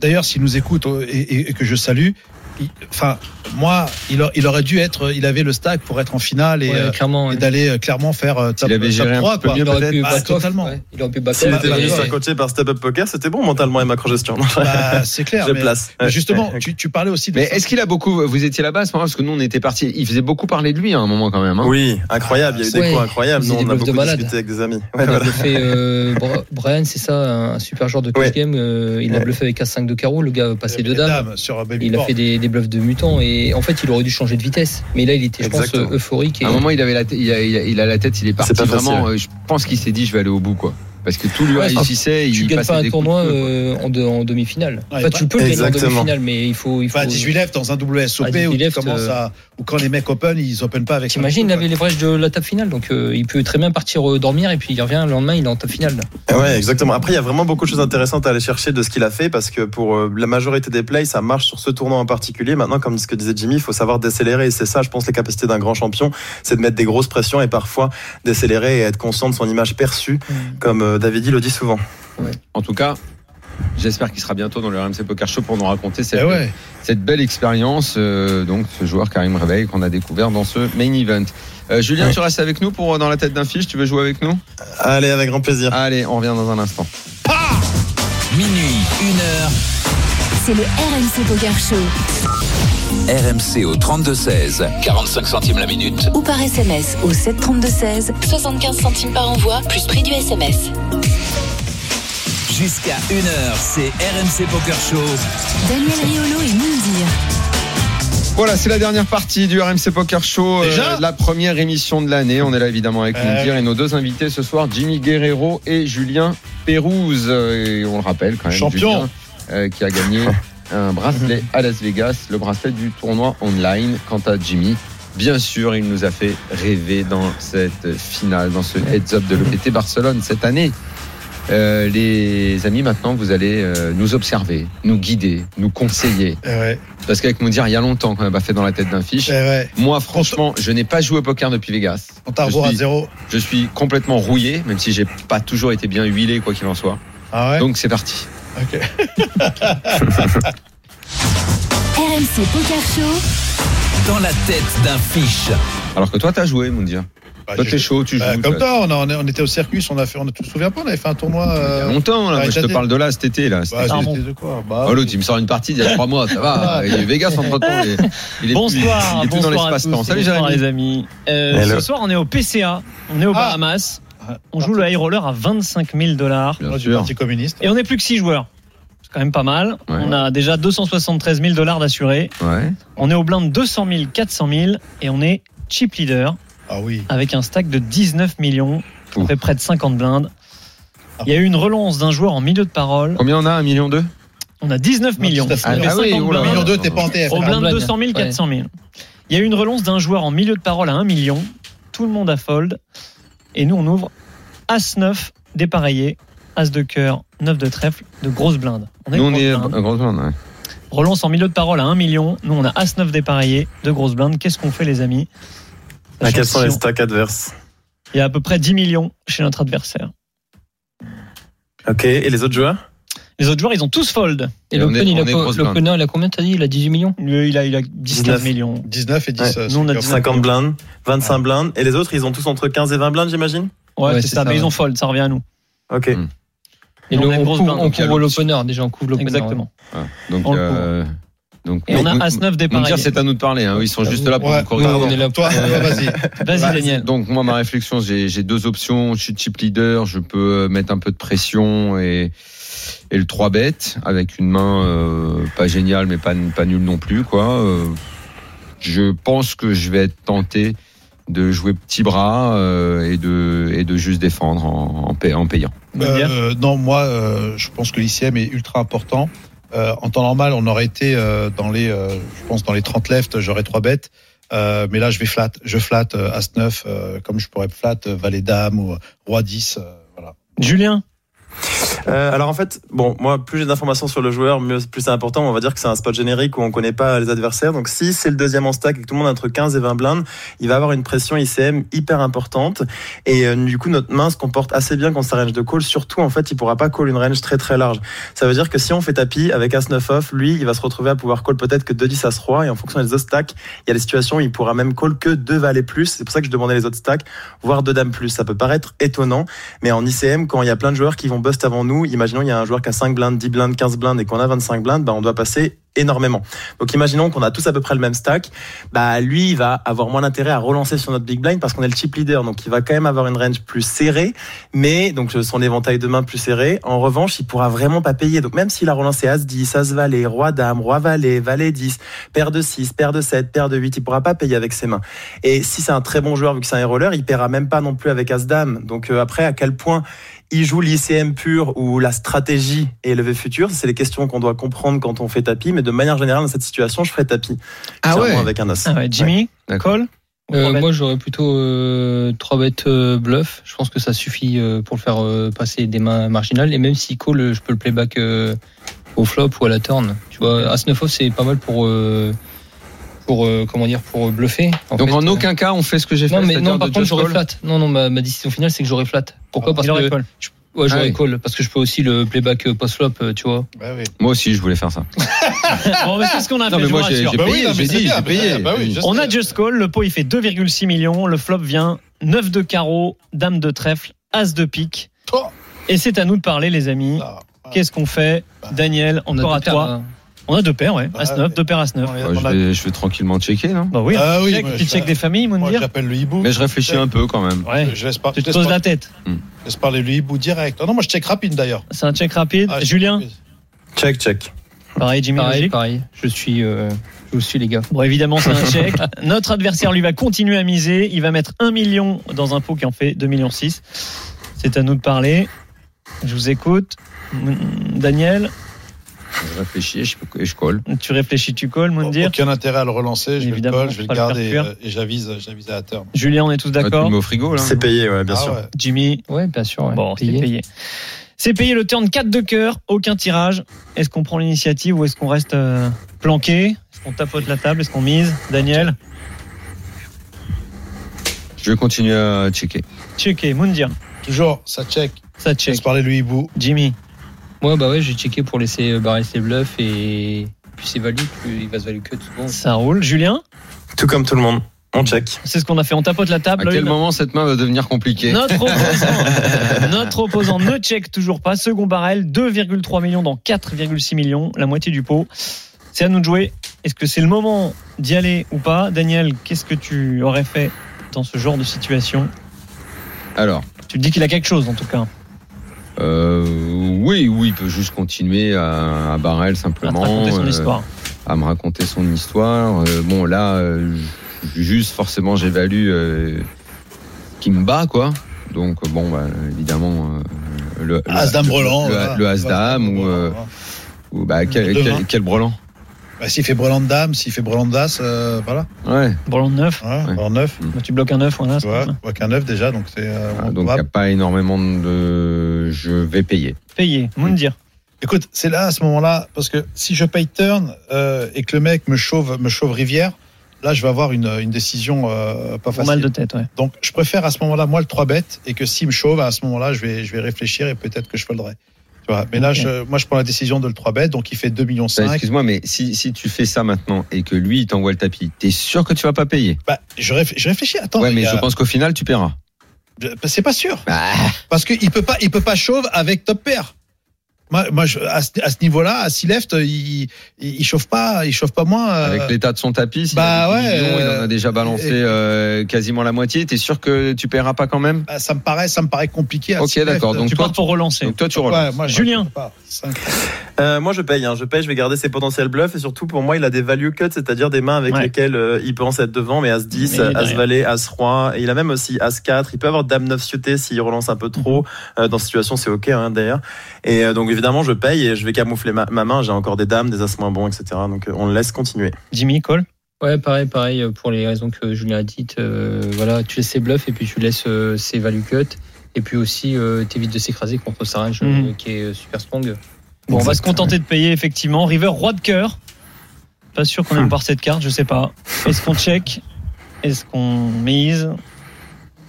[SPEAKER 6] d'ailleurs, s'il nous écoute euh, et, et- et que je salue, il- enfin, moi, il, a- il aurait dû être, euh, il avait le stack pour être en finale et,
[SPEAKER 7] Ouais,
[SPEAKER 6] euh,
[SPEAKER 7] clairement.
[SPEAKER 6] et
[SPEAKER 7] ouais.
[SPEAKER 6] d'aller euh, clairement faire euh, top,
[SPEAKER 5] Il avait
[SPEAKER 6] top
[SPEAKER 5] géré un
[SPEAKER 6] 3,
[SPEAKER 5] petit peu
[SPEAKER 6] quoi.
[SPEAKER 5] mieux,
[SPEAKER 7] Il aurait
[SPEAKER 5] peut-être.
[SPEAKER 7] pu
[SPEAKER 6] Bah,
[SPEAKER 7] back-off,
[SPEAKER 6] totalement.
[SPEAKER 7] ouais. Il aurait pu back-off,
[SPEAKER 8] S'il était
[SPEAKER 7] mais-
[SPEAKER 8] venu
[SPEAKER 6] ouais.
[SPEAKER 8] soit coaché par Step Up Poker, c'était bon mentalement et macro-gestion.
[SPEAKER 6] Bah, c'est clair.
[SPEAKER 8] je
[SPEAKER 6] mais-
[SPEAKER 8] place.
[SPEAKER 6] mais
[SPEAKER 8] Ouais.
[SPEAKER 6] justement, tu, tu parlais aussi de.
[SPEAKER 5] Mais
[SPEAKER 6] ça.
[SPEAKER 5] est-ce qu'il a beaucoup Vous étiez là-bas à ce moment parce que nous on était partis. Il faisait beaucoup parler de lui à un moment quand même. hein.
[SPEAKER 8] Oui, incroyable. Il y a eu
[SPEAKER 7] Ouais.
[SPEAKER 8] des coups incroyables.
[SPEAKER 7] Ils
[SPEAKER 8] Nous,
[SPEAKER 7] étaient
[SPEAKER 8] on a
[SPEAKER 7] bluffs de
[SPEAKER 8] beaucoup
[SPEAKER 7] malade.
[SPEAKER 8] discuté avec des amis.
[SPEAKER 7] On
[SPEAKER 8] Ouais,
[SPEAKER 7] a
[SPEAKER 8] voilà.
[SPEAKER 7] bluffé euh, Bra- Brian, c'est ça, un super joueur de cash
[SPEAKER 8] Ouais.
[SPEAKER 7] game. euh, il a
[SPEAKER 8] Ouais.
[SPEAKER 7] bluffé avec un 5 de carreau, le gars a passé
[SPEAKER 6] Il y
[SPEAKER 7] Bah, deux
[SPEAKER 6] avait
[SPEAKER 7] dames.
[SPEAKER 6] des sur Baby
[SPEAKER 7] Il a
[SPEAKER 6] Born.
[SPEAKER 7] fait des, des bluffs de mutants et en fait il aurait dû changer de vitesse. Mais là il était, je pense,
[SPEAKER 8] Exactement.
[SPEAKER 7] euh, euphorique. Et
[SPEAKER 5] À un moment il avait la tête- il a, il a- il a la tête, il est parti
[SPEAKER 8] C'est pas facile.
[SPEAKER 5] vraiment. euh, Je pense qu'il s'est dit je vais aller au bout quoi. Parce que tout lui
[SPEAKER 7] Ouais,
[SPEAKER 5] réussissait.
[SPEAKER 7] tu
[SPEAKER 5] il
[SPEAKER 7] gagnes
[SPEAKER 5] passait
[SPEAKER 7] pas
[SPEAKER 5] des
[SPEAKER 7] un
[SPEAKER 5] coups de
[SPEAKER 7] tournoi
[SPEAKER 5] feu, quoi.
[SPEAKER 7] euh, en, de- en demi-finale.
[SPEAKER 6] Ouais,
[SPEAKER 7] enfin, tu peux le gagner en
[SPEAKER 8] exactement.
[SPEAKER 7] demi-finale, mais il faut. Il faut
[SPEAKER 6] Enfin, 18 left dans un WSOP
[SPEAKER 7] Ah,
[SPEAKER 6] où
[SPEAKER 7] 18
[SPEAKER 6] tu
[SPEAKER 7] left,
[SPEAKER 6] commences
[SPEAKER 7] euh,
[SPEAKER 6] à- ou quand les mecs open, ils open pas avec.
[SPEAKER 7] T'imagines, il
[SPEAKER 6] la
[SPEAKER 7] avait les vrais de la table finale, donc euh, il peut très bien partir euh, dormir et puis il revient le lendemain, il est en table finale.
[SPEAKER 8] Ouais, exactement. Après, il y a vraiment beaucoup de choses intéressantes à aller chercher de ce qu'il a fait parce que pour euh, la majorité des plays, ça marche sur ce tournoi en particulier. Maintenant, comme ce que disait Jimmy, il faut savoir décélérer. Et c'est ça, je pense, les capacités d'un grand champion, c'est de mettre des grosses pressions et parfois décélérer et être conscient de son image perçue,
[SPEAKER 7] Mm.
[SPEAKER 8] comme euh, David le dit souvent.
[SPEAKER 7] euh,
[SPEAKER 5] En tout cas. J'espère qu'il sera bientôt dans le RMC Poker Show pour nous raconter cette,
[SPEAKER 6] Eh ouais.
[SPEAKER 5] cette belle expérience. euh, donc, ce joueur Karim Reveil qu'on a découvert dans ce main event. Euh, Julien,
[SPEAKER 8] Ouais.
[SPEAKER 5] tu restes avec nous pour euh, dans la tête d'un fiche. Tu veux jouer avec nous
[SPEAKER 8] Allez, avec grand plaisir.
[SPEAKER 7] Ah.
[SPEAKER 5] Allez, on revient dans un instant.
[SPEAKER 4] Minuit, 1
[SPEAKER 3] C'est le RMC Poker Show
[SPEAKER 4] heure, RMC au 32-16, 45 centimes la minute.
[SPEAKER 3] ou par SMS au 732-16, 75 centimes par envoi, plus prix du SMS.
[SPEAKER 4] Jusqu'à 1 heure, c'est RMC Poker Show
[SPEAKER 3] Daniel Riolo et Moundir
[SPEAKER 5] Voilà, c'est la dernière partie du RMC Poker Show. euh,
[SPEAKER 6] Déjà
[SPEAKER 5] la première émission de l'année. On est là évidemment avec
[SPEAKER 6] Euh.
[SPEAKER 5] Moundir et nos deux invités ce soir, Jimmy Guerrero et Julien Pérouse. Euh, Et on le rappelle quand même.
[SPEAKER 6] Champion.
[SPEAKER 5] Julien, euh, qui a gagné un bracelet à Las Vegas, le bracelet du tournoi online. Quant à Jimmy, bien sûr, il nous a fait rêver dans cette finale, dans ce heads-up de l'EPT Barcelone cette année. Euh, les amis, maintenant vous allez euh, nous observer, nous guider, nous conseiller.
[SPEAKER 6] Eh ouais,
[SPEAKER 5] Parce qu'avec Moudir, il y a longtemps qu'on n'a pas fait dans la tête d'un
[SPEAKER 6] eh
[SPEAKER 5] fiche.
[SPEAKER 6] ouais.
[SPEAKER 5] Moi, franchement, je n'ai pas joué au poker depuis Vegas.
[SPEAKER 6] On t'a
[SPEAKER 5] Je
[SPEAKER 6] revoir à
[SPEAKER 5] suis-
[SPEAKER 6] zéro.
[SPEAKER 5] Je suis complètement rouillé, même si j'ai pas toujours été bien huilé, quoi qu'il en soit.
[SPEAKER 6] Ah ouais
[SPEAKER 5] Donc c'est parti.
[SPEAKER 6] Ok.
[SPEAKER 3] RMC Poker Show,
[SPEAKER 4] Dans la tête d'un fiche.
[SPEAKER 5] Alors que toi, t'as joué, Moundir.
[SPEAKER 6] Bah,
[SPEAKER 5] Toi,
[SPEAKER 6] j'ai-
[SPEAKER 5] t'es chaud, tu joues.
[SPEAKER 6] Bah,
[SPEAKER 5] toi.
[SPEAKER 6] comme toi, on, a- on est- on était au circus, on a fait, on a, tu te souviens pas, on avait fait un tournoi.
[SPEAKER 5] Il y a
[SPEAKER 6] Euh,
[SPEAKER 5] longtemps, là. moi,
[SPEAKER 6] Ouais,
[SPEAKER 5] je te
[SPEAKER 6] j'étais-
[SPEAKER 5] parle de là, cet été, là. C'était-
[SPEAKER 6] bah,
[SPEAKER 5] Ah,
[SPEAKER 6] c'était de quoi bah,
[SPEAKER 5] Oh, l'autre, il me sort une partie d'il y a trois mois, ça va. Il est Vegas entre temps. Il est, il est plus-
[SPEAKER 9] Bonsoir,
[SPEAKER 5] il est plus dans
[SPEAKER 9] bonsoir à tous,
[SPEAKER 5] l'espace-temps.
[SPEAKER 9] et
[SPEAKER 5] Salut,
[SPEAKER 9] bonsoir
[SPEAKER 5] Jérémy.
[SPEAKER 9] les amis. Euh,
[SPEAKER 8] Hello.
[SPEAKER 9] ce soir, on est au PCA, on est aux
[SPEAKER 6] Ah.
[SPEAKER 9] Bahamas,
[SPEAKER 6] Ah,
[SPEAKER 9] on joue le high roller à 25 000 dollars
[SPEAKER 5] Bien
[SPEAKER 6] moi, du
[SPEAKER 5] sûr.
[SPEAKER 6] Parti communiste.
[SPEAKER 9] et on est plus que 6 joueurs. C'est quand même pas mal. On a déjà 273 000 dollars d'assurés.
[SPEAKER 5] Ouais.
[SPEAKER 9] On est au blind 200 000, 400 000 et on est chip leader
[SPEAKER 6] Ah oui.
[SPEAKER 9] avec un stack de 19 millions,
[SPEAKER 5] Ouf. Ah.
[SPEAKER 9] on fait près de 50 blindes. Il y a eu une relance d'un joueur en milieu de parole.
[SPEAKER 5] Combien on a Un million deux
[SPEAKER 9] On a 19
[SPEAKER 6] Non,
[SPEAKER 9] millions.
[SPEAKER 6] tout à fait.
[SPEAKER 9] On fait
[SPEAKER 5] Ah oui,
[SPEAKER 9] 50
[SPEAKER 5] oh là
[SPEAKER 9] blindes.
[SPEAKER 5] là.
[SPEAKER 6] Million deux, t'es pas en hein. TF.
[SPEAKER 9] Au
[SPEAKER 7] Blagne,
[SPEAKER 9] blind 200 000,
[SPEAKER 7] ouais.
[SPEAKER 9] 400 000. Il y a eu une relance d'un joueur en milieu de parole à 1 million. Tout le monde a fold. Et nous, on ouvre As-9 dépareillé, As de cœur, 9 de trèfle, de grosse blinde. On
[SPEAKER 5] Nous, on
[SPEAKER 9] grosse
[SPEAKER 5] est.
[SPEAKER 9] blinde.
[SPEAKER 5] euh, grosse blinde, ouais.
[SPEAKER 9] Relance en milieu de parole à 1 million. Nous, on a As-9 dépareillé, de grosse blinde. Qu'est-ce qu'on fait, les amis
[SPEAKER 5] Bah,
[SPEAKER 8] Ah, Quels sont
[SPEAKER 9] Sachant que
[SPEAKER 8] les
[SPEAKER 9] si on-
[SPEAKER 8] stocks adverses
[SPEAKER 9] Il y a à peu près 10 millions chez notre adversaire.
[SPEAKER 8] Ok, et les autres joueurs
[SPEAKER 9] Les autres joueurs, ils ont tous fold.
[SPEAKER 7] Et
[SPEAKER 5] Et on est-
[SPEAKER 7] l'Open, il,
[SPEAKER 5] on
[SPEAKER 7] a
[SPEAKER 5] est
[SPEAKER 7] co-
[SPEAKER 5] grosse blinde.
[SPEAKER 7] l'opener, il a combien, t'as dit Il a 18 millions
[SPEAKER 9] Lui, il a, il a 19
[SPEAKER 8] 19.
[SPEAKER 9] millions.
[SPEAKER 6] 19 et 10.
[SPEAKER 8] Ouais.
[SPEAKER 6] euh,
[SPEAKER 9] Nous, on a
[SPEAKER 6] c'est
[SPEAKER 8] 50 blindes, 25 blindes, et les autres, ils ont tous entre 15 et 20 blindes, j'imagine
[SPEAKER 9] Ouais,
[SPEAKER 7] Ouais,
[SPEAKER 9] c'est
[SPEAKER 7] c'est
[SPEAKER 9] ça,
[SPEAKER 7] ça,
[SPEAKER 9] mais
[SPEAKER 7] ouais.
[SPEAKER 9] ils ont fold, ça revient à nous.
[SPEAKER 8] Ok.
[SPEAKER 5] Mm.
[SPEAKER 7] Et
[SPEAKER 9] On
[SPEAKER 7] le-
[SPEAKER 9] a
[SPEAKER 7] on,
[SPEAKER 9] une grosse
[SPEAKER 7] couvre,
[SPEAKER 9] blinde,
[SPEAKER 7] on
[SPEAKER 9] donc il y a
[SPEAKER 7] couvre
[SPEAKER 9] l'option.
[SPEAKER 7] l'opener, déjà, on couvre l'opener.
[SPEAKER 9] Exactement.
[SPEAKER 5] Voilà. Donc.
[SPEAKER 9] On le
[SPEAKER 5] euh, donc
[SPEAKER 9] Et on a
[SPEAKER 5] Moundir,
[SPEAKER 9] As-9 dépareillé.
[SPEAKER 5] c'est à nous de parler. hein. Eux, Ils sont juste là pour
[SPEAKER 6] Ouais.
[SPEAKER 5] nous corriger.
[SPEAKER 7] on est là
[SPEAKER 6] Toi,
[SPEAKER 7] pour-
[SPEAKER 6] toi, vas-y.
[SPEAKER 9] Vas-y,
[SPEAKER 5] Bah,
[SPEAKER 9] Daniel.
[SPEAKER 5] Donc moi ma réflexion j'ai j'ai deux options, je suis chip leader, je peux euh, mettre un peu de pression et et le 3 bet avec une main euh, pas géniale mais pas pas nulle non plus quoi. Euh, je pense que je vais être tenté de jouer petit bras euh, et de et de juste défendre en en, pay- en payant.
[SPEAKER 9] Mounir.
[SPEAKER 6] Euh, non, moi, euh, je pense que l'ICM est ultra important. Euh, en temps normal, on aurait été euh, dans les, euh, je pense, dans les 30 left, j'aurais trois bêtes. Euh, mais là, je vais flat. Je flat euh, As-9, euh, comme je pourrais flat euh, Valet-Dame ou euh, Roi-10. euh, voilà.
[SPEAKER 9] Julien,
[SPEAKER 8] Euh, alors en fait, bon, moi, plus j'ai d'informations sur le joueur, mieux, plus c'est important. On va dire que c'est un spot générique où on connaît pas les adversaires. Donc si c'est le deuxième en stack et que tout le monde a entre 15 et 20 blindes, il va avoir une pression ICM hyper importante. Et euh, du coup, notre main se comporte assez bien contre sa range de call. Surtout, en fait, il pourra pas call une range très très large. Ça veut dire que si on fait tapis avec As-9 off, lui, il va se retrouver à pouvoir call peut-être que 2-10 As-Roi. Et en fonction des autres stacks, il y a des situations où il pourra même call que 2 valets plus. C'est pour ça que je demandais les autres stacks, voire 2 dames plus. Ça peut paraître étonnant. Mais en ICM, quand il y a plein de joueurs qui vont bust avant nous, imaginons il y a un joueur qui a 5 blindes, 10 blindes, 15 blindes et qu'on a 25 blindes, bah on doit passer énormément. Donc imaginons qu'on a tous à peu près le même stack, bah lui il va avoir moins d'intérêt à relancer sur notre big blind parce qu'on est le chip leader, donc il va quand même avoir une range plus serrée, mais donc son éventail de main plus serré. En revanche, il pourra vraiment pas payer. Donc même s'il a relancé as 10, as valet, roi dame, roi valet, valet 10, paire de 6, paire de 7, paire de 8, il pourra pas payer avec ses mains. Et si c'est un très bon joueur, vu que c'est un high roller, il paiera même pas non plus avec As-Dame. Donc euh, après, à quel point il joue l'ICM pur ou la stratégie et le futur, c'est les questions qu'on doit comprendre quand on fait tapis. Mais de manière générale, dans cette situation, je ferai tapis. Clairement, avec un As.
[SPEAKER 9] Ah ouais, Jimmy,
[SPEAKER 5] D'accord.
[SPEAKER 9] call.
[SPEAKER 7] Euh,
[SPEAKER 9] Trois bêtes.
[SPEAKER 7] moi, j'aurais plutôt 3 bêtes euh, bluff. Je pense que ça suffit euh, pour le faire euh, passer des mains marginales. Et même si call, euh, je peux le playback euh, au flop ou à la turn. Tu vois, As 9 off, c'est pas mal pour euh, pour euh, comment dire pour euh, bluffer.
[SPEAKER 5] Donc
[SPEAKER 7] fait,
[SPEAKER 5] en
[SPEAKER 7] euh,
[SPEAKER 5] aucun cas on fait ce que j'ai fait.
[SPEAKER 7] non, mais
[SPEAKER 5] c'est-à-dire
[SPEAKER 7] non, par
[SPEAKER 5] de
[SPEAKER 7] contre,
[SPEAKER 5] just
[SPEAKER 7] j'aurais
[SPEAKER 5] call.
[SPEAKER 7] flat. Non, non, ma, ma décision finale, c'est que j'aurais flat. Pourquoi
[SPEAKER 9] Il
[SPEAKER 7] Parce
[SPEAKER 9] aurait
[SPEAKER 7] que
[SPEAKER 9] call.
[SPEAKER 7] ouais,
[SPEAKER 5] Ah
[SPEAKER 7] j'aurais
[SPEAKER 5] oui.
[SPEAKER 7] call parce que je peux aussi le playback euh, post flop, euh, tu vois.
[SPEAKER 6] Bah oui.
[SPEAKER 5] Moi aussi je voulais faire ça.
[SPEAKER 9] Bon, mais c'est ce qu'on a
[SPEAKER 5] Non
[SPEAKER 9] fait,
[SPEAKER 5] mais
[SPEAKER 9] je
[SPEAKER 5] moi
[SPEAKER 9] vous
[SPEAKER 5] j'ai
[SPEAKER 9] rassure.
[SPEAKER 5] j'ai
[SPEAKER 6] Bah oui,
[SPEAKER 5] payé,
[SPEAKER 6] non, mais
[SPEAKER 5] j'ai
[SPEAKER 6] c'est
[SPEAKER 5] dit,
[SPEAKER 6] bien,
[SPEAKER 5] j'ai payé.
[SPEAKER 6] bah oui,
[SPEAKER 5] j'ai
[SPEAKER 6] je
[SPEAKER 5] dit.
[SPEAKER 9] On a Just Call, le pot il fait 2,6 millions, le flop vient 9 de carreau, dame de trèfle, as de pique.
[SPEAKER 6] Oh.
[SPEAKER 9] Et c'est à nous de parler les amis.
[SPEAKER 6] Ah, ah.
[SPEAKER 9] Qu'est-ce qu'on fait
[SPEAKER 6] Bah.
[SPEAKER 9] Daniel, encore
[SPEAKER 7] deux
[SPEAKER 9] à
[SPEAKER 7] paires, hein.
[SPEAKER 9] toi.
[SPEAKER 5] hein.
[SPEAKER 7] là.
[SPEAKER 9] On a deux paires, ouais.
[SPEAKER 6] Bah,
[SPEAKER 9] As 9,
[SPEAKER 6] ouais.
[SPEAKER 9] deux paires as 9.
[SPEAKER 6] On a-
[SPEAKER 5] Ouais, je vais- je vais tranquillement checker non.
[SPEAKER 9] Bah oui,
[SPEAKER 6] Ah oui,
[SPEAKER 9] check,
[SPEAKER 6] moi,
[SPEAKER 9] petit
[SPEAKER 6] je-
[SPEAKER 9] check des familles,
[SPEAKER 6] Moi,
[SPEAKER 9] Moundir.
[SPEAKER 6] j'appelle le hibou.
[SPEAKER 5] Mais je réfléchis un peu quand même.
[SPEAKER 9] Ouais.
[SPEAKER 6] Je laisse, par-
[SPEAKER 9] Tu
[SPEAKER 6] je
[SPEAKER 9] te
[SPEAKER 6] laisse
[SPEAKER 9] poses
[SPEAKER 6] par-
[SPEAKER 9] la tête.
[SPEAKER 6] je laisse parler le hibou direct. Non, non, moi Ah, je check rapide d'ailleurs.
[SPEAKER 9] C'est un check rapide.
[SPEAKER 6] Ah, je-
[SPEAKER 9] Julien,
[SPEAKER 8] Check, check.
[SPEAKER 9] Pareil, Jimmy
[SPEAKER 7] Pareil,
[SPEAKER 9] logique.
[SPEAKER 7] pareil. Je suis, euh, je vous suis les gars.
[SPEAKER 9] Bon, évidemment, c'est un chèque. Notre adversaire, lui, va continuer à miser. Il va mettre 1 million dans un pot qui en fait 2 millions 6. C'est à nous de parler. Je vous écoute. Mm, Daniel,
[SPEAKER 5] Je réfléchis, je, peux- et je colle.
[SPEAKER 9] tu réfléchis, tu calls,
[SPEAKER 6] Bon,
[SPEAKER 5] Oh,
[SPEAKER 9] Moundir.
[SPEAKER 6] Aucun intérêt à le relancer, je
[SPEAKER 9] Évidemment,
[SPEAKER 6] le colle, je vais
[SPEAKER 9] faut
[SPEAKER 6] le
[SPEAKER 9] pas le
[SPEAKER 6] garder
[SPEAKER 9] faire
[SPEAKER 6] euh, et j'avise j'avise à la terme.
[SPEAKER 9] Julien, on est tous
[SPEAKER 5] Ah, tu le
[SPEAKER 9] d'accord.
[SPEAKER 5] mets au frigo là.
[SPEAKER 8] C'est payé, ouais, bien
[SPEAKER 6] Ah
[SPEAKER 8] sûr.
[SPEAKER 6] ouais.
[SPEAKER 9] Jimmy,
[SPEAKER 7] Ouais, bien sûr. ouais.
[SPEAKER 9] bon, c'est
[SPEAKER 7] Payé.
[SPEAKER 9] payé. C'est payé le turn 4 de cœur, aucun tirage. Est-ce qu'on prend l'initiative ou est-ce qu'on reste euh, planqué Est-ce qu'on tapote la table Est-ce qu'on mise Daniel
[SPEAKER 5] Je vais continuer à checker.
[SPEAKER 9] Checké, Moundir,
[SPEAKER 6] Toujours, ça check.
[SPEAKER 9] ça
[SPEAKER 6] Laisse
[SPEAKER 9] check.
[SPEAKER 6] parler le hibou.
[SPEAKER 9] Jimmy,
[SPEAKER 7] Ouais, bah ouais, j'ai checké pour laisser euh, barrer ses bluffs et puis c'est value, plus il va se value que tout bon.
[SPEAKER 9] ça roule. Julien,
[SPEAKER 8] Tout comme tout le monde. On check.
[SPEAKER 9] c'est ce qu'on a fait. On tapote la
[SPEAKER 5] À
[SPEAKER 9] table.
[SPEAKER 5] quel
[SPEAKER 9] Une-
[SPEAKER 5] moment cette main va devenir compliquée
[SPEAKER 9] Notre opposant, notre opposant ne check toujours pas. Second barrel, 2,3 millions dans 4,6 millions, la moitié du pot. C'est à nous de jouer. Est-ce que c'est le moment d'y aller ou pas Daniel, qu'est-ce que tu aurais fait dans ce genre de situation
[SPEAKER 5] Alors,
[SPEAKER 9] Tu me dis qu'il a quelque chose en tout cas.
[SPEAKER 5] euh, oui, oui, il peut juste continuer à, à barrel
[SPEAKER 9] À te
[SPEAKER 5] simplement.
[SPEAKER 9] raconter son
[SPEAKER 5] euh,
[SPEAKER 9] histoire.
[SPEAKER 5] à me raconter son histoire. Euh, bon, là, euh, ju- juste forcément, j'évalue euh, qui me bat, quoi. Donc, euh, bon, bah, évidemment, euh, le, le-
[SPEAKER 6] As-Dame
[SPEAKER 5] le-
[SPEAKER 6] Brelan.
[SPEAKER 5] le,
[SPEAKER 6] voilà.
[SPEAKER 5] le As-Dame ou, euh, ou, bah, quel,
[SPEAKER 6] Demain.
[SPEAKER 5] quel, quel brelan.
[SPEAKER 6] Bah, s'il fait Brelan de Dame, s'il fait Brelan d'As, euh, voilà. Hein,
[SPEAKER 5] Ouais,
[SPEAKER 9] Bon, le 9,
[SPEAKER 6] Ouais,
[SPEAKER 5] Ouais.
[SPEAKER 6] En 9,
[SPEAKER 9] Bah, tu bloques un 9 ou un as.
[SPEAKER 6] tu vois, on voit qu'un 9 déjà, donc c'est. euh,
[SPEAKER 5] Ah,
[SPEAKER 6] on
[SPEAKER 5] donc il
[SPEAKER 6] va-
[SPEAKER 5] n'y a pas énormément de. Je vais payer.
[SPEAKER 9] Payé, Moundir.
[SPEAKER 6] Écoute, c'est là à ce moment-là, parce que si je paye turn euh, et que le mec me chauve, me chauve Rivière, là je vais avoir une, une décision euh, pas
[SPEAKER 9] Pour
[SPEAKER 6] facile.
[SPEAKER 9] mal de tête, ouais.
[SPEAKER 6] Donc je préfère à ce moment-là, moi, le 3 bêtes, et que s'il me chauve, à ce moment-là, je vais, je vais réfléchir et peut-être que je folderai. Tu vois, mais là,
[SPEAKER 9] Ok.
[SPEAKER 6] je, moi, je prends la décision de le 3 bêtes, donc il fait 2,5 millions.
[SPEAKER 5] Bah, Excuse-moi, mais si, si tu fais ça maintenant et que lui, il t'envoie le tapis, t'es sûr que tu vas pas payer
[SPEAKER 6] Bah, je, réfl- je réfléchis, attends.
[SPEAKER 5] Ouais,
[SPEAKER 6] les
[SPEAKER 5] mais
[SPEAKER 6] gars.
[SPEAKER 5] je pense qu'au final, tu paieras.
[SPEAKER 6] Je- C'est pas sûr.
[SPEAKER 5] Bah,
[SPEAKER 6] Parce qu'il peut pas, il peut pas chauve avec top pair. Moi, moi je- à ce, à ce niveau-là, à six left, euh, il, il, il chauffe pas, il chauffe pas moins. euh,
[SPEAKER 5] avec l'état de son tapis, s'il
[SPEAKER 6] bah
[SPEAKER 5] avait dix
[SPEAKER 6] ouais,
[SPEAKER 5] millions, il en
[SPEAKER 6] euh,
[SPEAKER 5] a déjà balancé
[SPEAKER 6] et-
[SPEAKER 5] euh, quasiment la moitié, t'es sûr que tu paieras pas quand même
[SPEAKER 6] bah, ça me paraît, ça me paraît compliqué. à
[SPEAKER 5] Ok,
[SPEAKER 6] six left.
[SPEAKER 5] d'accord, donc
[SPEAKER 9] Tu
[SPEAKER 5] toi,
[SPEAKER 9] pars pour relancer.
[SPEAKER 5] Donc toi, tu
[SPEAKER 6] Ouais,
[SPEAKER 5] relances.
[SPEAKER 6] moi, je-
[SPEAKER 9] Julien.
[SPEAKER 6] pas. Cinq.
[SPEAKER 8] Euh, moi, je paye. hein. Je paye. Je vais garder ses potentiels bluffs et surtout, pour moi, il a des value cuts, c'est-à-dire des mains avec
[SPEAKER 9] Ouais.
[SPEAKER 8] lesquelles euh, il pense être devant, mais as 10,
[SPEAKER 9] Mais il est
[SPEAKER 8] as
[SPEAKER 9] derrière.
[SPEAKER 8] valet, as roi. Et il a même aussi as 4. Il peut avoir dame 9 suité s'il relance un peu
[SPEAKER 9] Mhm.
[SPEAKER 8] trop. Euh, dans cette situation, c'est ok hein, d'ailleurs. Et euh, donc, évidemment, je paye et je vais camoufler ma, ma main. J'ai encore des dames, des as moins bons, etc. Donc, euh, on le laisse continuer.
[SPEAKER 9] Jimmy, call.
[SPEAKER 7] Ouais, pareil, pareil, euh, pour les raisons que Julien a dites. euh, voilà, tu laisses ses bluffs et puis tu laisses euh, ses value cut. Et puis aussi, euh, t'évites de s'écraser contre sa range euh,
[SPEAKER 9] Mhm.
[SPEAKER 7] qui est euh, super strong.
[SPEAKER 9] Bon, on va se contenter de payer effectivement. River, roi de cœur. Pas sûr
[SPEAKER 7] Hmm.
[SPEAKER 9] qu'on aime voir cette carte, je sais pas. Est-ce qu'on check Est-ce qu'on mise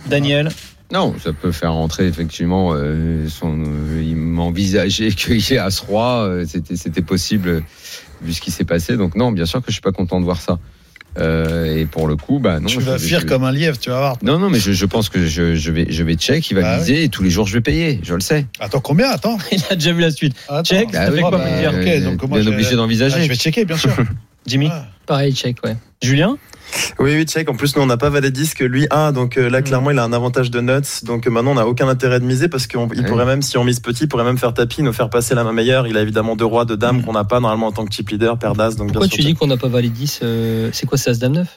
[SPEAKER 9] Daniel,
[SPEAKER 5] Non, ça peut faire rentrer effectivement. euh, son, euh, il m'envisageait qu'il y ait ce roi, euh, c'était c'était possible euh, vu ce qui s'est passé. Donc non, bien sûr que je suis pas content de voir ça. Euh, et pour le coup, bah non.
[SPEAKER 6] tu
[SPEAKER 5] je-
[SPEAKER 6] vas
[SPEAKER 5] je-
[SPEAKER 6] fuir comme un lièvre, tu vas voir.
[SPEAKER 5] Non, non, mais je, je pense que je, je vais je vais check, il va
[SPEAKER 6] Bah
[SPEAKER 5] miser et tous les jours je vais payer. Je le sais.
[SPEAKER 6] Attends, combien Attends.
[SPEAKER 9] il a déjà vu la suite.
[SPEAKER 6] Attends.
[SPEAKER 9] Check,
[SPEAKER 5] Bah
[SPEAKER 6] Ah,
[SPEAKER 9] ça fait
[SPEAKER 6] oui,
[SPEAKER 9] quoi pour dire
[SPEAKER 6] ok,
[SPEAKER 5] euh,
[SPEAKER 6] donc moi,
[SPEAKER 5] bien
[SPEAKER 6] je-
[SPEAKER 5] obligé
[SPEAKER 6] ah, je vais
[SPEAKER 5] d'envisager.
[SPEAKER 6] checker, bien sûr.
[SPEAKER 9] Jimmy,
[SPEAKER 6] Ah.
[SPEAKER 7] Pareil, check, ouais.
[SPEAKER 9] Julien,
[SPEAKER 8] Oui, oui, check. En plus, nous, on n'a pas valet 10 que lui a. Donc
[SPEAKER 7] Mm.
[SPEAKER 8] euh, là, clairement, il a un avantage de nuts. Donc euh, maintenant, on n'a aucun intérêt de miser parce qu'il
[SPEAKER 5] Ouais.
[SPEAKER 8] pourrait même, si on mise petit, il pourrait même faire tapis, nous faire passer la main meilleure. Il a évidemment deux rois, deux dames qu'on n'a pas normalement en tant que chip leader, paire d'as. Donc bien
[SPEAKER 7] Mm. Pourquoi
[SPEAKER 8] sûr,
[SPEAKER 7] tu
[SPEAKER 8] check.
[SPEAKER 7] dis qu'on n'a pas valé 10 euh, C'est quoi, c'est As-Dame 9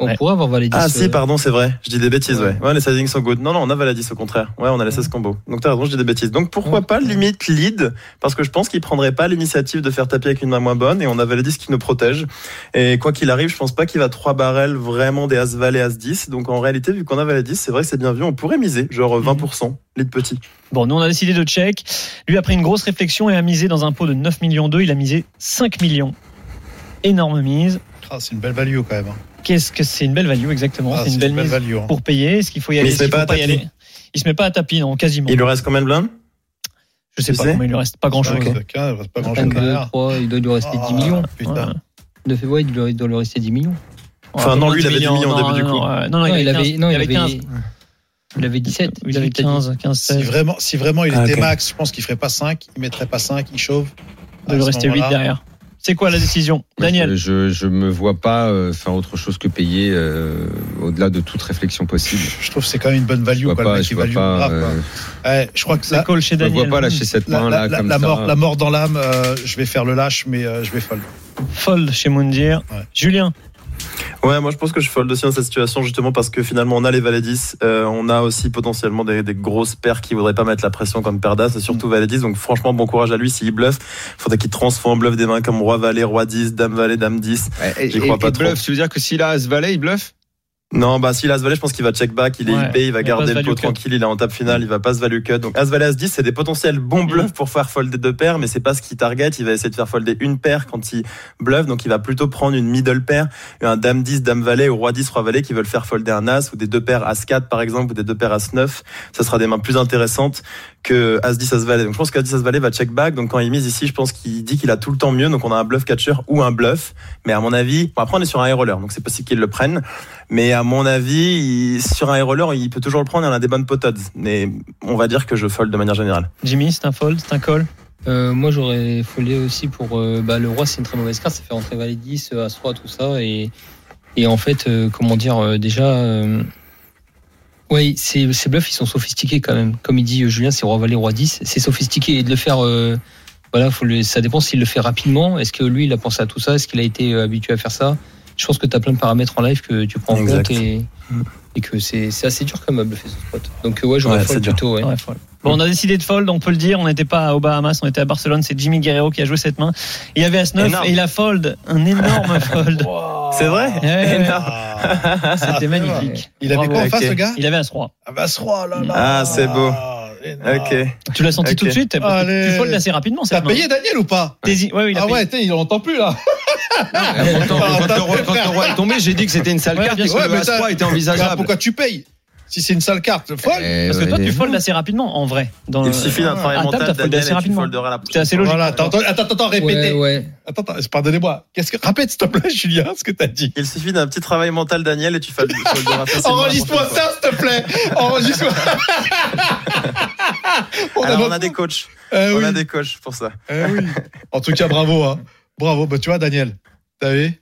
[SPEAKER 7] On
[SPEAKER 9] Ouais.
[SPEAKER 7] pourrait avoir valé 10.
[SPEAKER 8] Ah
[SPEAKER 7] euh,
[SPEAKER 8] si, pardon, c'est vrai. Je dis des bêtises, ouais. Ouais, les sizings sont good. Non, non, on a valet 10 au contraire. Ouais, on a les 16 combos. Donc t'as raison, je dis des bêtises. Donc pourquoi
[SPEAKER 7] Ouais.
[SPEAKER 8] pas limite lead Parce que je pense qu'il prendrait pas l'initiative de faire tapis avec une main moins bonne et on a valet 10 qui nous protège. Et quoi qu'il arrive, je pense pas qu'il va trois barrels vraiment des as valet as 10. Donc en réalité, vu qu'on a valet 10, c'est vrai que c'est bien vu, on pourrait miser genre 20% lead petit.
[SPEAKER 9] bon, nous on a décidé de check. Lui, après une grosse réflexion, et a misé dans un pot de 9 millions 2, il a misé 5 millions. Énorme mise.
[SPEAKER 6] Ah, c'est une belle value quand même. hein.
[SPEAKER 9] Qu'est-ce que c'est une belle value exactement
[SPEAKER 6] Ah,
[SPEAKER 9] C'est une belle mise
[SPEAKER 6] value. hein.
[SPEAKER 9] pour payer. Est-ce qu'il faut y aller
[SPEAKER 8] il se met
[SPEAKER 9] Est-ce qu'il
[SPEAKER 8] pas
[SPEAKER 9] faut
[SPEAKER 8] à
[SPEAKER 9] pas y
[SPEAKER 8] tapis.
[SPEAKER 9] aller Il se met pas à tapis, non, quasiment.
[SPEAKER 8] Il lui reste combien de blindes
[SPEAKER 9] Je sais
[SPEAKER 8] Tu
[SPEAKER 9] pas
[SPEAKER 8] sais
[SPEAKER 9] combien il lui reste, pas grand chose.
[SPEAKER 6] Ah, ok, ok, il reste pas Ah. grand
[SPEAKER 7] un,
[SPEAKER 6] chose
[SPEAKER 7] deux,
[SPEAKER 6] derrière.
[SPEAKER 7] trois, il doit lui rester 10 millions.
[SPEAKER 6] Putain.
[SPEAKER 7] De fait, ouais, il doit il doit lui rester 10 millions.
[SPEAKER 8] Enfin, non, lui, il avait 10 millions au
[SPEAKER 9] non,
[SPEAKER 8] début du
[SPEAKER 9] non,
[SPEAKER 8] coup.
[SPEAKER 9] non, euh, Non, non,
[SPEAKER 7] Non,
[SPEAKER 9] il avait 15.
[SPEAKER 7] non,
[SPEAKER 9] il avait 15.
[SPEAKER 7] Il avait 17.
[SPEAKER 9] Il avait 15, 15,
[SPEAKER 6] Si
[SPEAKER 9] 16.
[SPEAKER 6] vraiment, si vraiment il
[SPEAKER 8] Ah,
[SPEAKER 6] était
[SPEAKER 8] ok.
[SPEAKER 6] max, je pense qu'il ferait pas 5, il mettrait pas 5, il chauffe.
[SPEAKER 9] Il
[SPEAKER 6] À
[SPEAKER 9] lui
[SPEAKER 6] ce
[SPEAKER 9] restait 8
[SPEAKER 6] moment-là,
[SPEAKER 9] derrière. C'est quoi la décision Daniel
[SPEAKER 5] Je, je me vois pas euh, faire autre chose que payer euh, au-delà de toute réflexion possible.
[SPEAKER 6] Je trouve que c'est quand même une bonne
[SPEAKER 5] Je
[SPEAKER 6] value.
[SPEAKER 5] vois
[SPEAKER 6] Quoi, le
[SPEAKER 5] pas,
[SPEAKER 6] mec
[SPEAKER 5] je
[SPEAKER 6] qui
[SPEAKER 5] vois
[SPEAKER 6] value
[SPEAKER 5] pas,
[SPEAKER 6] grave, quoi.
[SPEAKER 5] euh,
[SPEAKER 6] Ouais, je crois que
[SPEAKER 9] La
[SPEAKER 6] là,
[SPEAKER 9] colle chez
[SPEAKER 5] je me
[SPEAKER 9] Daniel.
[SPEAKER 5] vois pas lâcher cette
[SPEAKER 6] la,
[SPEAKER 5] main là
[SPEAKER 6] la- la-
[SPEAKER 5] comme
[SPEAKER 6] la
[SPEAKER 5] ça. hein
[SPEAKER 6] mort, la mort dans l'âme, euh, je vais faire le lâche, mais euh, je vais folle.
[SPEAKER 9] Fold Hmm. chez Moundir.
[SPEAKER 6] Ouais.
[SPEAKER 9] Julien,
[SPEAKER 8] Ouais, moi je pense que je fold aussi dans cette situation justement parce que finalement on a les Valets 10, euh, on a aussi potentiellement des, des grosses paires qui voudraient pas mettre la pression comme Perdas et
[SPEAKER 5] Mm.
[SPEAKER 8] surtout Valet 10. Donc franchement, bon courage à lui s'il bluffe. Faudrait qu'il transforme en bluff des mains comme Roi Valet, Roi 10, Dame Valet, Dame 10.
[SPEAKER 5] Et,
[SPEAKER 8] J'y crois
[SPEAKER 5] et
[SPEAKER 8] pas trop.
[SPEAKER 5] bluff, tu veux dire que s'il a As Valet, il bluffe
[SPEAKER 6] Ah
[SPEAKER 8] Non, bah s'il a As-Valet, je pense qu'il va check back, il est
[SPEAKER 9] Ouais,
[SPEAKER 8] IP, il va
[SPEAKER 9] il va pas se
[SPEAKER 8] garder le
[SPEAKER 9] value
[SPEAKER 8] pot
[SPEAKER 9] cut.
[SPEAKER 8] tranquille, il est en table finale, il va pas se value cut. Donc As-Valet, As-10, c'est des potentiels
[SPEAKER 9] Mm-hmm.
[SPEAKER 8] bons bluffs pour faire folder deux paires, mais c'est pas ce qu'il target, il va essayer de faire folder une paire quand il bluffe, donc il va plutôt prendre une middle pair, un Dame 10, Dame Valet ou Roi 10, Roi Valet qui veulent faire folder un As, ou des deux paires As-4 par exemple, ou des deux paires As-9, ça sera des mains plus intéressantes que As-10, As-Valet. Donc je pense qu'As-10, As-Valet va check back, donc quand il mise ici, je pense qu'il dit qu'il a tout le temps mieux, donc on a un bluff catcher ou un bluff, mais à mon avis, bon, après on est sur un high roller, donc c'est possible qu'il le prenne. Mais à mon avis, il- sur un high roller, il peut toujours le prendre, il en a des bonnes potes odds. Mais on va dire que je fold de manière générale.
[SPEAKER 9] Jimmy, c'est un fold, c'est un call.
[SPEAKER 7] Euh, moi, j'aurais foldé aussi pour. euh, bah, le roi, c'est une très mauvaise carte. Ça fait rentrer valet 10, euh, as roi, tout ça. Et, et en fait, euh, comment dire, euh, déjà. euh, ouais, ces, ces bluffs, ils sont sophistiqués quand même. Comme il dit euh, Julien, c'est roi valet, roi 10. C'est sophistiqué. Et de le faire. euh, voilà, faut le- ça dépend s'il le fait rapidement. Est-ce que lui, il a pensé à tout ça Est-ce qu'il a été euh, habitué à faire ça Je pense que tu as plein de paramètres en live que tu prends en
[SPEAKER 8] Exact. Mm.
[SPEAKER 7] compte. Et, et que c'est c'est assez dur quand même à bluffer ce spot. Donc, euh, ouais, j'aurais
[SPEAKER 8] Ouais,
[SPEAKER 7] fold
[SPEAKER 8] c'est dur.
[SPEAKER 7] plutôt. ouais.
[SPEAKER 9] Ouais, fold. Bon, on a décidé de fold, on peut le dire. On n'était pas au Bahamas, on était à Barcelone. C'est Jimmy Guerrero qui a joué cette main. Il y avait As-9
[SPEAKER 8] Énorme.
[SPEAKER 9] et il a fold. Un énorme fold.
[SPEAKER 8] C'est vrai
[SPEAKER 9] Ouais, ouais, ouais.
[SPEAKER 6] Ah,
[SPEAKER 9] C'était magnifique.
[SPEAKER 6] Il avait
[SPEAKER 9] Bravo.
[SPEAKER 6] quoi en face,
[SPEAKER 8] Ok.
[SPEAKER 6] le gars
[SPEAKER 9] Il avait As-3.
[SPEAKER 6] Ah bah, ce roi, là, là.
[SPEAKER 8] Ah, c'est beau.
[SPEAKER 6] Énorme.
[SPEAKER 8] Ah. Ok.
[SPEAKER 9] Tu l'as senti
[SPEAKER 8] Ok.
[SPEAKER 9] tout de suite parce que
[SPEAKER 6] Allez.
[SPEAKER 9] Tu foldes assez rapidement
[SPEAKER 6] T'as
[SPEAKER 9] cette main.
[SPEAKER 6] payé Daniel ou pas
[SPEAKER 9] Dési- ouais, ouais, il a
[SPEAKER 6] Ah
[SPEAKER 9] payé.
[SPEAKER 6] ouais, t'es, il entend plus là.
[SPEAKER 5] Attends, quand,
[SPEAKER 6] attends,
[SPEAKER 5] le roi, quand le roi est tombé, j'ai dit que c'était une sale
[SPEAKER 9] Ouais,
[SPEAKER 5] carte
[SPEAKER 9] bien
[SPEAKER 5] et que
[SPEAKER 6] sûr.
[SPEAKER 5] le
[SPEAKER 6] Ouais, mais
[SPEAKER 5] As-3
[SPEAKER 6] t'as-
[SPEAKER 5] était
[SPEAKER 6] Regarde
[SPEAKER 5] envisageable.
[SPEAKER 6] pourquoi tu payes Si c'est une sale carte, folle.
[SPEAKER 5] Eh,
[SPEAKER 9] Parce que
[SPEAKER 5] ouais,
[SPEAKER 9] toi,
[SPEAKER 5] mais-
[SPEAKER 9] tu foldes assez rapidement en vrai. Dans
[SPEAKER 8] Il suffit d'un travail
[SPEAKER 9] Ah, t'as-
[SPEAKER 8] mental,
[SPEAKER 9] t'as foldé
[SPEAKER 8] Daniel,
[SPEAKER 9] assez
[SPEAKER 8] et tu
[SPEAKER 9] rapidement.
[SPEAKER 8] folderas la prochaine.
[SPEAKER 9] C'est assez logique.
[SPEAKER 6] Voilà, attends, attends, attends, attends, répétez.
[SPEAKER 7] Ouais, ouais.
[SPEAKER 6] Attends, attends, pardonnez-moi. Qu'est-ce que répète s'il te plaît, Julien, ce que t'as dit
[SPEAKER 8] Il suffit d'un petit travail mental, Daniel, et tu fold- folderas facilement. la
[SPEAKER 6] Enregistre-moi
[SPEAKER 8] prochaine fois.
[SPEAKER 6] ça, s'il te plaît. Enregistre-moi. on
[SPEAKER 8] Alors,
[SPEAKER 6] a
[SPEAKER 8] on a
[SPEAKER 6] notre-
[SPEAKER 8] des coachs.
[SPEAKER 6] Eh
[SPEAKER 8] On
[SPEAKER 6] oui,
[SPEAKER 8] a des coachs pour ça.
[SPEAKER 6] eh oui. En tout cas, bravo, hein. Bravo. Bah, tu vois, Daniel, t'as vu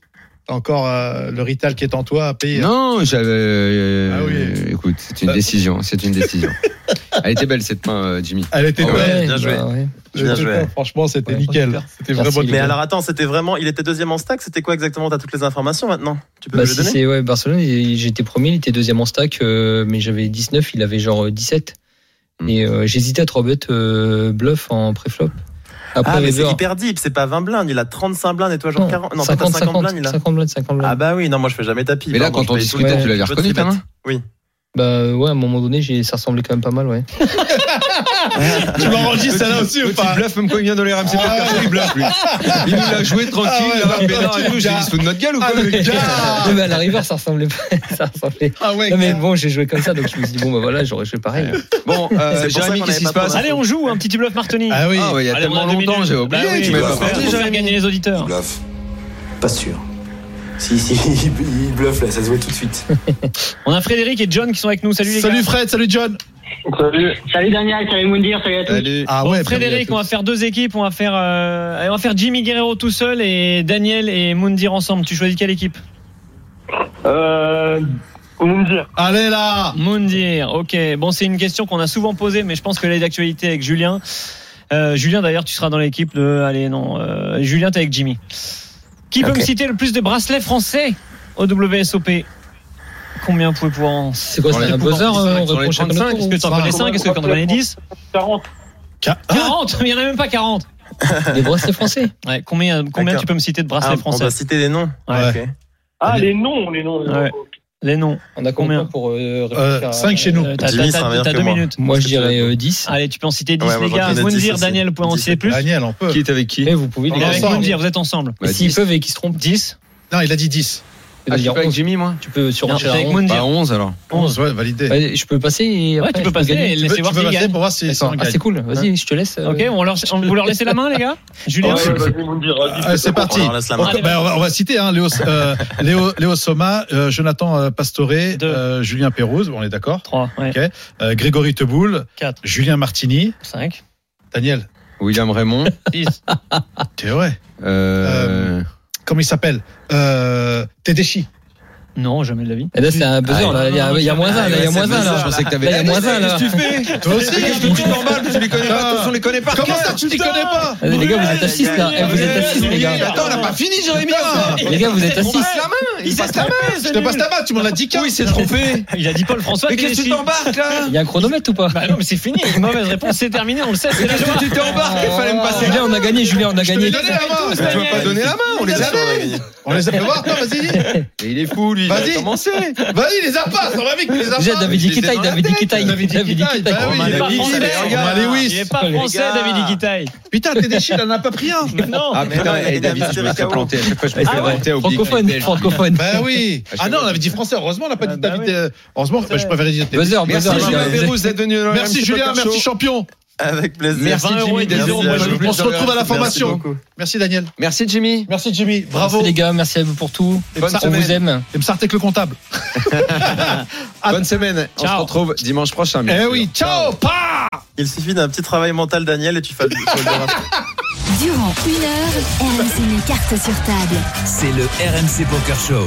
[SPEAKER 6] T'as encore euh, le rital qui est en toi à payer.
[SPEAKER 5] Non, j'avais. euh,
[SPEAKER 6] Ah oui.
[SPEAKER 5] Écoute, c'est une
[SPEAKER 6] Euh.
[SPEAKER 5] décision. C'est une décision. Elle était belle cette main, euh, Jimmy.
[SPEAKER 6] Elle était
[SPEAKER 8] Ah
[SPEAKER 6] belle.
[SPEAKER 8] bien joué.
[SPEAKER 7] bah ouais.
[SPEAKER 6] Le
[SPEAKER 8] Bien
[SPEAKER 6] truc,
[SPEAKER 8] joué.
[SPEAKER 6] Franchement, c'était
[SPEAKER 7] Ouais.
[SPEAKER 6] nickel.
[SPEAKER 7] Super.
[SPEAKER 6] C'était
[SPEAKER 7] Merci,
[SPEAKER 6] vraiment
[SPEAKER 7] les
[SPEAKER 8] Mais
[SPEAKER 6] nickel.
[SPEAKER 7] gars.
[SPEAKER 8] alors attends, c'était vraiment. Il était deuxième en stack, c'était quoi exactement T'as toutes les informations maintenant Tu peux
[SPEAKER 7] Bah,
[SPEAKER 8] me les
[SPEAKER 7] si
[SPEAKER 8] donner
[SPEAKER 7] c'est ouais, Barcelone, il- j'étais premier, il était deuxième en stack, euh, mais j'avais 19, il avait genre euh, 17.
[SPEAKER 5] Hmm.
[SPEAKER 7] Et euh, j'hésitais à 3 bet euh, bluff en pré-flop. Après,
[SPEAKER 8] Ah, mais
[SPEAKER 7] river,
[SPEAKER 8] c'est hyper deep, c'est pas 20 blindes, il a 35 blindes et toi, genre
[SPEAKER 7] non,
[SPEAKER 8] 40. Non, toi, t'as
[SPEAKER 7] 50,
[SPEAKER 8] 50 blindes, il a.
[SPEAKER 7] 50 blindes, 50 blindes.
[SPEAKER 8] Ah bah oui, non, moi je fais jamais tapis.
[SPEAKER 5] Mais là,
[SPEAKER 8] Pardon,
[SPEAKER 5] quand
[SPEAKER 8] je
[SPEAKER 5] on
[SPEAKER 8] fais tout le
[SPEAKER 5] discutait,
[SPEAKER 8] temps.
[SPEAKER 5] tu l'avais
[SPEAKER 8] peux
[SPEAKER 5] reconnu, ta
[SPEAKER 8] tripette.
[SPEAKER 5] main
[SPEAKER 7] Bah euh, ouais, à un moment donné, j'ai- ça ressemblait quand même pas mal, ouais.
[SPEAKER 6] Tu l'enregistres celle-là aussi ou
[SPEAKER 5] Petit
[SPEAKER 6] pas
[SPEAKER 5] bluff, même quand il vient dans les RMC
[SPEAKER 6] Ah
[SPEAKER 5] Poker,
[SPEAKER 6] ouais.
[SPEAKER 5] il bluffe lui. Il nous l'a joué tranquille,
[SPEAKER 6] Ah ouais,
[SPEAKER 5] là,
[SPEAKER 6] non,
[SPEAKER 5] mais là,
[SPEAKER 6] tu
[SPEAKER 5] et tout, j'ai
[SPEAKER 6] gars.
[SPEAKER 5] dit, il se fout de notre gueule ou quoi
[SPEAKER 6] Ah, le gars
[SPEAKER 7] Non, mais à la river, ça ressemblait pas. ça ressemblait.
[SPEAKER 6] Ah ouais,
[SPEAKER 7] Non, mais
[SPEAKER 6] gars.
[SPEAKER 7] bon, j'ai joué comme ça, donc je me suis dit, bon, bah voilà, j'aurais joué pareil.
[SPEAKER 5] Bon,
[SPEAKER 8] C'est
[SPEAKER 5] euh,
[SPEAKER 8] pour ça
[SPEAKER 5] Jérémy,
[SPEAKER 8] qu'on
[SPEAKER 5] qu'est-ce qui se
[SPEAKER 8] avait pas
[SPEAKER 5] passe
[SPEAKER 8] de
[SPEAKER 9] Allez, on joue un petit bluff Martoni.
[SPEAKER 6] Ah oui.
[SPEAKER 5] Ah ouais, il y a
[SPEAKER 9] Allez, on
[SPEAKER 5] tellement
[SPEAKER 9] deux
[SPEAKER 5] longtemps,
[SPEAKER 9] minutes.
[SPEAKER 5] j'ai oublié.
[SPEAKER 9] Bah oui,
[SPEAKER 5] tu
[SPEAKER 9] on
[SPEAKER 5] m'avais
[SPEAKER 9] va
[SPEAKER 5] pas
[SPEAKER 9] faire-
[SPEAKER 5] parlé,
[SPEAKER 9] on va faire
[SPEAKER 5] Jérémy.
[SPEAKER 9] gagner les auditeurs.
[SPEAKER 10] Bluff. Pas sûr. Si, si, il bluffe là, ça se voit tout de suite.
[SPEAKER 9] On a Frédéric et John qui sont avec nous. Salut les
[SPEAKER 6] Salut
[SPEAKER 9] gars.
[SPEAKER 6] Fred, salut John.
[SPEAKER 11] Salut Daniel, salut Moundir, salut à tous.
[SPEAKER 5] Salut.
[SPEAKER 6] Ah
[SPEAKER 9] Bon, Frédéric, on va faire deux équipes. On va faire, euh, allez, on va faire Jimmy Guerrero tout seul et Daniel et Moundir ensemble. Tu choisis quelle équipe
[SPEAKER 11] Euh, Moundir.
[SPEAKER 6] Allez là.
[SPEAKER 9] Moundir. Ok. Bon, c'est une question qu'on a souvent posée, mais je pense que elle est d'actualité avec Julien. Euh, Julien, d'ailleurs, tu seras dans l'équipe de. Allez, non. euh, Julien, t'es avec Jimmy. Qui peut
[SPEAKER 4] Ok.
[SPEAKER 9] me citer le plus de bracelets français au WSOP Combien vous pouvez pouvoir en
[SPEAKER 7] C'est quoi,
[SPEAKER 5] Dans
[SPEAKER 7] c'est
[SPEAKER 5] les-
[SPEAKER 7] un buzzer
[SPEAKER 5] dans les
[SPEAKER 7] euh, On
[SPEAKER 5] 35,
[SPEAKER 7] répond chacun notre
[SPEAKER 9] Est-ce
[SPEAKER 7] tour
[SPEAKER 9] que tu en
[SPEAKER 7] ou-
[SPEAKER 9] connais 5 Est-ce que tu en connais 10
[SPEAKER 11] 40.
[SPEAKER 8] Ah.
[SPEAKER 9] 40 Il n'y en a même pas 40
[SPEAKER 7] Les bracelets français
[SPEAKER 9] Ouais, combien combien
[SPEAKER 8] D'accord.
[SPEAKER 9] tu peux me citer de bracelets
[SPEAKER 8] Ah, on
[SPEAKER 9] français
[SPEAKER 8] va citer des noms.
[SPEAKER 9] Ouais.
[SPEAKER 8] Ok.
[SPEAKER 11] Ah, les noms, les noms. les noms.
[SPEAKER 9] Ouais. Les noms.
[SPEAKER 7] On a
[SPEAKER 9] Combien
[SPEAKER 7] combien pour euh,
[SPEAKER 6] Euh,
[SPEAKER 7] réfléchir à-
[SPEAKER 6] cinq chez nous.
[SPEAKER 9] Euh, T'as
[SPEAKER 8] Jimmy sera meilleur que
[SPEAKER 9] 2
[SPEAKER 8] moi.
[SPEAKER 9] minutes.
[SPEAKER 7] Moi, je dirais euh, 10.
[SPEAKER 9] Allez, tu peux en citer 10,
[SPEAKER 8] Ouais, moi,
[SPEAKER 9] les
[SPEAKER 8] j'en
[SPEAKER 9] gars.
[SPEAKER 8] connais 10
[SPEAKER 9] Moundir,
[SPEAKER 8] aussi.
[SPEAKER 9] Daniel, vous pouvez en
[SPEAKER 8] 10,
[SPEAKER 9] citer plus
[SPEAKER 6] Daniel, on peut.
[SPEAKER 5] Qui est avec qui
[SPEAKER 7] Eh, vous pouvez
[SPEAKER 9] Il est
[SPEAKER 7] dire
[SPEAKER 9] avec
[SPEAKER 6] ensemble.
[SPEAKER 9] Moundir, vous êtes ensemble.
[SPEAKER 5] Bah,
[SPEAKER 7] Et s'ils
[SPEAKER 5] 10.
[SPEAKER 7] peuvent et qu'ils se trompent,
[SPEAKER 9] 10
[SPEAKER 6] Non, il a dit 10.
[SPEAKER 5] Ah, je suis
[SPEAKER 7] dire
[SPEAKER 5] pas avec
[SPEAKER 7] 11.
[SPEAKER 5] Jimmy, moi
[SPEAKER 7] tu peux
[SPEAKER 9] Non, c'est
[SPEAKER 7] surenchaîner. à
[SPEAKER 9] avec
[SPEAKER 7] 11.
[SPEAKER 5] Bah,
[SPEAKER 9] Moundir.
[SPEAKER 5] 11 alors.
[SPEAKER 9] 11.
[SPEAKER 6] ouais, validé.
[SPEAKER 7] Ouais, je peux passer et
[SPEAKER 9] Ouais,
[SPEAKER 7] après,
[SPEAKER 9] tu
[SPEAKER 7] je
[SPEAKER 9] peux passer
[SPEAKER 7] gagner.
[SPEAKER 9] et
[SPEAKER 6] Tu veux-
[SPEAKER 9] laisser
[SPEAKER 6] tu
[SPEAKER 9] voir
[SPEAKER 6] veux
[SPEAKER 9] qui
[SPEAKER 6] passer
[SPEAKER 9] gagne.
[SPEAKER 6] pour voir si
[SPEAKER 7] D'accord.
[SPEAKER 6] sans
[SPEAKER 7] Ah,
[SPEAKER 6] gagne.
[SPEAKER 7] c'est cool. Vas-y, je te laisse. euh.
[SPEAKER 9] Ok, on leur, on- vous leur laissez la main, les gars Julien
[SPEAKER 11] Ouais, ouais, vas-y, Moundir, vas-y.
[SPEAKER 6] Ah, c'est parti.
[SPEAKER 8] On leur laisse la main.
[SPEAKER 6] Donc,
[SPEAKER 9] Allez,
[SPEAKER 6] ben, on, va, on va citer hein, Léo, euh, Léo, Léo Soma, euh, Jonathan euh, Pastore,
[SPEAKER 9] Deux.
[SPEAKER 6] euh, Julien Pérouse, bon, on est d'accord,
[SPEAKER 9] 3, ouais.
[SPEAKER 6] euh, Grégory Teboul,
[SPEAKER 9] 4,
[SPEAKER 6] Julien Martini,
[SPEAKER 9] 5,
[SPEAKER 6] Daniel,
[SPEAKER 5] William Raymond.
[SPEAKER 6] C'est vrai.
[SPEAKER 5] Euh,
[SPEAKER 6] Comment il s'appelle euh, Tedeschi.
[SPEAKER 9] Non, jamais de la vie.
[SPEAKER 7] Et Eh, là, c'est un buzzer,
[SPEAKER 5] Ah,
[SPEAKER 7] là. Il y a- il y a moins un, là. Il y a
[SPEAKER 5] ouais, c'est
[SPEAKER 7] moins un,
[SPEAKER 5] bizarre,
[SPEAKER 7] là.
[SPEAKER 5] Je pensais que t'avais.
[SPEAKER 7] Là, il y a moins un, là.
[SPEAKER 6] Toi aussi,
[SPEAKER 5] Je te dis normal, tu les connais
[SPEAKER 6] Ah.
[SPEAKER 5] pas, tous on les connaît pas.
[SPEAKER 6] Comment ça, tu ne connais pas
[SPEAKER 7] Allez, Eh, Les gars, vous êtes à 6, là. Eh, Vous êtes à 6, les gars.
[SPEAKER 5] Attends, on n'a pas fini, Jérémy.
[SPEAKER 6] hein.
[SPEAKER 5] là.
[SPEAKER 7] Les gars, vous êtes à
[SPEAKER 5] On
[SPEAKER 7] 6.
[SPEAKER 5] passe la main. Il passe la main.
[SPEAKER 6] Je te passe ta main, tu m'en as dit qu'un.
[SPEAKER 5] Oui, c'est trompé.
[SPEAKER 9] Il a dit Paul François.
[SPEAKER 5] Mais qu'est-ce que tu
[SPEAKER 9] Tedeschi.
[SPEAKER 5] t'embarques là
[SPEAKER 7] Il y a un chronomètre ou pas
[SPEAKER 9] Bah non, mais c'est fini. Mauvaise réponse, c'est terminé, on le sait. C'est la
[SPEAKER 5] Qu'est-ce
[SPEAKER 9] joie.
[SPEAKER 5] que tu
[SPEAKER 6] Ah.
[SPEAKER 5] t'embarques Il fallait me passer la
[SPEAKER 7] Julien, on a gagné, Julien, on a gagné.
[SPEAKER 6] Donnez
[SPEAKER 9] hein.
[SPEAKER 6] la main.
[SPEAKER 5] main. Tu m'as pas donné la main, on les a.
[SPEAKER 6] On les a fait voir, toi, vas-y.
[SPEAKER 5] Et il est fou, lui.
[SPEAKER 6] Vas-y.
[SPEAKER 5] Vas-y. Commencez.
[SPEAKER 6] Vas-y, les a pas, ça va vite, les a
[SPEAKER 7] Déjà,
[SPEAKER 6] pas.
[SPEAKER 7] David
[SPEAKER 5] je les ai
[SPEAKER 7] Ikitaï,
[SPEAKER 5] dans la
[SPEAKER 7] David
[SPEAKER 5] tête.
[SPEAKER 7] Ikitaï,
[SPEAKER 6] David
[SPEAKER 7] David
[SPEAKER 6] Ikitaï,
[SPEAKER 7] Ikitaï.
[SPEAKER 6] bah oui,
[SPEAKER 5] Romain
[SPEAKER 9] Il
[SPEAKER 6] il a
[SPEAKER 9] est pas
[SPEAKER 5] Lewis,
[SPEAKER 9] français,
[SPEAKER 5] les gars.
[SPEAKER 6] Romain Lewis.
[SPEAKER 9] Il est pas français, David Guitaille.
[SPEAKER 6] Putain, Tedeschi, il en a pas pris un.
[SPEAKER 9] Mais non.
[SPEAKER 5] Ah putain,
[SPEAKER 8] mais
[SPEAKER 5] eh, David,
[SPEAKER 8] David,
[SPEAKER 5] je me
[SPEAKER 8] c'est
[SPEAKER 5] suis planté. À chaque fois, je me suis
[SPEAKER 7] Ah ouais,
[SPEAKER 5] planté. au
[SPEAKER 7] Francophone,
[SPEAKER 5] Belge.
[SPEAKER 7] francophone.
[SPEAKER 6] Ben oui.
[SPEAKER 5] Ah, je
[SPEAKER 6] Ah
[SPEAKER 5] sais
[SPEAKER 6] non,
[SPEAKER 5] pas.
[SPEAKER 6] on avait dit français. Heureusement, on n'a pas
[SPEAKER 9] Ah,
[SPEAKER 6] dit
[SPEAKER 9] bah
[SPEAKER 6] David.
[SPEAKER 9] oui.
[SPEAKER 6] euh, Heureusement, ben, je préférais dire David.
[SPEAKER 7] Buzzer,
[SPEAKER 5] Merci,
[SPEAKER 7] buzzer, les
[SPEAKER 5] Julien
[SPEAKER 7] gars.
[SPEAKER 5] Béroux, d'être venu dans le
[SPEAKER 6] Merci
[SPEAKER 5] RMC
[SPEAKER 6] Julien,
[SPEAKER 5] Poker
[SPEAKER 6] merci
[SPEAKER 5] Show.
[SPEAKER 6] champion.
[SPEAKER 8] Avec plaisir.
[SPEAKER 5] Merci,
[SPEAKER 9] Merci,
[SPEAKER 5] Jimmy,
[SPEAKER 9] Jimmy,
[SPEAKER 5] d'être
[SPEAKER 9] merci,
[SPEAKER 5] venu
[SPEAKER 9] Jimmy.
[SPEAKER 5] dans le
[SPEAKER 6] On se
[SPEAKER 5] RMC Poker
[SPEAKER 6] retrouve à la
[SPEAKER 5] Show.
[SPEAKER 6] formation.
[SPEAKER 8] beaucoup.
[SPEAKER 6] Merci Daniel.
[SPEAKER 5] Merci, Jimmy.
[SPEAKER 6] Merci Jimmy. Bravo.
[SPEAKER 7] Merci les gars, merci à vous pour tout.
[SPEAKER 6] Et me
[SPEAKER 5] Bonne
[SPEAKER 6] sar-
[SPEAKER 7] On
[SPEAKER 5] semaine.
[SPEAKER 7] vous aime.
[SPEAKER 6] et me sartez que le comptable. Ah.
[SPEAKER 5] Bonne semaine. On se
[SPEAKER 9] Ciao.
[SPEAKER 5] retrouve dimanche prochain. bien
[SPEAKER 6] Eh
[SPEAKER 5] sûr.
[SPEAKER 6] oui, ciao, pa
[SPEAKER 8] Il suffit d'un petit travail mental, Daniel, et tu fais le tu fais le gars.
[SPEAKER 3] Durant une heure, RMC met cartes sur table.
[SPEAKER 4] C'est le RMC Poker Show.